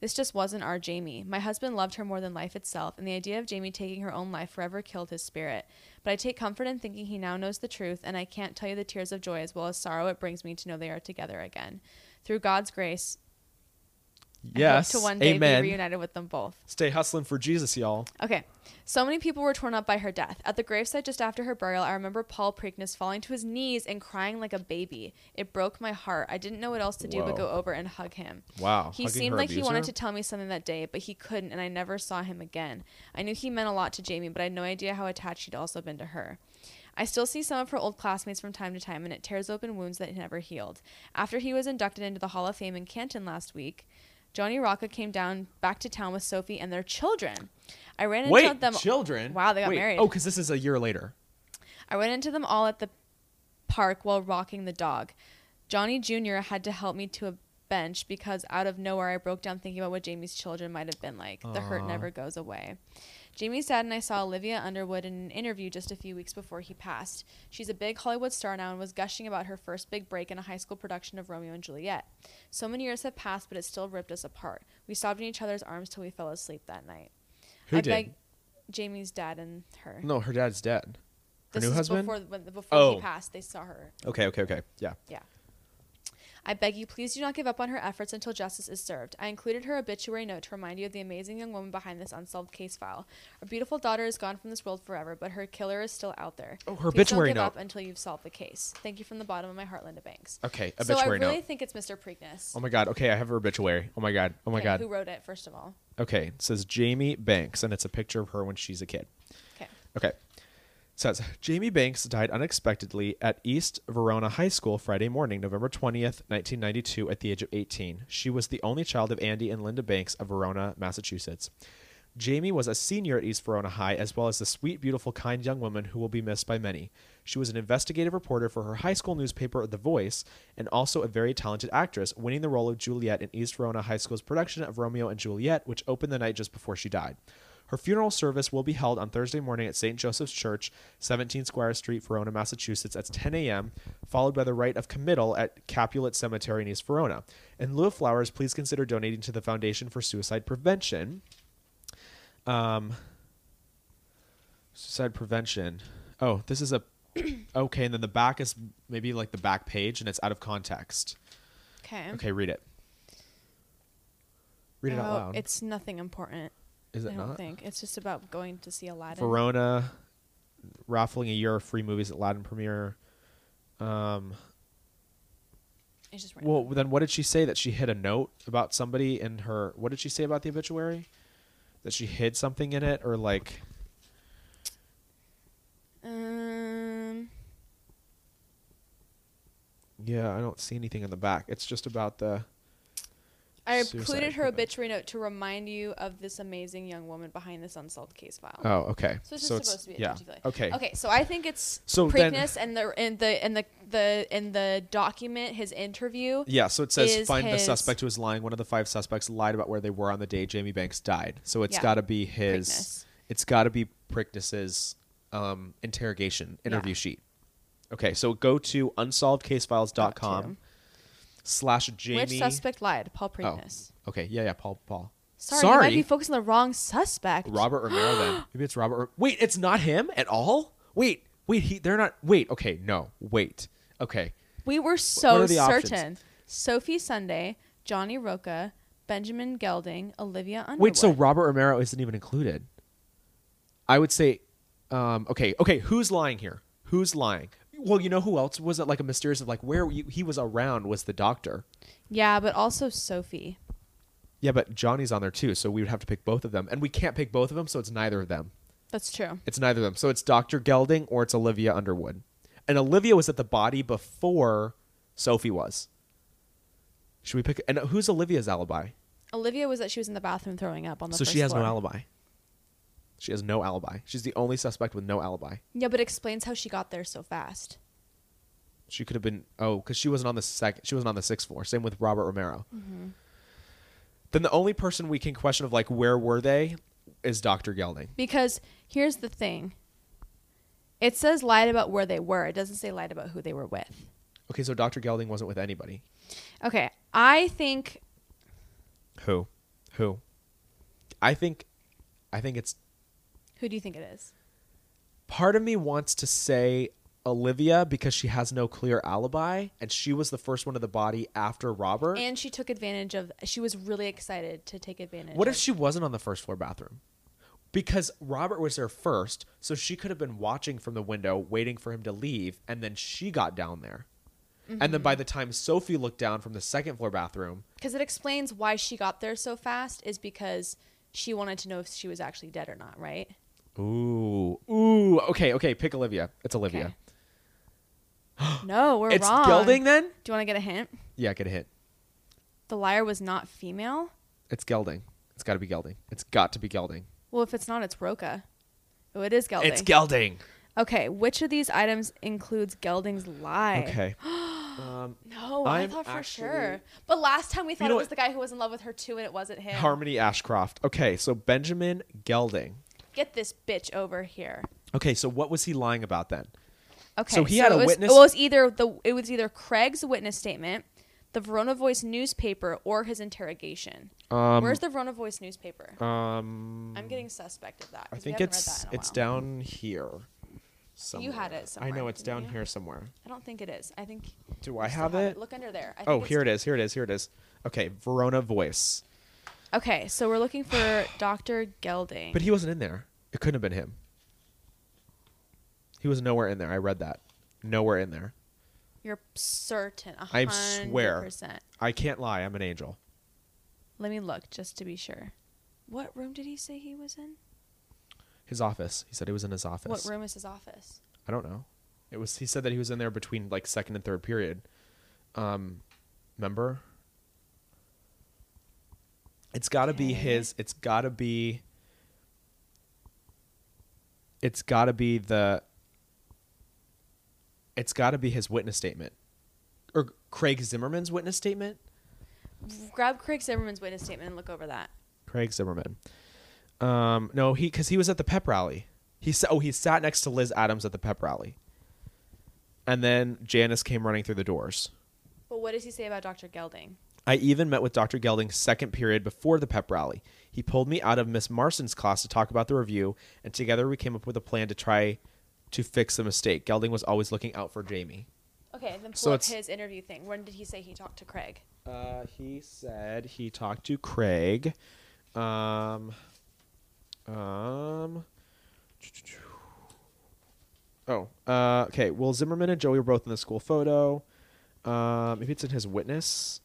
B: This just wasn't our Jamie. My husband loved her more than life itself, and the idea of Jamie taking her own life forever killed his spirit. But I take comfort in thinking he now knows the truth, and I can't tell you the tears of joy as well as sorrow it brings me to know they are together again. Through God's grace, I hope
A: Yes.
B: to one day
A: Amen.
B: be reunited with them both.
A: Stay hustling for Jesus, y'all.
B: Okay. So many people were torn up by her death. At the gravesite just after her burial, I remember Paul Preakness falling to his knees and crying like a baby. It broke my heart. I didn't know what else to do but
A: Whoa.
B: go over and hug him.
A: Wow,
B: He
A: hugging
B: seemed
A: her
B: like he wanted
A: abuser?
B: to tell me something that day, but he couldn't, and I never saw him again. I knew he meant a lot to Jamie, but I had no idea how attached he'd also been to her. I still see some of her old classmates from time to time, and it tears open wounds that never healed. After he was inducted into the Hall of Fame in Canton last week, Johnny Rocca came down back to town with Sophie and their children. I ran into
A: Wait,
B: them.
A: children.
B: Wow, they got
A: Wait,
B: married.
A: Oh, because this is a year later.
B: I ran into them all at the park while walking the dog. Johnny Jr. had to help me to a bench because out of nowhere I broke down thinking about what Jamie's children might have been like. The hurt
A: Aw.
B: never goes away. Jamie's dad and I saw Olivia Underwood in an interview just a few weeks before he passed. She's a big Hollywood star now and was gushing about her first big break in a high school production of Romeo and Juliet. So many years have passed, but it still ripped us apart. We sobbed in each other's arms till we fell asleep that night.
A: Who
B: I
A: did?
B: beg Jamie's dad and her.
A: No, her dad's dead. Her
B: This
A: new
B: is
A: husband.
B: before when, before
A: Oh.
B: he passed, they saw her.
A: Okay, okay, okay. Yeah.
B: Yeah. I beg you, please do not give up on her efforts until justice is served. I included her obituary note to remind you of the amazing young woman behind this unsolved case file. Our beautiful daughter is gone from this world forever, but her killer is still out there.
A: Oh, her
B: please
A: obituary
B: don't give
A: note.
B: up until you've solved the case. Thank you from the bottom of my heart, Linda Banks.
A: Okay,
B: So I
A: obituary
B: really
A: note.
B: think it's Mr. Preakness.
A: Oh my god. Okay, I have her obituary. Oh my god. Oh my
B: Okay,
A: god.
B: Who wrote it, first of all?
A: Okay, it says Jamie Banks, and it's a picture of her when she's a kid.
B: Okay.
A: Okay. It says Jamie Banks died unexpectedly at East Verona High School Friday morning, November 20th, 1992, at the age of 18. She was the only child of Andy and Linda Banks of Verona, Massachusetts. Jamie was a senior at East Verona High, as well as the sweet, beautiful, kind young woman who will be missed by many. She was an investigative reporter for her high school newspaper, The Voice, and also a very talented actress, winning the role of Juliet in East Verona High School's production of Romeo and Juliet, which opened the night just before she died. Her funeral service will be held on Thursday morning at St. Joseph's Church, 17 Squire Street, Verona, Massachusetts, at 10 a.m., followed by the rite of committal at Capulet Cemetery in East Verona. In lieu of flowers, please consider donating to the Foundation for Suicide Prevention. Um, suicide prevention. Oh, this is a. okay, and then the back is maybe like the back page, and it's out of context.
B: Okay.
A: Okay, read it. Read it out
B: Oh,
A: loud.
B: It's nothing important.
A: is it
B: I don't
A: not?
B: think. It's just about going to see Aladdin.
A: Verona raffling a year of free movies at Latin Premiere. Um,
B: It's just random.
A: well, then what did she say that she hid a note about somebody in her? What did she say about the obituary? That she hid something in it, or like
B: Um,
A: yeah, I don't see anything in the back. It's just about the
B: I
A: Suicide
B: included her
A: prevention.
B: obituary note to remind you of this amazing young woman behind this unsolved case file.
A: Oh, okay.
B: So it's just supposed to be a
A: yeah.
B: TGLA.
A: Okay.
B: Okay, so I think it's
A: So then-
B: Preakness and the and the and the the in the document his interview.
A: Yeah, so it says
B: Is
A: find the
B: his-
A: suspect who is lying. One of the five suspects lied about where they were on the day Jamie Banks died. So it's
B: Yeah.
A: got to be his.
B: Preakness.
A: It's got to be Prickness's um, interrogation interview
B: Yeah.
A: sheet. Okay, so go to unsolvedcasefiles.com
B: Dot
A: slash Jamie.
B: Which suspect lied? Paul
A: Oh,
B: Preakness.
A: okay. Yeah, yeah. Paul. Paul.
B: Sorry, you might be focused on the wrong suspect.
A: Robert Romero then. Maybe it's Robert. Ro- Wait, it's not him at all? Wait, wait, he they're not Wait, okay, no. Wait. Okay.
B: we were so
A: are the options?
B: certain. Sophie Sunday, Johnny Roca, Benjamin Gelding, Olivia Underwood.
A: Wait, so Robert Romero isn't even included. I would say um okay, okay, who's lying here? Who's lying? Well, you know who else was it like a mysterious of like where you, he was around was the doctor.
B: yeah, but also Sophie.
A: Yeah, but Johnny's on there too, so we would have to pick both of them. And we can't pick both of them, so it's neither of them.
B: That's true.
A: It's neither of them. So it's Dr. Gelding or it's Olivia Underwood. And Olivia was at the body before Sophie was. Should we pick? And who's Olivia's alibi?
B: Olivia was that she was in the bathroom throwing up on the
A: So
B: first
A: she has
B: floor.
A: no alibi. She has no alibi. She's the only suspect with no alibi.
B: Yeah, but it explains how she got there so fast.
A: She could have been oh, because she wasn't on the second. She wasn't on the sixth floor. Same with Robert Romero. Then the only person we can question of like where were they is Dr. Gelding.
B: Because here's the thing. It says lied about where they were. It doesn't say lied about who they were with.
A: Okay, so Dr. Gelding wasn't with anybody.
B: Okay, I think
A: Who? Who? I think, I think it's
B: who do you think it is?
A: part of me wants to say Olivia because she has no clear alibi and she was the first one to the body after Robert.
B: And she took advantage of she was really excited to take advantage.
A: what if
B: of-
A: she wasn't on the first floor bathroom? Because Robert was there first, so she could have been watching from the window, waiting for him to leave, and then she got down there. And then by the time Sophie looked down from the second floor bathroom,
B: because it explains why she got there so fast is because she wanted to know if she was actually dead or not, right?
A: ooh, ooh, okay, okay, pick Olivia. It's Olivia.
B: Okay. no, we're
A: It's
B: wrong.
A: Gelding then?
B: Do you want to get a hint?
A: Yeah, get a hit.
B: The liar was not female.
A: It's Gelding. It's got to be Gelding. It's got to be Gelding.
B: Well, if it's not, it's Roca. Oh, it is Gelding.
A: It's Gelding.
B: okay, which of these items includes Gelding's lie?
A: Okay. um,
B: No, i
A: I'm
B: thought for
A: actually-
B: sure. But last time we thought
A: know
B: it was
A: what?
B: the guy who was in love with her too, and it wasn't him.
A: Harmony Ashcroft. Okay, so Benjamin Gelding.
B: Get this bitch over here.
A: Okay, so what was he lying about then?
B: Okay.
A: So he had
B: it
A: a
B: was,
A: witness-
B: It was either the it was either Craig's witness statement, the Verona Voice newspaper, or his interrogation.
A: Um,
B: Where's the Verona Voice newspaper?
A: Um,
B: I'm getting suspect of that.
A: I
B: 'cause we
A: think
B: haven't read that
A: it's
B: in a
A: it's
B: while.
A: down here. Somewhere.
B: You had it
A: I know
B: somewhere,
A: it's
B: didn't
A: down
B: you?
A: here somewhere.
B: I don't think it is. I think.
A: Do
B: you
A: I
B: still
A: have it?
B: Look under there. I
A: Oh,
B: think
A: here it is. Here it is. Here it is. Okay, Verona voice.
B: Okay, so we're looking for Doctor Gelding.
A: But he wasn't in there. It couldn't have been him. He was nowhere in there. I read that. Nowhere in there.
B: You're certain. a
A: I swear.
B: hundred percent.
A: I can't lie. I'm an angel.
B: Let me look just to be sure. What room did he say he was in?
A: His office. He said he was in his office.
B: What room is his office?
A: I don't know. It was. He said that he was in there between like second and third period. Um, remember? It's got to be
B: Okay.
A: his. It's got to be. It's got to be the. It's got to be his witness statement, or Craig Zimmerman's witness statement.
B: Grab Craig Zimmerman's witness statement and look over that.
A: Craig Zimmerman. Um, no, he because he was at the pep rally. He sa- oh he sat next to Liz Adams at the pep rally, and then Janice came running through the doors.
B: But what does he say about Dr. Gelding?
A: I even met with Dr. Gelding's second period before the pep rally. He pulled me out of Miss Marston's class to talk about the review, and together we came up with a plan to try to fix the mistake. Gelding was always looking out for Jamie.
B: Okay, then pull
A: So
B: up
A: it's-
B: his interview thing. When did he say he talked to Craig?
A: Uh, he said he talked to Craig. Um, um, oh, uh, okay. Well, Zimmerman and Joey were both in the school photo. Um, maybe it's in his witness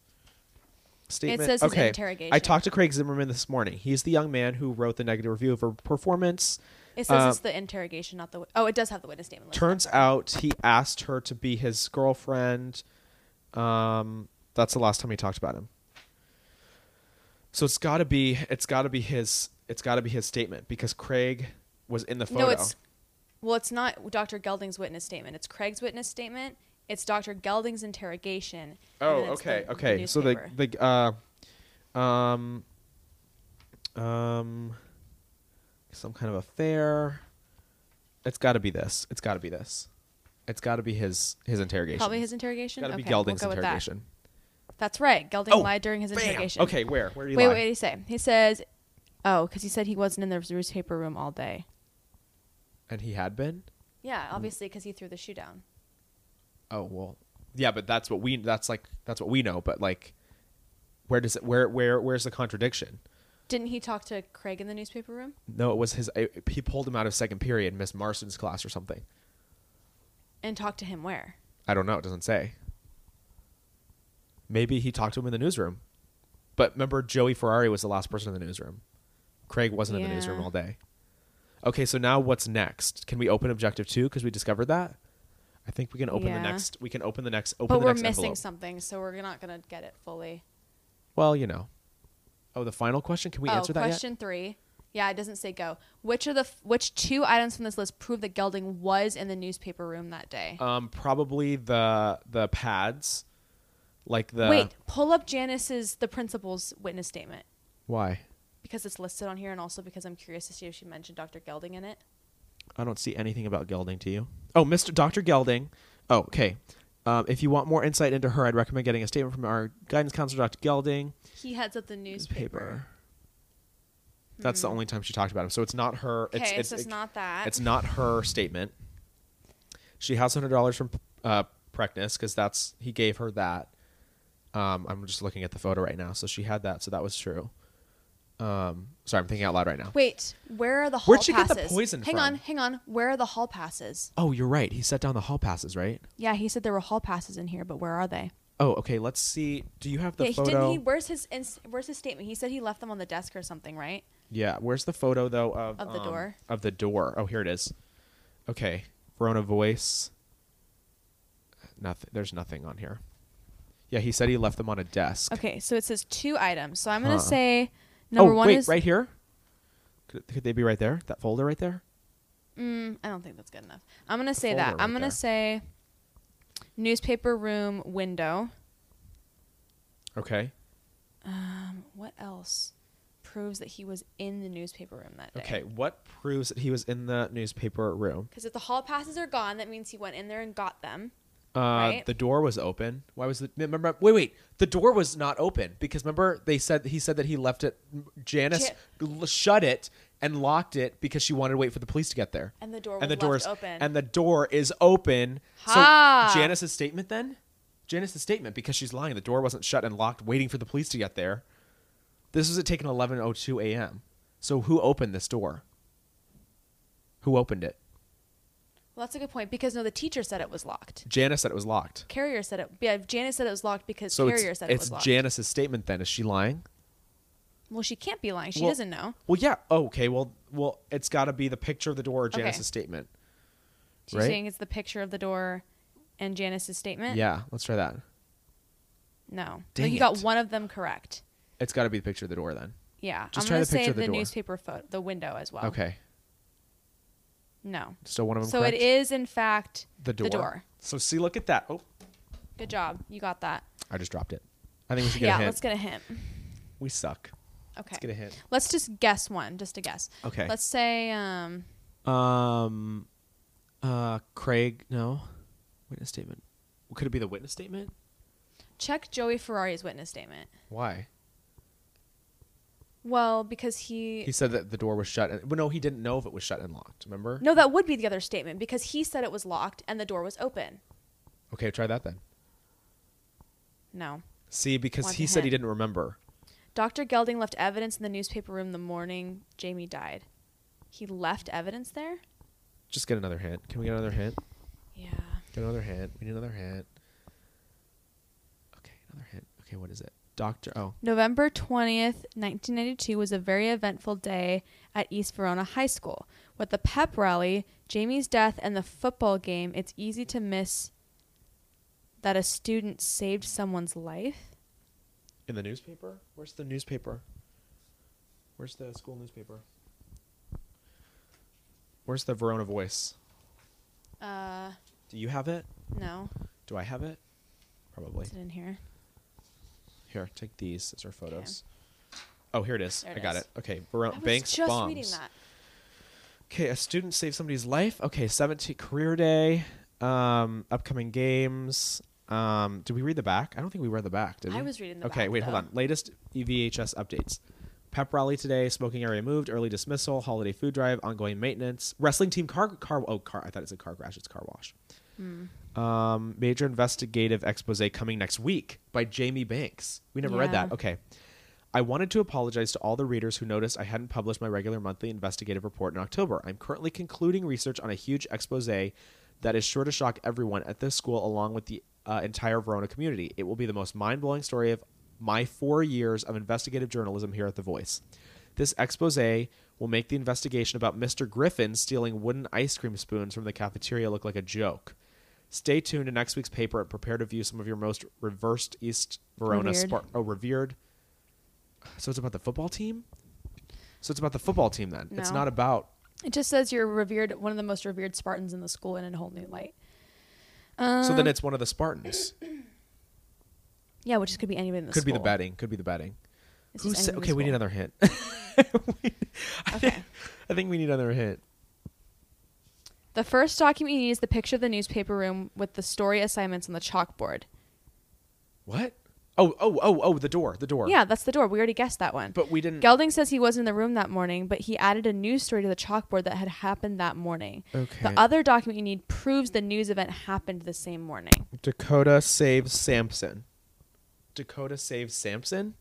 A: statement.
B: says his
A: okay. I
B: interrogation.
A: talked to Craig Zimmerman this morning. He's the young man who wrote the negative review of her performance.
B: It says
A: Uh,
B: it's the interrogation, not the. wit- Oh, it does have the witness statement. listed.
A: Turns out he asked her to be his girlfriend. Um, that's the last time he talked about him. So it's got to be it's got to be his it's got to be his statement because Craig was in the photo.
B: No, it's well, it's not Dr. Gelding's witness statement. It's Craig's witness statement. It's Dr. Gelding's interrogation. and
A: oh,
B: then it's
A: okay,
B: the- the
A: okay. so the
B: newspaper.
A: the uh, um um some kind of affair. It's got to be this. It's got to be this. It's got to be his his interrogation.
B: probably his interrogation.
A: Got to be
B: Okay,
A: Gelding's
B: we'll go with that.
A: interrogation.
B: That's right. Gelding
A: Oh,
B: lied during his
A: Bam!
B: interrogation.
A: Okay, where where do you
B: Wait,
A: lie?
B: what did he say? He says, "Oh, because he said he wasn't in the newspaper room all day."
A: And he had been.
B: Yeah,
A: Hmm.
B: obviously, because he threw the shoe down.
A: Oh well, yeah, but that's what we that's like that's what we know. But like, where does it where where where's the contradiction?
B: Didn't he talk to Craig in the newspaper room?
A: No, it was his. I- He pulled him out of second period, Miss Marston's class or something.
B: And talk to him where?
A: I don't know. It doesn't say. Maybe he talked to him in the newsroom. But remember, Joey Ferrari was the last person in the newsroom. Craig wasn't in the
B: Yeah.
A: newsroom all day. Okay, so now what's next? Can we open objective two because we discovered that? I think we can open
B: Yeah.
A: the next. We can open the next. Open
B: But
A: the
B: we're
A: next
B: missing
A: envelope.
B: something, so we're not gonna get it fully.
A: Well, you know. Oh, the final question. Can we
B: oh,
A: answer that yet?
B: question three. Yeah, it doesn't say go. Which of the f- which two items from this list prove that Gelding was in the newspaper room that day?
A: Um, probably the the pads, like the
B: Wait, pull up Janice's the principal's witness statement
A: Why?
B: because it's listed on here, and also because I'm curious to see if she mentioned Dr. Gelding in it.
A: I don't see anything about Gelding to you. Oh, Mr. Dr. Gelding. Oh, okay. Um, if you want more insight into her, I'd recommend getting a statement from our guidance counselor, Dr. Gelding.
B: He heads up the newspaper. Hmm.
A: Paper. That's the only time she talked about him. So it's not her.
B: Okay,
A: it's, it's,
B: so it's
A: it-
B: not that.
A: It's not her statement. She has hundred dollars from uh, Preckness because that's he gave her that. Um, I'm just looking at the photo right now. So she had that. So that was true. Um, sorry, I'm thinking out loud right now.
B: Wait, where are the hall
A: Where'd she get the
B: passes?
A: poison
B: hang
A: from?
B: on, hang on. Where are the hall passes?
A: Oh, you're right. He set down the hall passes, right?
B: Yeah, he said there were hall passes in here, but where are they?
A: Oh, okay. Let's see. Do you have the
B: yeah, he
A: photo?
B: didn't he where's his ins- where's his statement? He said he left them on the desk or something, right?
A: Yeah, where's the photo though of
B: Of the
A: um,
B: door?
A: Of the door. Oh, here it is. Okay, Verona voice. Nothing. There's nothing on here. Yeah, he said he left them on a desk.
B: Okay, so it says two items. So I'm gonna
A: Huh.
B: say number
A: oh,
B: one
A: wait,
B: is
A: right here. Could, could they be right there? That folder right there.
B: Mm, I don't think that's good enough. I'm gonna say
A: folder
B: that. I'm
A: right
B: gonna
A: there.
B: say newspaper room window.
A: Okay.
B: Um, what else proves that he was in the newspaper room that day?
A: Okay. What proves that he was in the newspaper room?
B: Because if the hall passes are gone, that means he went in there and got them.
A: Uh,
B: Right.
A: The door was open. Why was the remember? Wait, wait. The door was not open because remember they said he said that he left it. Janice
B: Ja-
A: l- shut it and locked it because she wanted to wait for the police to get there.
B: And the door was
A: and the
B: left
A: doors
B: open.
A: and the door is open.
B: Ha!
A: So Janice's statement then, Janice's statement because she's lying. The door wasn't shut and locked, waiting for the police to get there. This was at taken 11:02 a.m. So who opened this door? Who opened it?
B: well, that's a good point because no, the teacher said it was locked.
A: Janice said it was locked.
B: Carrier said it. Yeah, Janice said it was locked because
A: So
B: Carrier
A: it's,
B: said it
A: it's
B: was locked.
A: Janice's statement then. Is she lying?
B: well, she can't be lying. She
A: Well-
B: doesn't know.
A: Well, yeah. Oh, okay. Well, well, it's got to be the picture of the door or
B: Okay.
A: Janice's statement.
B: She's
A: right?
B: saying it's the picture of the door and Janice's statement.
A: Yeah, let's try that.
B: No.
A: Dang
B: like you got
A: it.
B: one of them correct.
A: It's got to be the picture of the door then.
B: Yeah.
A: Just
B: I'm
A: try
B: gonna
A: the picture
B: say
A: of the door.
B: newspaper photo, the window as well.
A: Okay.
B: No.
A: So one of them.
B: Oh. So
A: correct?
B: it is in fact
A: the door.
B: The door.
A: So see, look at that. Oh,
B: Good job. You got that.
A: I just dropped it. I think we should get
B: yeah.
A: a hint.
B: Let's get a hint.
A: we suck.
B: Okay.
A: Let's get a hint.
B: Let's just guess one, just a guess.
A: Okay.
B: Let's say um
A: um, uh, Craig, no, witness statement. Well, could it be the witness statement?
B: check Joey Ferrari's witness statement.
A: Why?
B: Well, because he,
A: He said that the door was shut. And, well, no, he didn't know if it was shut and locked. Remember?
B: No, that would be the other statement because he said it was locked and the door was open.
A: Okay, try that then.
B: No.
A: See, because
B: Want
A: he
B: a
A: said he
B: hint.
A: didn't remember.
B: Dr. Gelding left evidence in the newspaper room the morning Jamie died. He left evidence there?
A: Just get another hint. Can we get another hint?
B: Yeah.
A: Get another hint. We need another hint. Okay, another hint. Okay, what is it? Doctor. Oh,
B: November 20th, 1992 was a very eventful day at East Verona High School. With the pep rally, Jamie's death, and the football game, it's easy to miss that a student saved someone's life.
A: in the newspaper. Where's the newspaper? Where's the school newspaper? Where's the Verona Voice?
B: Uh,
A: Do you have it?
B: no,
A: Do I have it? Probably.
B: is it in here?
A: Here, take these as our photos. Oh, here it is.
B: There it
A: I got
B: is.
A: it. Okay, Verona, Banks
B: just
A: Uh, bombs.
B: reading that.
A: Okay, a student saved somebody's life. Okay, 17 career day, um, upcoming games. Um, did we read the back? I don't think we read the back, did we?
B: I was reading the
A: Okay,
B: back,
A: wait, hold
B: though.
A: on. Latest VHS updates. Pep rally today, smoking area moved, early dismissal, holiday food drive, ongoing maintenance, wrestling team car car oh car I thought it said car crash, it's car wash.
B: Hmm.
A: Um, major investigative expose coming next week by Jamie Banks. We never read
B: Yeah.
A: that. Okay. I wanted to apologize to all the readers who noticed I hadn't published my regular monthly investigative report in October. I'm currently concluding research on a huge expose that is sure to shock everyone at this school, along with the uh, entire Verona community. It will be the most mind blowing story of my four years of investigative journalism here at The Voice. This expose will make the investigation about Mr. Griffin stealing wooden ice cream spoons from the cafeteria look like a joke. Stay tuned to next week's paper and prepare to view some of your most reversed East Verona
B: Revered.
A: spar- oh revered. So it's about the football team. So it's about the football team then. It's
B: No.
A: not about
B: It just says you're revered, one of the most revered Spartans in the school, in a whole new light. Um,
A: so then it's one of the Spartans.
B: Yeah, which is- could be anybody in the
A: Could
B: school.
A: be the batting. Could be the batting.
B: It's
A: Who
B: just
A: said,
B: anyone in
A: okay, we need
B: school.
A: another hint.
B: Okay.
A: I think we need another hint.
B: The first document you need is the picture of the newspaper room with the story assignments on the chalkboard.
A: What? Oh, oh, oh, oh, the door, the door.
B: Yeah, that's the door. We already guessed that one. Mm.
A: But we didn't.
B: Gelding says he wasn't in the room that morning, but he added a news story to the chalkboard that had happened that morning.
A: Okay.
B: The other document you need proves the news event happened the same morning.
A: Dakota saves Samson. Dakota saves Samson.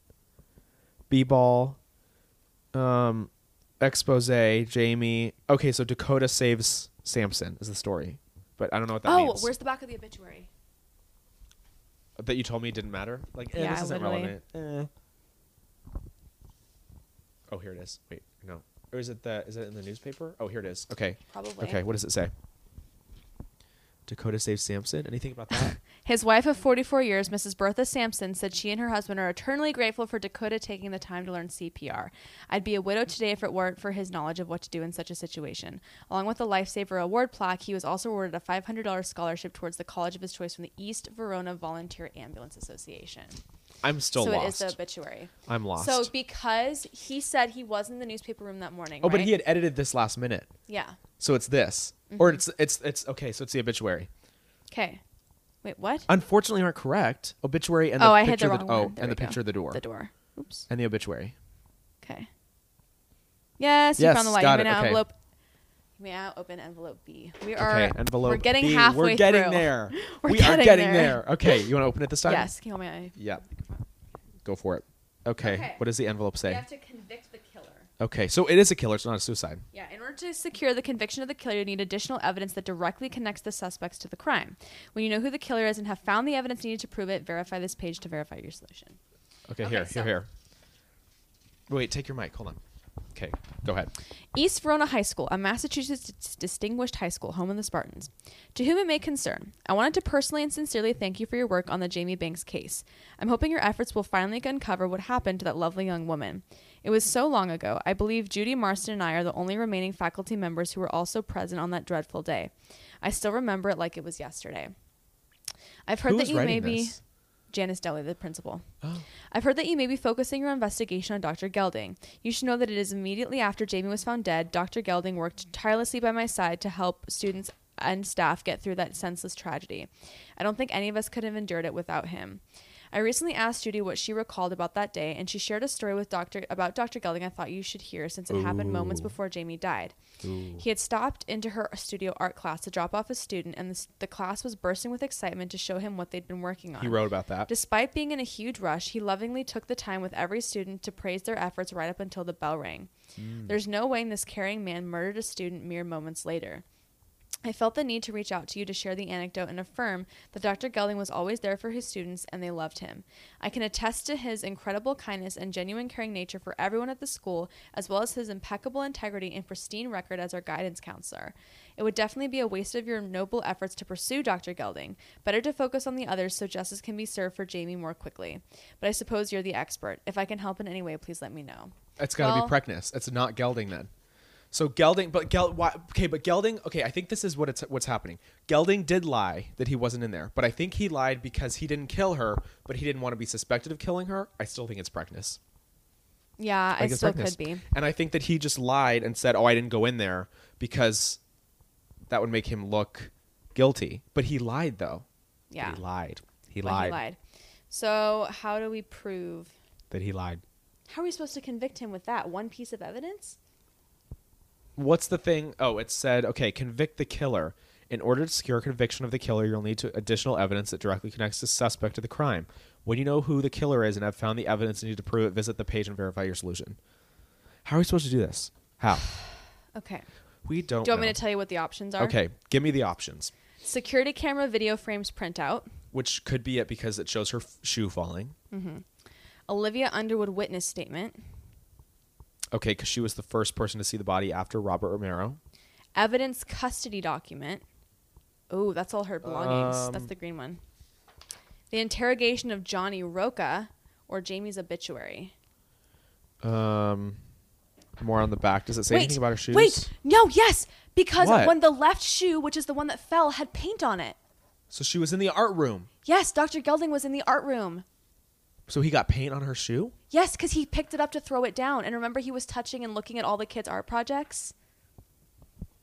A: B ball. Um, expose Jamie. Okay, so Dakota saves Samson is the story, but I don't know what that
B: oh,
A: means.
B: where's the back of the obituary?
A: that you told me didn't matter. Like, eh,
B: Yeah,
A: this isn't
B: literally.
A: relevant. Eh. Oh, here it is. Wait, no. Or is it the? Is it in the newspaper? Oh, here it is. Okay.
B: Probably.
A: Okay. What does it say? Dakota saves Samson. Anything about that?
B: His wife of 44 years, Mrs. Bertha Sampson, said she and her husband are eternally grateful for Dakota taking the time to learn CPR. I'd be a widow today if it weren't for his knowledge of what to do in such a situation. Along with the Lifesaver Award plaque, he was also awarded a $500 scholarship towards the college of his choice from the East Verona Volunteer Ambulance Association.
A: I'm still
B: so
A: lost.
B: it is the obituary.
A: I'm lost.
B: So because he said he was in the newspaper room that morning.
A: Oh, but
B: right? Mm-hmm.
A: he had edited this last minute,
B: Yeah.
A: so it's this, or it's it's it's okay. So it's the obituary.
B: Okay. Wait, what?
A: Unfortunately, aren't correct. Obituary and the
B: oh, I hit
A: picture
B: the
A: of
B: wrong
A: oh,
B: one. There
A: and
B: we
A: the
B: go.
A: picture of the door
B: The door. Oops.
A: and the obituary.
B: Okay. Yes, you
A: Yes,
B: found the light.
A: got
B: You may
A: it,
B: now
A: okay.
B: envelope. You may now open envelope B. We are
A: okay, envelope.
B: We're getting
A: B.
B: halfway.
A: We're getting
B: through.
A: there.
B: We're
A: We are
B: getting
A: getting there.
B: there.
A: Okay, you want to open it this time?
B: Yes, can you hold my eye?
A: Yeah. Go for it. Okay.
B: Okay.
A: What does the envelope say?
B: You have to convict the killer.
A: okay, so it is a killer. It's not a suicide.
B: Yeah, in order to secure the conviction of the killer, you need additional evidence that directly connects the suspects to the crime. When you know who the killer is and have found the evidence needed to prove it, verify this page to verify your solution.
A: Okay,
B: Okay,
A: here,
B: so-
A: here, here. Wait, take your mic. Hold on. Okay, go ahead.
B: East Verona High School, a Massachusetts dis- distinguished high school, home of the Spartans. To whom it may concern, I wanted to personally and sincerely thank you for your work on the Jamie Banks case. I'm hoping your efforts will finally uncover what happened to that lovely young woman. It was so long ago. I believe Judy Marston and I are the only remaining faculty members who were also present on that dreadful day. I still remember it like it was yesterday. I've heard
A: Who
B: that
A: is
B: you may
A: writing
B: be
A: this?
B: Janice Deli, the principal.
A: Oh.
B: I've heard that you may be focusing your investigation on Dr. Gelding. You should know that it is immediately after Jamie was found dead, Dr. Gelding worked tirelessly by my side to help students and staff get through that senseless tragedy. I don't think any of us could have endured it without him. I recently asked Judy what she recalled about that day, and she shared a story with Dr. about Dr. Gelding I thought you should hear since it happened moments
A: Ooh.
B: before Jamie died. He had stopped into her studio art class to drop off a student, and the, s- the class was bursting with excitement to show him what they'd been working on.
A: He wrote about that.
B: Despite being in a huge rush, he lovingly took the time with every student to praise their efforts right up until the bell rang. There's no way this caring man murdered a student mere moments later. I felt the need to reach out to you to share the anecdote and affirm that Dr. Gelding was always there for his students and they loved him. I can attest to his incredible kindness and genuine caring nature for everyone at the school, as well as his impeccable integrity and pristine record as our guidance counselor. It would definitely be a waste of your noble efforts to pursue Dr. Gelding. Better to focus on the others so justice can be served for Jamie more quickly. But I suppose you're the expert. If I can help in any way, please let me know.
A: It's got to
B: Well-
A: be Preckness. It's not Gelding then. So Gelding, but Gel, why, okay, but Gelding, okay, I think this is what it's what's happening. Gelding did lie that he wasn't in there, but I think he lied because he didn't kill her, but he didn't want to be suspected of killing her. I still think it's Preckness.
B: Yeah,
A: I
B: I
A: think it's
B: still
A: Preckness.
B: could be.
A: And I think that he just lied and said, "Oh, I didn't go in there," because that would make him look guilty. But he lied though. But
B: Yeah.
A: he lied. He
B: Well,
A: lied,
B: he lied. So how do we prove?
A: that he lied.
B: How are we supposed to convict him with that one piece of evidence?
A: what's the thing? Oh, it said, okay, convict the killer. In order to secure conviction of the killer, you'll need to additional evidence that directly connects the suspect to the crime. When you know who the killer is and have found the evidence and need to prove it, visit the page and verify your solution. How are we supposed to do this? How?
B: Okay.
A: We don't.
B: Do you want
A: know.
B: me to tell you what the options are?
A: Okay, give me the options.
B: Security camera video frames printout.
A: Which could be it because it shows her f- shoe falling.
B: Olivia Underwood witness statement.
A: Okay, because she was the first person to see the body after Robert Romero.
B: Evidence custody document. Oh, that's all her belongings. that's
A: Um,
B: the green one. The interrogation of Johnny Roca or Jamie's obituary.
A: Um, more on the back. Does it say anything about her shoes?
B: Wait, no, yes, because
A: What?
B: when the left shoe, which is the one that fell, had paint on it.
A: So she was in the art room.
B: Yes, Dr. Gelding was in the art room.
A: So he got paint on her shoe.
B: Yes, because he picked it up to throw it down. And remember, he was touching and looking at all the kids' art projects?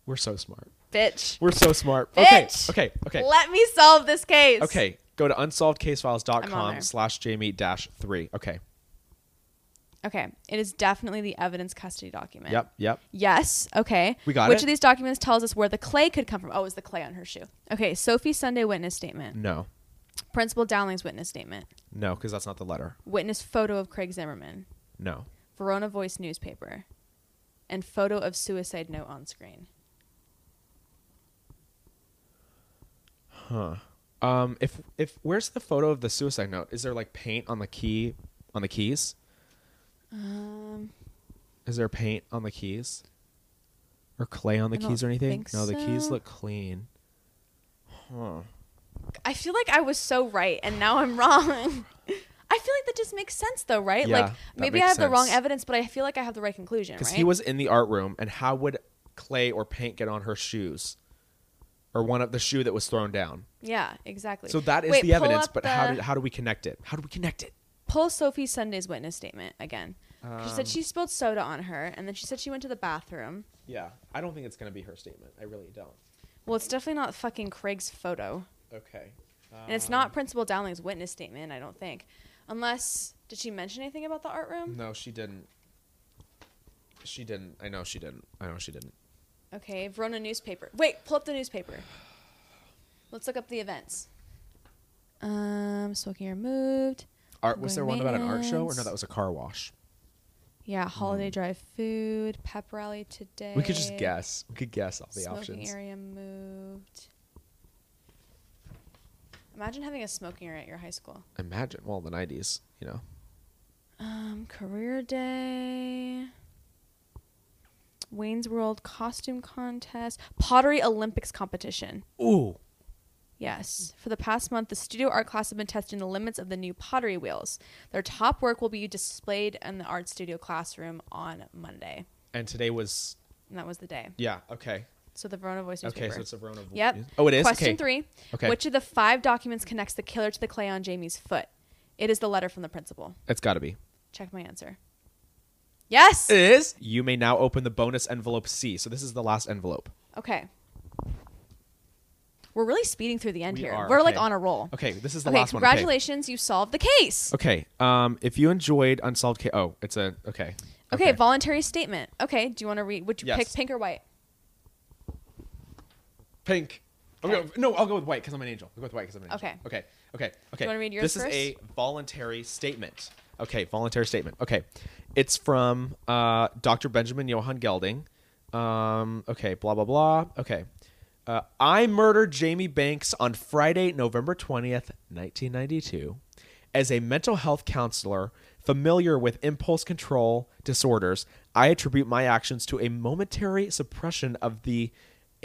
A: We're so smart.
B: Bitch.
A: We're so smart.
B: Bitch.
A: Okay. Okay. Okay.
B: Let me solve this case.
A: Okay. Go to
B: I'm on there.
A: unsolvedcasefiles.com slash Jamie dash three. Okay.
B: Okay. It is definitely the evidence custody document.
A: Yep. Yep.
B: Yes. Okay.
A: We got
B: Which
A: it?
B: of these documents tells us where the clay could come from? Oh, it was the clay on her shoe. Okay. Sophie Sunday witness statement.
A: No. Mm.
B: Principal Downing's witness statement.
A: No, because that's not the letter.
B: Witness photo of Craig Zimmerman.
A: No.
B: Verona Voice newspaper. And photo of suicide note on screen.
A: Um. If if where's the photo of the suicide note? Is there like paint on the key on the keys?
B: Um,
A: Is there paint on the keys? Or clay on the
B: I don't
A: keys or anything?
B: think
A: No, the keys
B: so.
A: look clean. Huh.
B: I feel like I was so right and now I'm wrong. I feel like that just makes sense though, right?
A: Yeah,
B: like
A: that
B: maybe I
A: makes
B: have the wrong
A: sense.
B: evidence, but I feel like I have the right conclusion, right?
A: Because he was in the art room, and how would clay or paint get on her shoes, or one of the shoe that was thrown down?
B: yeah, exactly.
A: So that is
B: Wait,
A: the
B: pull
A: evidence,
B: up
A: but how
B: the-
A: do, how do we connect it? How do we connect it?
B: pull Sophie Sunday's witness statement again. she
A: Um,
B: said she spilled soda on her, and then she said she went to the bathroom.
A: Yeah, I don't think it's gonna be her statement. I really don't.
B: Well, it's definitely not fucking Craig's photo,
A: Okay.
B: and it's
A: Um.
B: not Principal Downing's witness statement. I don't think, unless did she mention anything about the art room?
A: Um, No, she didn't. She didn't. I know she didn't. I know she didn't.
B: Okay, Verona newspaper. Wait, pull up the newspaper. Let's look up the events. Um, smoking removed.
A: Art was there one about an art show, or no?
B: Maintenance.
A: That was a car wash.
B: Yeah, holiday drive food, pep rally today.
A: Hmm. We could just guess. We could guess all the
B: smoking
A: options.
B: area moved. Imagine having a smoking area at your high school.
A: Imagine. Well, in the nineties, you know.
B: Um, career day. Wayne's World costume contest, pottery Olympics competition.
A: Ooh.
B: Yes. Mm. For the past month, the studio art class have been testing the limits of the new pottery wheels. Their top work will be displayed in the art studio classroom on Monday.
A: And today was.
B: And that was the day.
A: Yeah. Okay.
B: So the Verona Voice newspaper.
A: Okay. So it's a Verona.
B: Yep.
A: Oh, it is.
B: Question
A: okay.
B: three.
A: Okay.
B: Which of the five documents connects the killer to the clay on Jamie's foot? It is the letter from the principal.
A: It's got to be.
B: Check my answer. Yes.
A: It is. You may now open the bonus envelope C. So this is the last envelope.
B: Okay. We're really speeding through the end
A: We
B: here.
A: are,
B: We're like
A: okay.
B: on a roll.
A: Okay, this is the
B: Okay,
A: last one. Okay.
B: congratulations. You solved the case.
A: Okay. Um, if you enjoyed Unsolved Case, oh, it's a okay.
B: Okay, voluntary statement. Okay, do you want to read? Would you
A: Yes.
B: pick pink or white?
A: pink. I'll go- no, I'll go with white because I'm an angel. I'll go with white because I'm an angel.
B: Okay.
A: Okay. Okay. Okay.
B: wanna read yours
A: This
B: first?
A: is a voluntary statement. Okay, voluntary statement. Okay, it's from uh, Dr. Benjamin Johann Gelding. Um, okay, blah blah blah. Okay, uh, I murdered Jamie Banks on Friday, November twentieth, nineteen ninety-two, as a mental health counselor familiar with impulse control disorders. I attribute my actions to a momentary suppression of the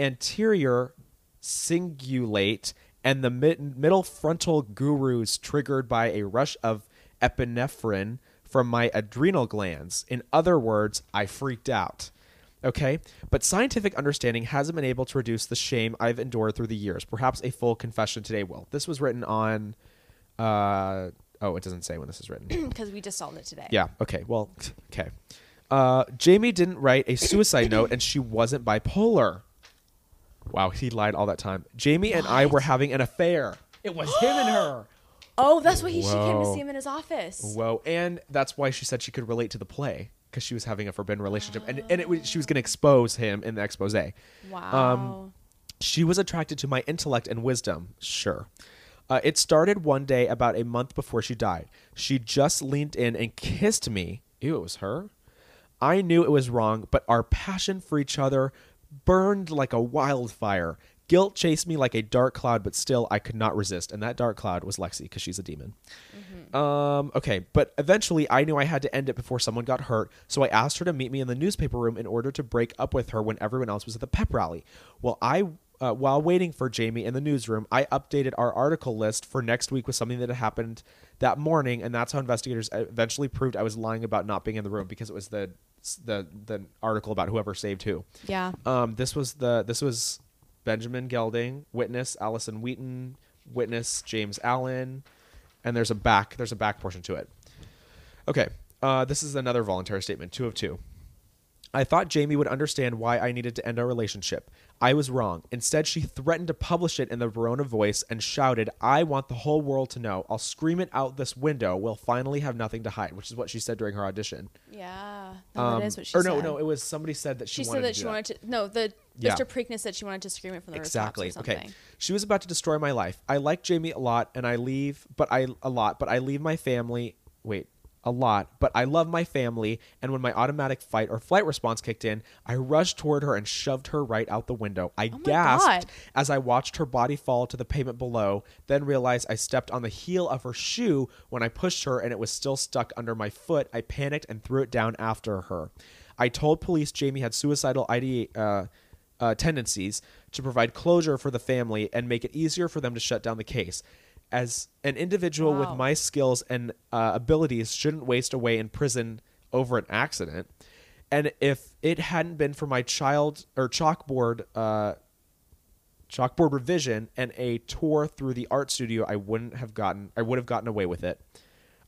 A: anterior cingulate and the mid- middle frontal guros triggered by a rush of epinephrine from my adrenal glands. In other words, I freaked out. Okay? But scientific understanding hasn't been able to reduce the shame I've endured through the years. Perhaps a full confession today will. This was written on. Uh, oh, it doesn't say when this is written.
B: because we just solved it today.
A: Yeah. Okay. Well. Okay. Uh, Jamie didn't write a suicide note, and she wasn't bipolar. Wow, he lied all that time. Jamie and I were having an affair. It was him and her.
B: Oh, that's why he, she came to
A: Whoa.
B: see him in his office.
A: Whoa, and that's why she said she could relate to the play because she was having a forbidden relationship, and and it was, she was going to expose him in the expose.
B: Wow.
A: um, She was attracted to my intellect and wisdom. Sure. Uh, it started one day about a month before she died. She just leaned in and kissed me. Ew, it was her? I knew it was wrong, but our passion for each other burned like a wildfire. Guilt chased me like a dark cloud, but still I could not resist. And that dark cloud was Lexi because she's a demon. Um, okay, but eventually I knew I had to end it before someone got hurt, so I asked her to meet me in the newspaper room in order to break up with her when everyone else was at the pep rally. Well, I uh, while waiting for Jamie in the newsroom, I updated our article list for next week with something that had happened that morning, and that's how investigators e-, eventually proved I was lying about not being in the room because it was the the the article about whoever saved who.
B: yeah.
A: Um, this was the this was Benjamin Gelding, witness Allison Wheaton, witness James Allen, and there's a back there's a back portion to it. Okay, uh, this is another voluntary statement, two of two. I thought Jamie would understand why I needed to end our relationship. I was wrong. Instead, she threatened to publish it in the Verona voice and shouted, I want the whole world to know. I'll scream it out this window. We'll finally have nothing to hide, which is what she said during her audition.
B: Yeah. No, Oh, that
A: Um,
B: is what she
A: or
B: said.
A: no, no, it was somebody said that she,
B: she
A: wanted
B: said that
A: to do
B: she wanted to. No, the
A: Yeah.
B: Mr. Preakness said she wanted to scream it from the
A: exactly
B: rooftops or
A: okay
B: something.
A: she was about to destroy my life i like jamie a lot and i leave but i a lot but i leave my family wait a lot but i love my family and when my automatic fight or flight response kicked in i rushed toward her and shoved her right out the window i
B: Oh my
A: gasped
B: God.
A: as i watched her body fall to the pavement below then realized i stepped on the heel of her shoe when i pushed her and it was still stuck under my foot i panicked and threw it down after her i told police jamie had suicidal ide- uh, uh, tendencies to provide closure for the family and make it easier for them to shut down the case. As an individual
B: Wow.
A: with my skills and uh, abilities shouldn't waste away in prison over an accident. And if it hadn't been for my child or chalkboard, uh, chalkboard revision and a tour through the art studio, I wouldn't have gotten. I would have gotten away with it.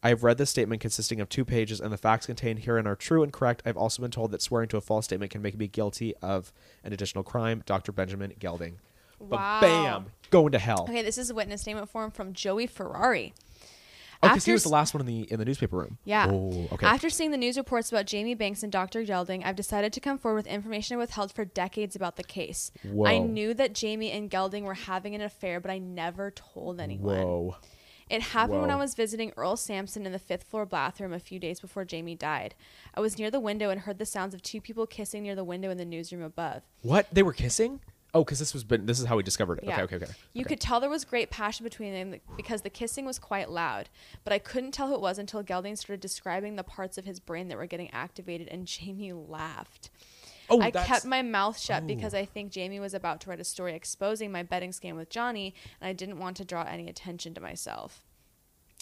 A: I have read this statement consisting of two pages, and the facts contained herein are true and correct. I've also been told that swearing to a false statement can make me guilty of an additional crime. Dr. Benjamin Gelding.
B: Wow.
A: But bam, going to hell.
B: Okay, this is a witness statement form from Joey Ferrari.
A: Oh, because he
B: After
A: was the
B: s-
A: last one in the in the newspaper room.
B: Yeah.
A: Oh, okay.
B: After seeing the news reports about Jamie Banks and Dr. Gelding, I've decided to come forward with information I withheld for decades about the case. I
A: Whoa.
B: knew that Jamie and Gelding were having an affair, but I never told anyone.
A: Whoa.
B: It happened when I
A: Whoa.
B: was visiting Earl Sampson in the fifth floor bathroom a few days before Jamie died. I was near the window and heard the sounds of two people kissing near the window in the newsroom above.
A: What? They were kissing? Oh, because this was been this is how we discovered it.
B: Yeah.
A: Okay, okay, okay.
B: You
A: Okay.
B: could tell there was great passion between them because the kissing was quite loud, but I couldn't tell who it was until Gelding started describing the parts of his brain that were getting activated, and Jamie laughed.
A: Oh,
B: I
A: that's- Oh.
B: kept my mouth shut because I think Jamie was about to write a story exposing my betting scam with Johnny, and I didn't want to draw any attention to myself.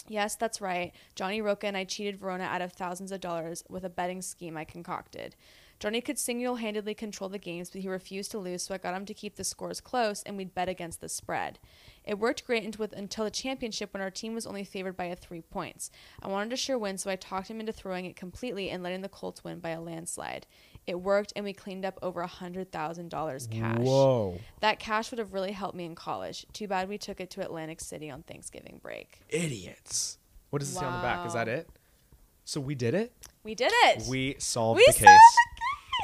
B: Yes, that's right. Johnny Roca and I cheated Verona out of thousands of dollars with a betting scheme I concocted. Johnny could single handedly control the games, but he refused to lose, so I got him to keep the scores close and we'd bet against the spread. It worked great until, until the championship when our team was only favored by a three points. I wanted to sure win, so I talked him into throwing it completely and letting the Colts win by a landslide. It worked, and we cleaned up over a $100,000 cash.
A: Whoa.
B: That cash would have really helped me in college. Too bad we took it to Atlantic City on Thanksgiving break.
A: Idiots. What does it say on the back? Is
B: Wow.
A: that it? So we did it?
B: We did it!
A: We solved
B: We
A: the case.
B: solved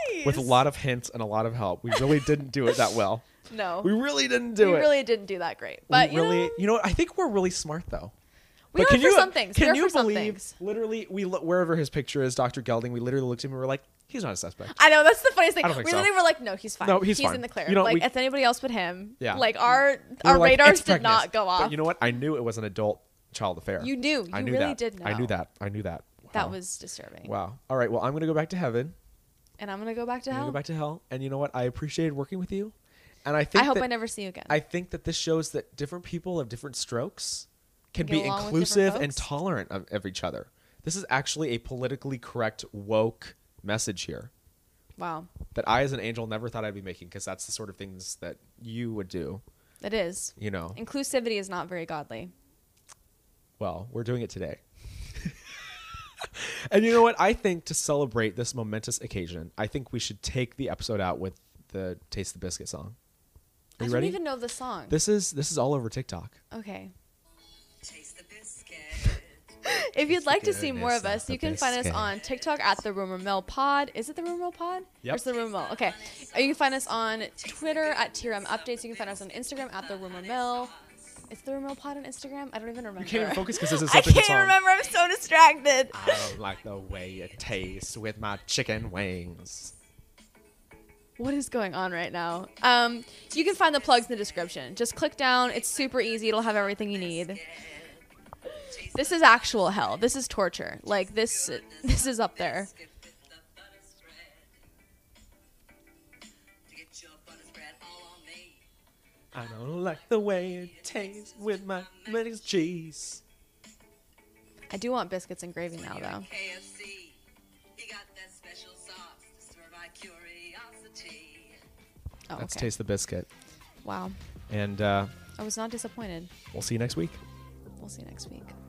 B: the case!
A: with a lot of hints and a lot of help. We really didn't do it that well.
B: No.
A: We really didn't do
B: Oh. we
A: it.
B: really didn't do that great. But
A: we
B: you
A: really,
B: know,
A: you know what? I think we're really smart though.
B: we
A: But
B: went
A: can
B: for
A: you-
B: some things. We
A: Can
B: went
A: you
B: for some
A: believe?
B: things.
A: Literally, we lo- wherever his picture is, Dr. Gelding. We literally looked at him and we were like, "He's not a suspect."
B: I know that's the funniest thing.
A: I
B: We
A: don't think so.
B: literally were like, no, he's fine.
A: No, he's fine.
B: in the clear.
A: You know,
B: like
A: we-
B: if anybody else but him,
A: Yeah.
B: like our
A: We
B: our
A: were like,
B: radars
A: "It's
B: did not
A: pregnant."
B: go off.
A: But you know what? I knew it was an adult child affair.
B: You knew.
A: I
B: You
A: knew
B: really
A: that.
B: did
A: I
B: know.
A: knew that. I knew that.
B: that
A: Wow.
B: was disturbing.
A: wow. All right. Well, I'm gonna go back to heaven.
B: And I'm gonna go back to
A: I'm gonna
B: hell.
A: go back to hell. And you know what? I appreciated working with you. And I think
B: I hope
A: that-
B: I never see you again.
A: I think that this shows that different people of different strokes can
B: Get
A: be
B: along with
A: inclusive
B: different
A: and
B: folks?
A: tolerant of, of each other. This is actually a politically correct woke message here
B: Wow.
A: that I, as an angel, never thought I'd be making because that's the sort of things that you would do.
B: It is.
A: You know,
B: Inclusivity is not very godly.
A: well, we're doing it today. and you know what? I think to celebrate this momentous occasion, I think we should take the episode out with the "Taste the Biscuit" song. Are
B: I
A: you
B: don't
A: ready?
B: even know the song.
A: This is this is all over TikTok.
B: okay.
C: Taste the biscuit.
B: If you'd like to see
A: goodness
B: more of
A: of
B: us,
A: the
B: you can find us
A: biscuit.
B: on TikTok at the Rumor Mill Pod. Is it the Rumor Mill Pod?
A: Yep.
B: Or is it the Rumor Mill? Okay. Or you can find us on Twitter at TRM Updates. You can find us on Instagram at the Rumor Mill. It's the Rumor Mill Pod on Instagram. I don't even remember.
A: You can't even focus because this is
B: I
A: such a good
B: can't
A: song.
B: remember. I'm so distracted.
A: I don't like the way it tastes with my chicken wings.
B: What is going on right now? Um, you can find the plugs in the description. Just click down. It's super easy. It'll have everything you need. This is actual hell. This is torture. Like this. This is up there.
C: Biscuit with the butter spread. To get your butter spread all on me.
A: I don't like the way it tastes with my mixed cheese.
B: I do want biscuits and gravy now,
C: You're at
B: though.
C: KFC. You got that special sauce to stir my curiosity.
B: Oh,
A: Let's
B: okay.
A: taste the biscuit,
B: Wow.
A: and uh,
B: I was not disappointed.
A: we'll see you next week.
B: We'll see you next week.